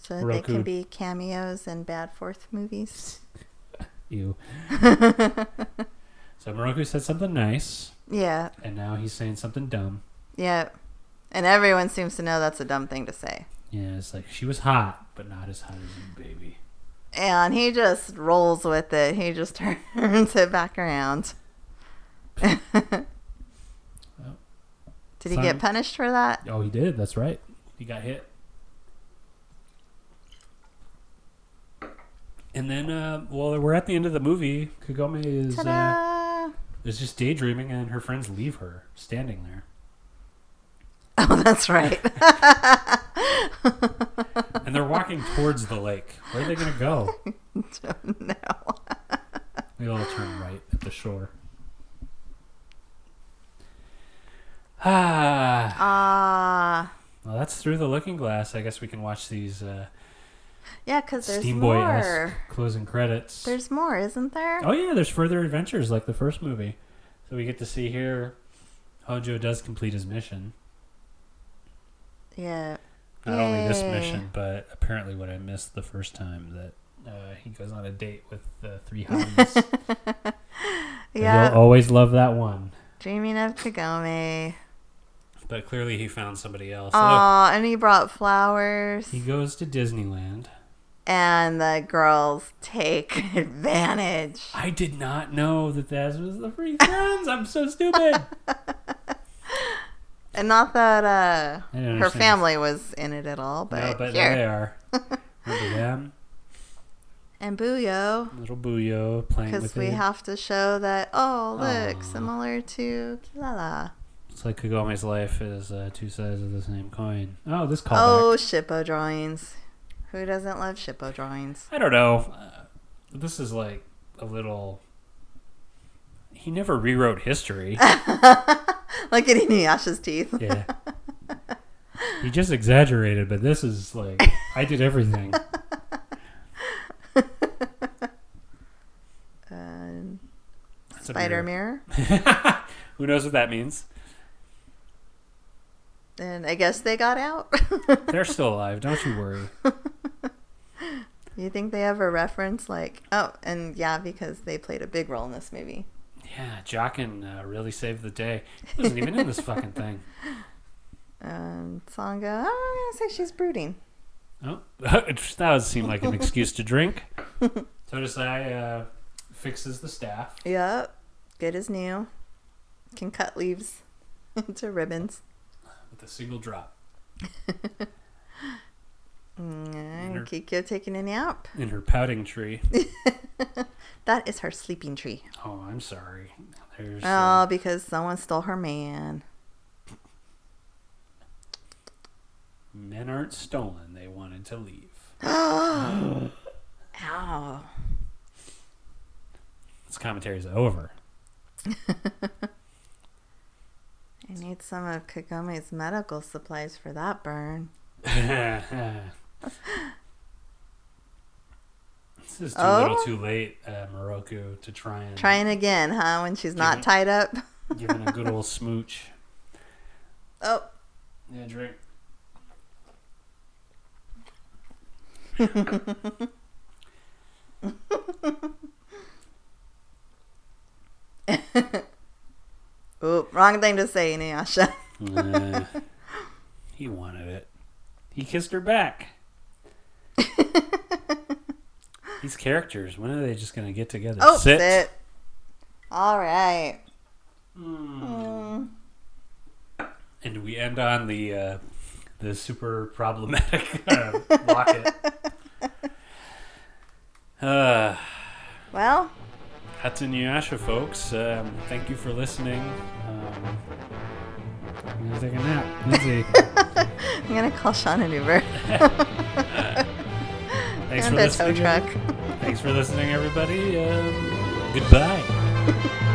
Speaker 2: So that they can
Speaker 1: Roku.
Speaker 2: be cameos in bad fourth movies. <laughs>
Speaker 1: Ew. so Moroku said something nice,
Speaker 2: Yeah,
Speaker 1: and now he's saying something dumb.
Speaker 2: yeah. And everyone seems to know that's a dumb thing to say.
Speaker 1: Yeah, it's like she was hot, but not as hot as you, baby.
Speaker 2: And he just rolls with it. He just <laughs> turns it back around. <laughs> Did he
Speaker 1: Simon-
Speaker 2: get punished for that?
Speaker 1: Oh, he did. That's right. He got hit. And then, uh, well, we're at the end of the movie. Kagome is uh,
Speaker 2: Ta-da! <laughs>
Speaker 1: is just daydreaming, and her friends leave her standing there.
Speaker 2: Oh,
Speaker 1: <laughs>
Speaker 2: that's right. <laughs>
Speaker 1: And they're
Speaker 2: <laughs>
Speaker 1: walking towards the lake. Where are they going to go?
Speaker 2: Don't know.
Speaker 1: They all turn right at the shore. <sighs> Ah.
Speaker 2: Ah,
Speaker 1: Well, that's through the looking glass. I guess we can watch these uh,
Speaker 2: yeah, because there's
Speaker 1: Steamboy
Speaker 2: more.
Speaker 1: esque closing credits.
Speaker 2: There's more, isn't there?
Speaker 1: Oh yeah, there's further adventures like the first movie. So we get to see here Hojo does complete his mission.
Speaker 2: Yeah.
Speaker 1: Not only this
Speaker 2: Yay.
Speaker 1: mission, but apparently what I missed the first time that uh, he goes on a date with the
Speaker 2: <laughs>
Speaker 1: three hounds. And
Speaker 2: Yeah.
Speaker 1: You'll always love that one.
Speaker 2: Dreaming of Kagome.
Speaker 1: But clearly he found somebody else. Oh,
Speaker 2: Aw, and he brought flowers.
Speaker 1: he goes to Disneyland.
Speaker 2: And the girls take <laughs> advantage.
Speaker 1: I did not know that that was the
Speaker 2: <laughs>
Speaker 1: three friends. I'm so stupid.
Speaker 2: And not that uh,
Speaker 1: I didn't
Speaker 2: her
Speaker 1: understand.
Speaker 2: family was in it at all,
Speaker 1: No,
Speaker 2: but,
Speaker 1: but there they
Speaker 2: here. <laughs>
Speaker 1: are. Remember them?
Speaker 2: And Buyo,
Speaker 1: Little Booyo playing
Speaker 2: because
Speaker 1: with
Speaker 2: we
Speaker 1: it.
Speaker 2: have to show that, oh, look,
Speaker 1: Aw.
Speaker 2: similar to Kilala.
Speaker 1: It's like Kagome's life is uh, two sides of the same coin. Oh, this callback.
Speaker 2: Oh, Shippo drawings. Who doesn't love Shippo drawings? <laughs>
Speaker 1: I don't know. Uh, this is like a little. He never rewrote history.
Speaker 2: Like at Inuyasha's teeth.
Speaker 1: yeah. He just exaggerated, but this is like I did everything.
Speaker 2: Um,
Speaker 1: That's a
Speaker 2: spider
Speaker 1: mirror.
Speaker 2: mirror.
Speaker 1: <laughs> Who knows what that means?
Speaker 2: And I guess they got out.
Speaker 1: They're still alive. Don't you worry.
Speaker 2: you think they ever reference like, oh, and yeah, because they played a big role in this movie.
Speaker 1: Yeah, Jockin uh, really saved the day. He wasn't even in this fucking thing.
Speaker 2: Um, Songa, oh, I'm gonna say she's brooding.
Speaker 1: Oh, <laughs> that would seem like an excuse to drink. Todesai uh, fixes the staff.
Speaker 2: Yep, good as new. Can cut leaves <laughs> into ribbons.
Speaker 1: with a single drop
Speaker 2: And
Speaker 1: Inner-
Speaker 2: Mm-hmm. Kikyo taking a nap.
Speaker 1: in her pouting tree.
Speaker 2: That is her sleeping tree.
Speaker 1: Oh, I'm sorry. There's
Speaker 2: Oh,
Speaker 1: uh,
Speaker 2: because someone stole her man. <gasps>
Speaker 1: men aren't stolen. They wanted to leave.
Speaker 2: Ow.
Speaker 1: This commentary's over. <laughs>
Speaker 2: I need some of Kagome's medical supplies for that burn.
Speaker 1: this is too
Speaker 2: Oh?
Speaker 1: little, too late, uh, Morocco, to try and
Speaker 2: Trying again, huh? When she's not
Speaker 1: Mhm.
Speaker 2: tied up. <laughs>
Speaker 1: give him a good old smooch.
Speaker 2: Oh,
Speaker 1: Yeah, drink.
Speaker 2: oop, wrong thing to say, Inuyasha.
Speaker 1: Uh, he wanted it. He kissed her back. These characters, when are they just going to get together?
Speaker 2: Oh, sit. All right. Mm.
Speaker 1: Hmm. And we end on the uh, the super problematic uh, locket. Uh,
Speaker 2: Well,
Speaker 1: that's Inuyasha, folks. Um, thank you for listening. Um, I'm going to take a nap.
Speaker 2: <laughs>
Speaker 1: Lindsay,
Speaker 2: I'm gonna call Sean an Uber
Speaker 1: thanks for
Speaker 2: and a tow
Speaker 1: listening.
Speaker 2: truck.
Speaker 1: Thanks for listening, everybody. Um, goodbye.